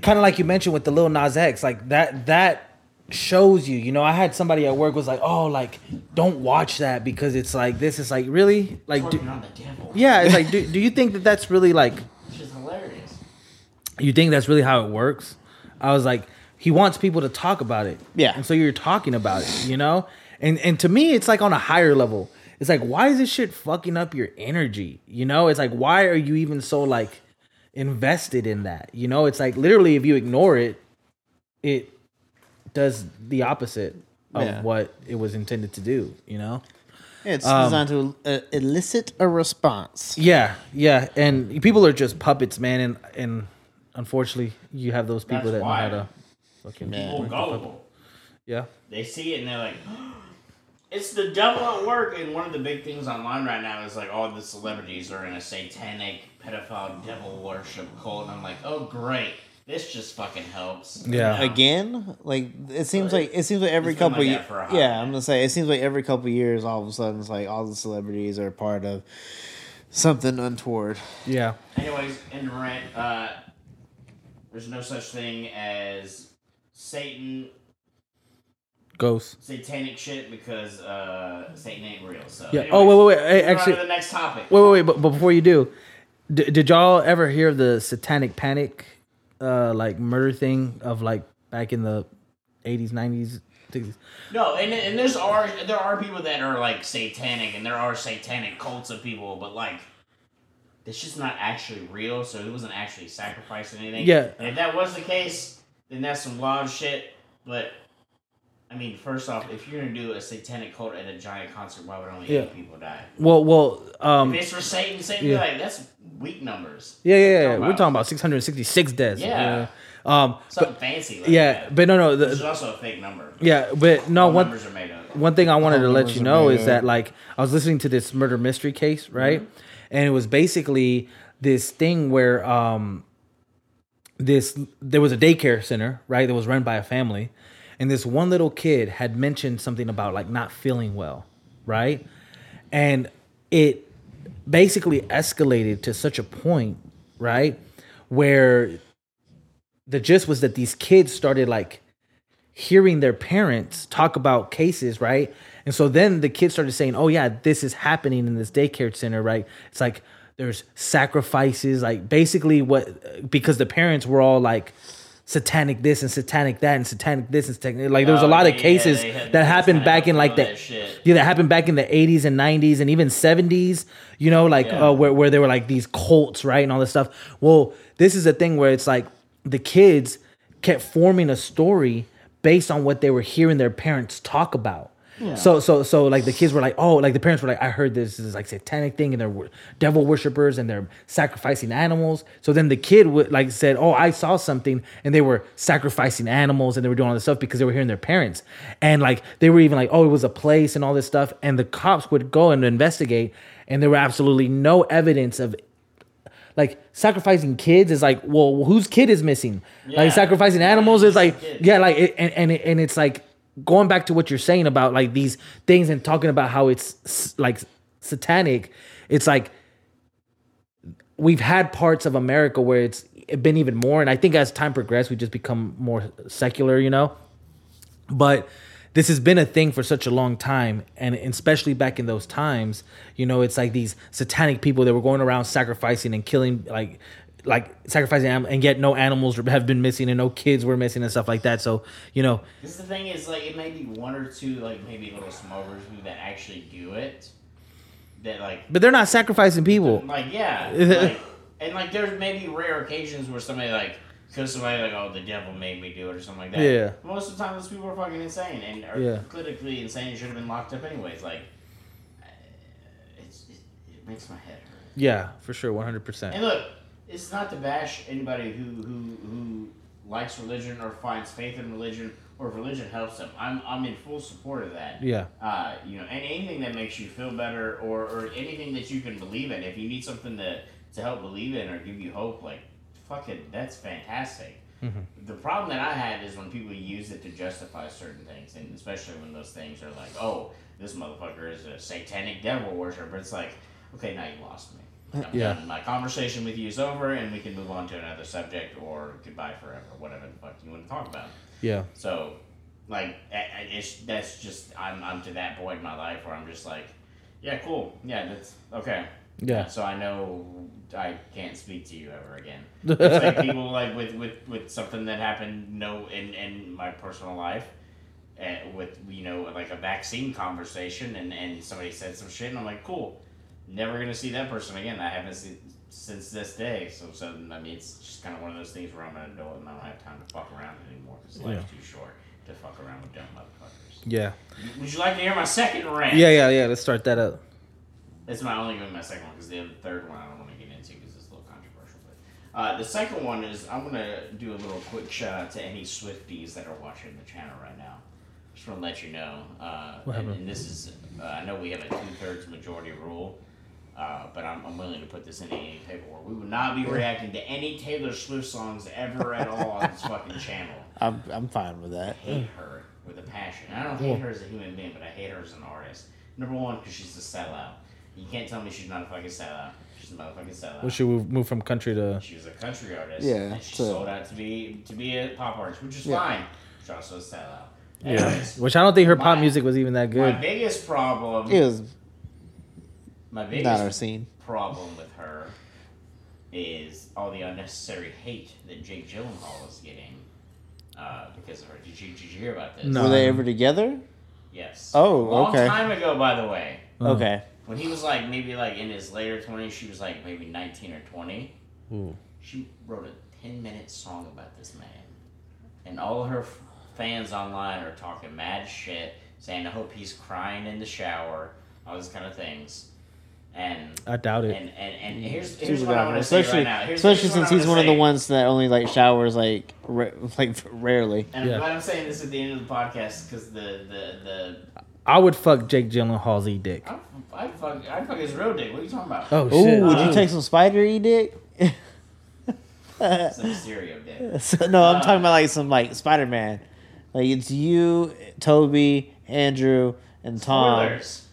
[SPEAKER 3] kind of like you mentioned with the little Nas X, like that that shows you. You know, I had somebody at work was like, oh, like don't watch that because it's like this. It's like really like,
[SPEAKER 2] Working
[SPEAKER 3] do,
[SPEAKER 2] on the devil.
[SPEAKER 3] yeah. It's like, do, do you think that that's really like
[SPEAKER 2] Which is hilarious.
[SPEAKER 3] you think that's really how it works? I was like, he wants people to talk about it.
[SPEAKER 4] Yeah.
[SPEAKER 3] And so you're talking about it, you know? And and to me, it's like on a higher level. It's like, why is this shit fucking up your energy? You know? It's like, why are you even so like invested in that? You know, it's like literally if you ignore it, it does the opposite of
[SPEAKER 4] Yeah.
[SPEAKER 3] what it was intended to do, you know?
[SPEAKER 4] Yeah, it's
[SPEAKER 3] Um,
[SPEAKER 4] designed to uh, elicit a response.
[SPEAKER 3] Yeah, yeah. And people are just puppets, man, and and unfortunately you have those people
[SPEAKER 2] That's
[SPEAKER 3] that
[SPEAKER 2] why.
[SPEAKER 3] know how to fucking
[SPEAKER 2] People gullible.
[SPEAKER 3] Yeah.
[SPEAKER 2] they see it and they're like, it's the devil at work. And one of the big things online right now is like, all the celebrities are in a satanic pedophile devil worship cult. And I'm like, oh, great. This just fucking helps.
[SPEAKER 3] Yeah.
[SPEAKER 4] Again, like it seems like it seems like every
[SPEAKER 2] It's been
[SPEAKER 4] couple
[SPEAKER 2] like that
[SPEAKER 4] years.
[SPEAKER 2] for a hot
[SPEAKER 4] Yeah,
[SPEAKER 2] minute.
[SPEAKER 4] I'm gonna say it seems like every couple years, all of a sudden, it's like all the celebrities are part of something untoward.
[SPEAKER 3] Yeah.
[SPEAKER 2] Anyways, end of rant. Uh, there's no such thing as Satan,
[SPEAKER 3] Ghosts.
[SPEAKER 2] satanic shit because uh, Satan ain't real. So
[SPEAKER 3] Yeah. Oh, wait, wait, wait. Hey,
[SPEAKER 2] we're on to
[SPEAKER 3] actually-
[SPEAKER 2] the next topic.
[SPEAKER 3] Wait, wait, wait. But, but before you do, d- did y'all ever hear of the satanic panic, uh, like murder thing of like back in the 80s, 90s? 60s?
[SPEAKER 2] No, and and there's are there are people that are like satanic, and there are satanic cults of people, but like this just not actually real, so he wasn't actually sacrificing anything.
[SPEAKER 3] Yeah.
[SPEAKER 2] and if that was the case, then that's some wild shit. But I mean, first off, if you're gonna do a satanic cult at a giant concert, why would only
[SPEAKER 3] Yeah.
[SPEAKER 2] eight people die?
[SPEAKER 3] Well, well, um,
[SPEAKER 2] If
[SPEAKER 3] yeah,
[SPEAKER 2] it's for Satan, Satan
[SPEAKER 3] Yeah.
[SPEAKER 2] be like, that's weak numbers.
[SPEAKER 3] yeah, yeah, yeah. We're
[SPEAKER 2] Wow.
[SPEAKER 3] talking about 666 deaths.
[SPEAKER 2] Yeah.
[SPEAKER 3] yeah. Um,
[SPEAKER 2] Something fancy like
[SPEAKER 3] yeah,
[SPEAKER 2] that.
[SPEAKER 3] but no, no,
[SPEAKER 2] Which is
[SPEAKER 3] the,
[SPEAKER 2] also a fake number.
[SPEAKER 3] yeah, but no,
[SPEAKER 2] All
[SPEAKER 3] one
[SPEAKER 2] numbers are made up.
[SPEAKER 3] one thing I wanted to let you
[SPEAKER 4] are
[SPEAKER 3] know
[SPEAKER 4] made
[SPEAKER 3] is
[SPEAKER 4] up.
[SPEAKER 3] that like I was listening to this murder mystery case, right? And it was basically this thing where um this there was a daycare center, right, that was run by a family, and this one little kid had mentioned something about like not feeling well, right? And it basically escalated to such a point, right, where the gist was that these kids started like hearing their parents talk about cases, right? And so then the kids started saying, "Oh yeah, this is happening in this daycare center, right?" It's like there's sacrifices, like basically what because the parents were all like satanic this and satanic that and satanic this and satanic like there was a
[SPEAKER 2] Oh,
[SPEAKER 3] lot of
[SPEAKER 2] yeah,
[SPEAKER 3] cases
[SPEAKER 2] they had-
[SPEAKER 3] that happened
[SPEAKER 2] they
[SPEAKER 3] back in
[SPEAKER 2] had
[SPEAKER 3] like
[SPEAKER 2] all
[SPEAKER 3] the
[SPEAKER 2] that shit.
[SPEAKER 3] yeah that happened back in the 80s and 90s and even 70s you know like
[SPEAKER 2] Yeah.
[SPEAKER 3] uh, where, where there were like these cults right and all this stuff well this is a thing where it's like the kids kept forming a story based on what they were hearing their parents talk about So so so like the kids were like oh like the parents were like I heard this is like satanic thing and they're wor- devil worshippers and they're sacrificing animals. So then the kid would like said oh I saw something and they were sacrificing animals and they were doing all this stuff because they were hearing their parents and like they were even like oh it was a place and all this stuff and the cops would go and investigate and there were absolutely no evidence of like sacrificing kids is like well whose kid is missing
[SPEAKER 2] Yeah.
[SPEAKER 3] like sacrificing animals is like
[SPEAKER 2] Kid.
[SPEAKER 3] yeah like it, and and, it, and it's like going back to what you're saying about like these things and talking about how it's s- like satanic it's like we've had parts of america where it's been even more and i think as time progressed we just become more secular you know but this has been a thing for such a long time and especially back in those times you know it's like these satanic people that were going around sacrificing and killing like like sacrificing anim- and yet no animals have been missing and no kids were missing and stuff like that so you know
[SPEAKER 2] Because the thing is, like, it may be one or two, like, maybe little smokers who that actually do it. That, like,
[SPEAKER 3] but they're not sacrificing people
[SPEAKER 2] like yeah, like, and like there's maybe rare occasions where somebody like, because somebody like, oh, the devil made me do it or something like that.
[SPEAKER 3] Yeah.
[SPEAKER 2] Most of the time, those people are fucking insane and are
[SPEAKER 3] Yeah.
[SPEAKER 2] clinically insane and should have been locked up anyways. Like, uh, it's, it, it makes my head hurt.
[SPEAKER 3] yeah for sure 100%
[SPEAKER 2] And look, it's not to bash anybody who who who likes religion or finds faith in religion or if religion helps them. I'm I'm in full support of that.
[SPEAKER 3] Yeah.
[SPEAKER 2] Uh, you know, and anything that makes you feel better or, or anything that you can believe in. If you need something to, to help believe in or give you hope, like fucking that's fantastic. The problem that I have is when people use it to justify certain things, and especially when those things are like, "Oh, this motherfucker is a satanic devil worshiper." It's like, okay, now you lost me. I'm
[SPEAKER 3] Yeah.
[SPEAKER 2] done. My conversation with you is over, and we can move on to another subject or goodbye forever, whatever the fuck you want to talk about.
[SPEAKER 3] yeah
[SPEAKER 2] So, like, I- I- it's, that's just I'm I'm to that point in my life where I'm just like, yeah, cool, yeah, that's okay.
[SPEAKER 3] Yeah.
[SPEAKER 2] So I know I can't speak to you ever again. It's like people like with with with something that happened no in in my personal life. Uh, with you know like a vaccine conversation and, and somebody said some shit and I'm like cool never gonna see that person again I haven't seen since this day so so I mean it's just kind of one of those things where I'm an adult and I don't have time to fuck around anymore because life's too short to fuck around with dumb motherfuckers
[SPEAKER 3] yeah
[SPEAKER 2] would you like to hear my second rant
[SPEAKER 3] yeah yeah yeah let's start that up
[SPEAKER 2] it's my only going my second one because the other- third one I don't want to get into because it's a little controversial. But uh, the second one is I'm gonna do a little quick shout out to any Swifties that are watching the channel right now. Just want to let you know. Uh, and,
[SPEAKER 3] happened?
[SPEAKER 2] and this is uh, I know we have a two thirds majority rule. Uh, but I'm, I'm willing to put this in any paperwork. We will not be reacting to any Taylor Swift songs ever at all on this fucking channel
[SPEAKER 4] I'm I'm fine with that.
[SPEAKER 2] hate her with a passion. I don't hate her as a human being, but I hate her as an artist. Number one, because she's a sellout. You can't tell me she's not a fucking sellout. She's a motherfucking sellout.
[SPEAKER 3] we should move from country to
[SPEAKER 2] she was a country artist.
[SPEAKER 4] Yeah,
[SPEAKER 2] And she
[SPEAKER 4] so-
[SPEAKER 2] sold out to be to be a pop artist, which is fine. She's also a sellout.
[SPEAKER 3] yeah
[SPEAKER 2] Anyways,
[SPEAKER 3] which i don't think her pop
[SPEAKER 2] My-
[SPEAKER 3] music was even that
[SPEAKER 2] my
[SPEAKER 3] good
[SPEAKER 2] biggest problem.
[SPEAKER 4] It was
[SPEAKER 2] my
[SPEAKER 4] not our
[SPEAKER 2] biggest
[SPEAKER 4] scene.
[SPEAKER 2] problem with her is all the unnecessary hate that Jake Gyllenhaal is getting uh, because of her. Did you, did you hear about this?
[SPEAKER 3] No.
[SPEAKER 4] Were they ever together?
[SPEAKER 2] Yes.
[SPEAKER 4] Oh,
[SPEAKER 2] Long
[SPEAKER 4] okay.
[SPEAKER 2] time ago, by the way.
[SPEAKER 3] uh,
[SPEAKER 4] Okay.
[SPEAKER 2] when he was like maybe like in his later 20s she was like maybe 19 or 20
[SPEAKER 4] Hmm.
[SPEAKER 2] she wrote a 10 minute song about this man and all her f- fans online are talking mad shit, saying I hope he's crying in the shower, all those kind of things. And
[SPEAKER 3] I doubt it.
[SPEAKER 2] and and, and here's here's
[SPEAKER 4] Super
[SPEAKER 2] what I
[SPEAKER 4] Hmm. bad.
[SPEAKER 2] want to say
[SPEAKER 4] Especially,
[SPEAKER 2] right now. Here's-
[SPEAKER 4] especially
[SPEAKER 2] here's what I
[SPEAKER 4] since he's
[SPEAKER 2] wanna
[SPEAKER 4] one of the
[SPEAKER 2] say.
[SPEAKER 4] ones that only like showers like ra- like rarely.
[SPEAKER 2] And
[SPEAKER 3] Yeah.
[SPEAKER 2] I'm glad I'm saying this at the end of the podcast because the the the
[SPEAKER 3] I would fuck Jake Gyllenhaal's e dick.
[SPEAKER 2] I I fuck I fuck his real dick. What are you talking about?
[SPEAKER 3] Oh
[SPEAKER 4] Ooh,
[SPEAKER 3] shit!
[SPEAKER 4] would you take some spider e dick?
[SPEAKER 2] It's a Mysterio dick.
[SPEAKER 4] So- no,
[SPEAKER 2] Uh,
[SPEAKER 4] I'm talking about like some like Spider Man. Like it's you, Toby, Andrew, and Tom.
[SPEAKER 2] Spoilers.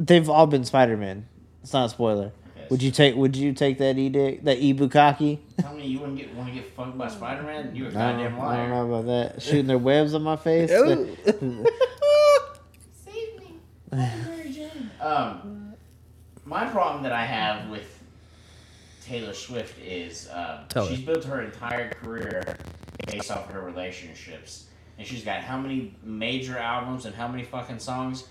[SPEAKER 4] They've all been Spider Man. It's not a spoiler.
[SPEAKER 2] Okay,
[SPEAKER 4] Would you take would you take that e dick that e bukkake?
[SPEAKER 2] Tell me you wouldn't get want to get fucked by Spider Man? You're a
[SPEAKER 4] I don't,
[SPEAKER 2] goddamn
[SPEAKER 4] I don't
[SPEAKER 2] liar.
[SPEAKER 4] know about that. Shooting their webs on my face.
[SPEAKER 2] Save me, I'm Mary Jane. Um, my problem that I have with Taylor Swift is um,
[SPEAKER 3] Tell
[SPEAKER 2] she's
[SPEAKER 3] her.
[SPEAKER 2] built her entire career based off of her relationships, and she's got how many major albums and how many fucking songs.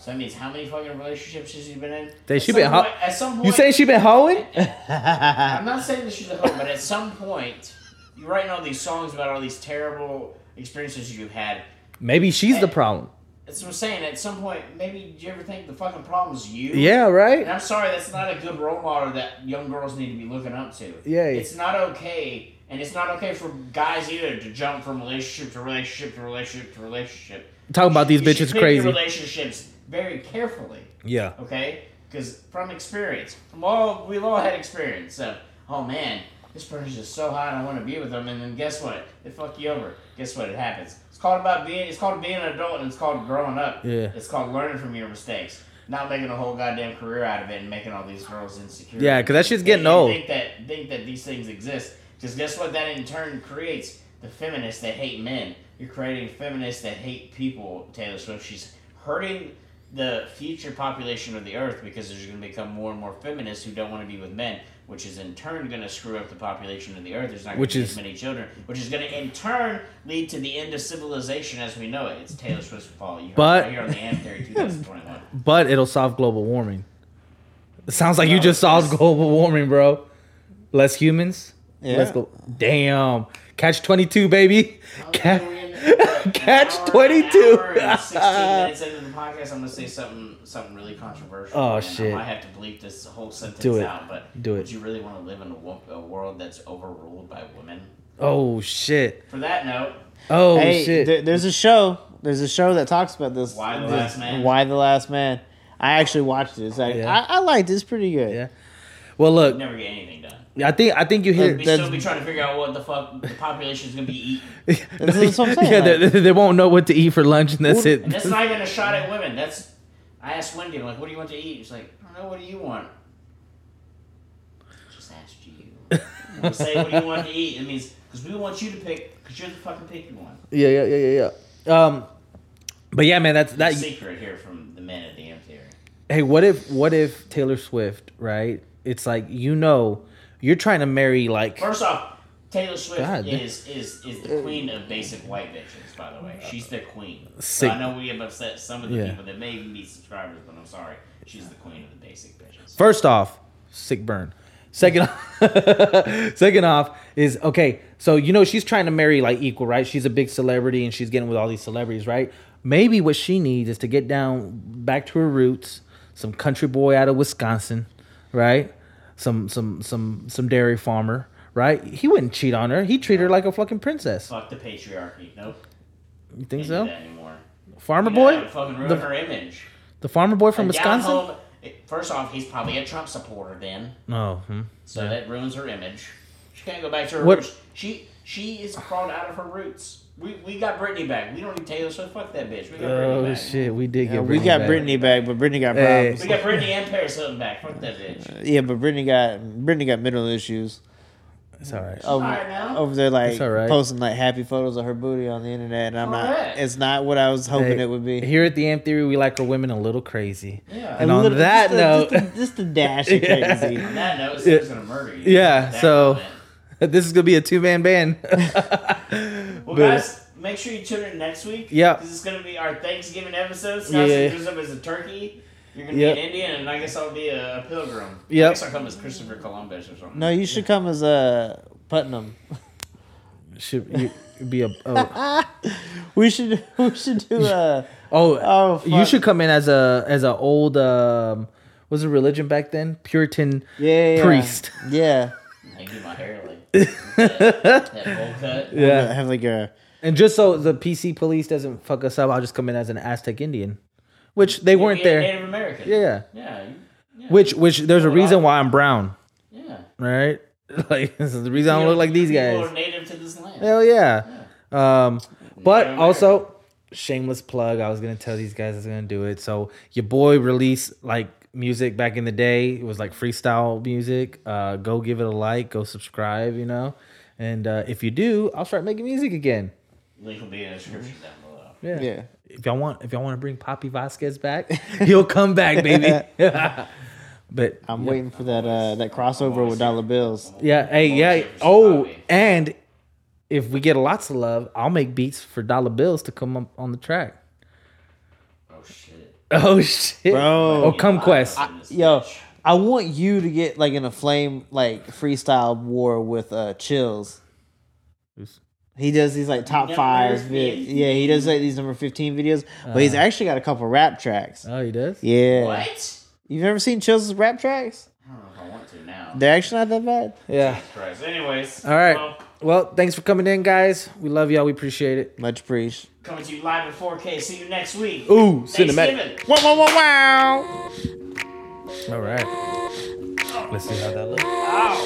[SPEAKER 2] So that means how many fucking relationships she's been in?
[SPEAKER 3] They-
[SPEAKER 2] At
[SPEAKER 3] she
[SPEAKER 2] some
[SPEAKER 3] been ho-
[SPEAKER 2] point- At some point,
[SPEAKER 3] You saying she been hoeing?
[SPEAKER 2] I'm not saying that she's a hoe, but at some point, you're writing all these songs about all these terrible experiences you've had.
[SPEAKER 3] Maybe she's the problem.
[SPEAKER 2] That's what I'm saying. At some point, maybe do you ever think the fucking problem's you?
[SPEAKER 3] Yeah,
[SPEAKER 2] And
[SPEAKER 3] right.
[SPEAKER 2] I'm sorry, that's not a good role model that young girls need to be looking up to.
[SPEAKER 3] Yeah.
[SPEAKER 2] It's not okay, and it's not okay for guys either to jump from relationship to relationship to relationship to relationship.
[SPEAKER 3] Talking about these
[SPEAKER 2] You should
[SPEAKER 3] bitches
[SPEAKER 2] pick Your
[SPEAKER 3] crazy.
[SPEAKER 2] relationships very carefully
[SPEAKER 3] Yeah.
[SPEAKER 2] okay? Because from experience, from all we've all had experience of, oh man, this person's just so hot, I want to be with them, and then guess what? They fuck you over. Guess what? It happens. It's called about being. It's called being an adult, and it's called growing up.
[SPEAKER 3] Yeah.
[SPEAKER 2] It's called learning from your mistakes, not making a whole goddamn career out of it and making all these girls insecure.
[SPEAKER 3] Yeah, 'cause that shit's
[SPEAKER 2] And-
[SPEAKER 3] getting
[SPEAKER 2] and
[SPEAKER 3] old.
[SPEAKER 2] Think that think that these things exist. Because guess what? That in turn creates the feminists that hate men. You're creating feminists that hate people. Taylor Swift. She's hurting the future population of the earth because there's going to become more and more feminists who don't want to be with men, which is in turn going to screw up the population of the earth. There's not going
[SPEAKER 3] Which
[SPEAKER 2] to be
[SPEAKER 3] is-
[SPEAKER 2] as many children, which is going to in turn lead to the end of civilization as we know it. It's Taylor Swift's fault. You heard
[SPEAKER 3] But-
[SPEAKER 2] it right here on the Ant Theory 2021.
[SPEAKER 3] But it'll solve global warming. It sounds like you
[SPEAKER 2] No,
[SPEAKER 3] just solved
[SPEAKER 2] it's-
[SPEAKER 3] global warming, bro. Less humans. Let's
[SPEAKER 4] Yeah.
[SPEAKER 3] go. Damn. Catch twenty two, baby. Catch. Catch
[SPEAKER 2] An hour-
[SPEAKER 3] 22.
[SPEAKER 2] an hour and 16 minutes into the podcast, I'm gonna say something something really controversial.
[SPEAKER 3] Oh,
[SPEAKER 2] and
[SPEAKER 3] shit.
[SPEAKER 2] I might have to bleep this whole sentence
[SPEAKER 3] Do it.
[SPEAKER 2] out, but
[SPEAKER 3] Do it.
[SPEAKER 2] would you really want to live in a, wo- a world that's overruled by women?
[SPEAKER 3] Oh shit.
[SPEAKER 2] For that note,
[SPEAKER 3] Oh
[SPEAKER 4] hey,
[SPEAKER 3] shit.
[SPEAKER 4] there- there's a show. There's a show that talks about this.
[SPEAKER 2] Why the
[SPEAKER 4] this-
[SPEAKER 2] Last Man?
[SPEAKER 4] Why the last man? I actually watched it. It's like,
[SPEAKER 3] Yeah.
[SPEAKER 4] I, I liked it. It's pretty good.
[SPEAKER 3] Yeah. well,
[SPEAKER 2] we'd
[SPEAKER 3] look.
[SPEAKER 2] never get anything done.
[SPEAKER 3] I think I think you hit.
[SPEAKER 2] We'd
[SPEAKER 4] That's-
[SPEAKER 2] still be trying to figure out what the fuck the population's gonna be eating.
[SPEAKER 4] that's what I'm saying,
[SPEAKER 3] yeah,
[SPEAKER 4] like-
[SPEAKER 3] they, they won't know what to eat for lunch, and that's
[SPEAKER 2] And that's
[SPEAKER 3] it.
[SPEAKER 2] not even a shot at women. That's I asked Wendy, I'm like, what do you want to eat? She's like, I don't know, what do you want? Just asked you. When we say what do you want to eat, it means because we want you to pick because you're the fucking picky one.
[SPEAKER 3] Yeah, yeah, yeah, yeah, yeah. Um, but yeah, man, that's that.
[SPEAKER 2] secret here from the men at the M theory.
[SPEAKER 3] Hey, what if what if Taylor Swift, right? It's like you know, you're trying to marry like
[SPEAKER 2] First off, Taylor Swift
[SPEAKER 3] God, that-
[SPEAKER 2] is, is is the queen of basic white bitches, by the way. She's the queen.
[SPEAKER 3] Sick.
[SPEAKER 2] So I know we have upset some of the
[SPEAKER 3] Yeah.
[SPEAKER 2] people that may even be subscribers, but I'm sorry. She's the queen of the basic bitches.
[SPEAKER 3] First off, sick burn. Second, second off is okay. So you know she's trying to marry like equal, right? She's a big celebrity and she's getting with all these celebrities, right? Maybe what she needs is to get down back to her roots, some country boy out of Wisconsin, right? Some some some some dairy farmer, right? He wouldn't cheat on her. He'd treat her like a fucking princess.
[SPEAKER 2] Fuck the patriarchy. Nope.
[SPEAKER 3] You think
[SPEAKER 2] Can't do
[SPEAKER 3] so?
[SPEAKER 2] that anymore.
[SPEAKER 3] Farmer
[SPEAKER 2] You know, that
[SPEAKER 3] boy,
[SPEAKER 2] would fucking ruin
[SPEAKER 3] The-
[SPEAKER 2] her image.
[SPEAKER 3] the farmer boy from
[SPEAKER 2] And down
[SPEAKER 3] Wisconsin.
[SPEAKER 2] home, it- first off, he's probably a Trump supporter then,
[SPEAKER 3] No, hmm.
[SPEAKER 2] so that ruins her image. She can't go back to her
[SPEAKER 3] What-
[SPEAKER 2] roots. She she is crawled out of her roots. We, we got Britney back. We don't need Taylor Swift. Fuck that bitch. We got Britney
[SPEAKER 3] Oh
[SPEAKER 2] back.
[SPEAKER 3] shit, we did
[SPEAKER 4] Yeah,
[SPEAKER 3] get.
[SPEAKER 4] we got
[SPEAKER 3] back.
[SPEAKER 4] Brittany back, but Brittany got
[SPEAKER 3] Hey.
[SPEAKER 4] problems.
[SPEAKER 2] We got Britney and Paris Hilton back. Fuck that bitch.
[SPEAKER 4] Yeah, but Brittany got Brittany got mental issues.
[SPEAKER 3] It's all right.
[SPEAKER 4] Over,
[SPEAKER 2] Alright, now.
[SPEAKER 3] Oh.
[SPEAKER 4] over there, like
[SPEAKER 3] It's alright.
[SPEAKER 4] posting like happy photos of her booty on the internet, and I'm not.
[SPEAKER 2] Alright.
[SPEAKER 4] It's not what I was hoping
[SPEAKER 3] Hey,
[SPEAKER 4] it would be.
[SPEAKER 3] Here at the Amp Theory, we like our women a little crazy.
[SPEAKER 2] Yeah.
[SPEAKER 3] And
[SPEAKER 4] A
[SPEAKER 3] on
[SPEAKER 4] little-
[SPEAKER 3] that
[SPEAKER 4] just a-
[SPEAKER 3] note,
[SPEAKER 4] just a, just a dash of
[SPEAKER 3] Yeah.
[SPEAKER 4] crazy.
[SPEAKER 2] On that note, Sam's gonna murder you.
[SPEAKER 3] Yeah,
[SPEAKER 2] That
[SPEAKER 3] so-
[SPEAKER 2] comment.
[SPEAKER 3] this is gonna be a two man band.
[SPEAKER 2] well,
[SPEAKER 3] but-
[SPEAKER 2] guys, make sure you tune in next week.
[SPEAKER 3] Yeah.
[SPEAKER 2] this is gonna be our Thanksgiving episode.
[SPEAKER 3] Yeah.
[SPEAKER 2] Scott's gonna dress up as a turkey. You're gonna
[SPEAKER 3] Yeah.
[SPEAKER 2] be an Indian, and I guess I'll be a, a pilgrim.
[SPEAKER 3] Yeah.
[SPEAKER 2] I guess I'll come as Christopher Columbus or something.
[SPEAKER 4] No, you should come as uh, Putnam.
[SPEAKER 3] should you- be a. oh, a-
[SPEAKER 4] We should we should do uh, a
[SPEAKER 3] oh,
[SPEAKER 4] Oh,
[SPEAKER 3] you
[SPEAKER 4] fuck.
[SPEAKER 3] should come in as a as a old um, was it religion back then? Puritan
[SPEAKER 4] yeah, yeah.
[SPEAKER 3] priest.
[SPEAKER 4] Yeah.
[SPEAKER 2] I do my hair like that, that bowl cut.
[SPEAKER 4] I have like a
[SPEAKER 3] And just so the PC police doesn't fuck us up, I'll just come in as an Aztec Indian, which they weren't
[SPEAKER 2] Yeah,
[SPEAKER 3] there.
[SPEAKER 2] Native American.
[SPEAKER 3] Yeah.
[SPEAKER 2] Yeah. you- Yeah.
[SPEAKER 3] Which which there's a reason why I'm brown,
[SPEAKER 2] yeah.
[SPEAKER 3] right? Like this is the reason I don't look like these
[SPEAKER 2] People
[SPEAKER 3] guys.
[SPEAKER 2] are native to this land.
[SPEAKER 3] Hell yeah. Um, but
[SPEAKER 2] Native
[SPEAKER 3] also, shameless plug. I was gonna tell these guys I was gonna do it. So your boy released like music back in the day. It was like freestyle music. Uh, go give it a like. Go subscribe. You know, and uh, if you do, I'll start making music again.
[SPEAKER 2] Link will be in the description down below.
[SPEAKER 3] Yeah.
[SPEAKER 4] yeah.
[SPEAKER 3] If y'all want, if y'all want to bring Poppy Vasquez back, he'll come back, baby. but
[SPEAKER 4] I'm waiting for that uh that crossover with dollar bills.
[SPEAKER 3] yeah, hey, yeah.
[SPEAKER 2] Poppy.
[SPEAKER 3] Oh, and if we get lots of love, I'll make beats for Dollar Bills to come up on the track.
[SPEAKER 2] Oh shit.
[SPEAKER 3] Oh shit,
[SPEAKER 4] Bro.
[SPEAKER 3] Oh, come quest.
[SPEAKER 4] Yo, I want you to get like in a flame like freestyle war with uh chills.
[SPEAKER 3] Who's-
[SPEAKER 4] He does these like top
[SPEAKER 2] Number
[SPEAKER 4] fives, vid-
[SPEAKER 2] 15.
[SPEAKER 4] yeah. He does like these number fifteen videos, but he's actually got a couple rap tracks.
[SPEAKER 3] oh, he does.
[SPEAKER 4] Yeah,
[SPEAKER 2] What?
[SPEAKER 4] you've ever seen Chills' rap tracks?
[SPEAKER 2] I don't know if I want to now.
[SPEAKER 4] They're actually not that bad.
[SPEAKER 3] Yeah.
[SPEAKER 2] Christ. Anyways.
[SPEAKER 3] All right.
[SPEAKER 2] Well,
[SPEAKER 3] Well, thanks for coming in, guys. We love y'all. We appreciate it.
[SPEAKER 4] Much preach.
[SPEAKER 2] coming to you live in 4K. See you next week.
[SPEAKER 3] Ooh,
[SPEAKER 2] Thanksgiving.
[SPEAKER 4] Wow, wow, wow, wow.
[SPEAKER 3] All right. Let's see how that looks.
[SPEAKER 2] Ow.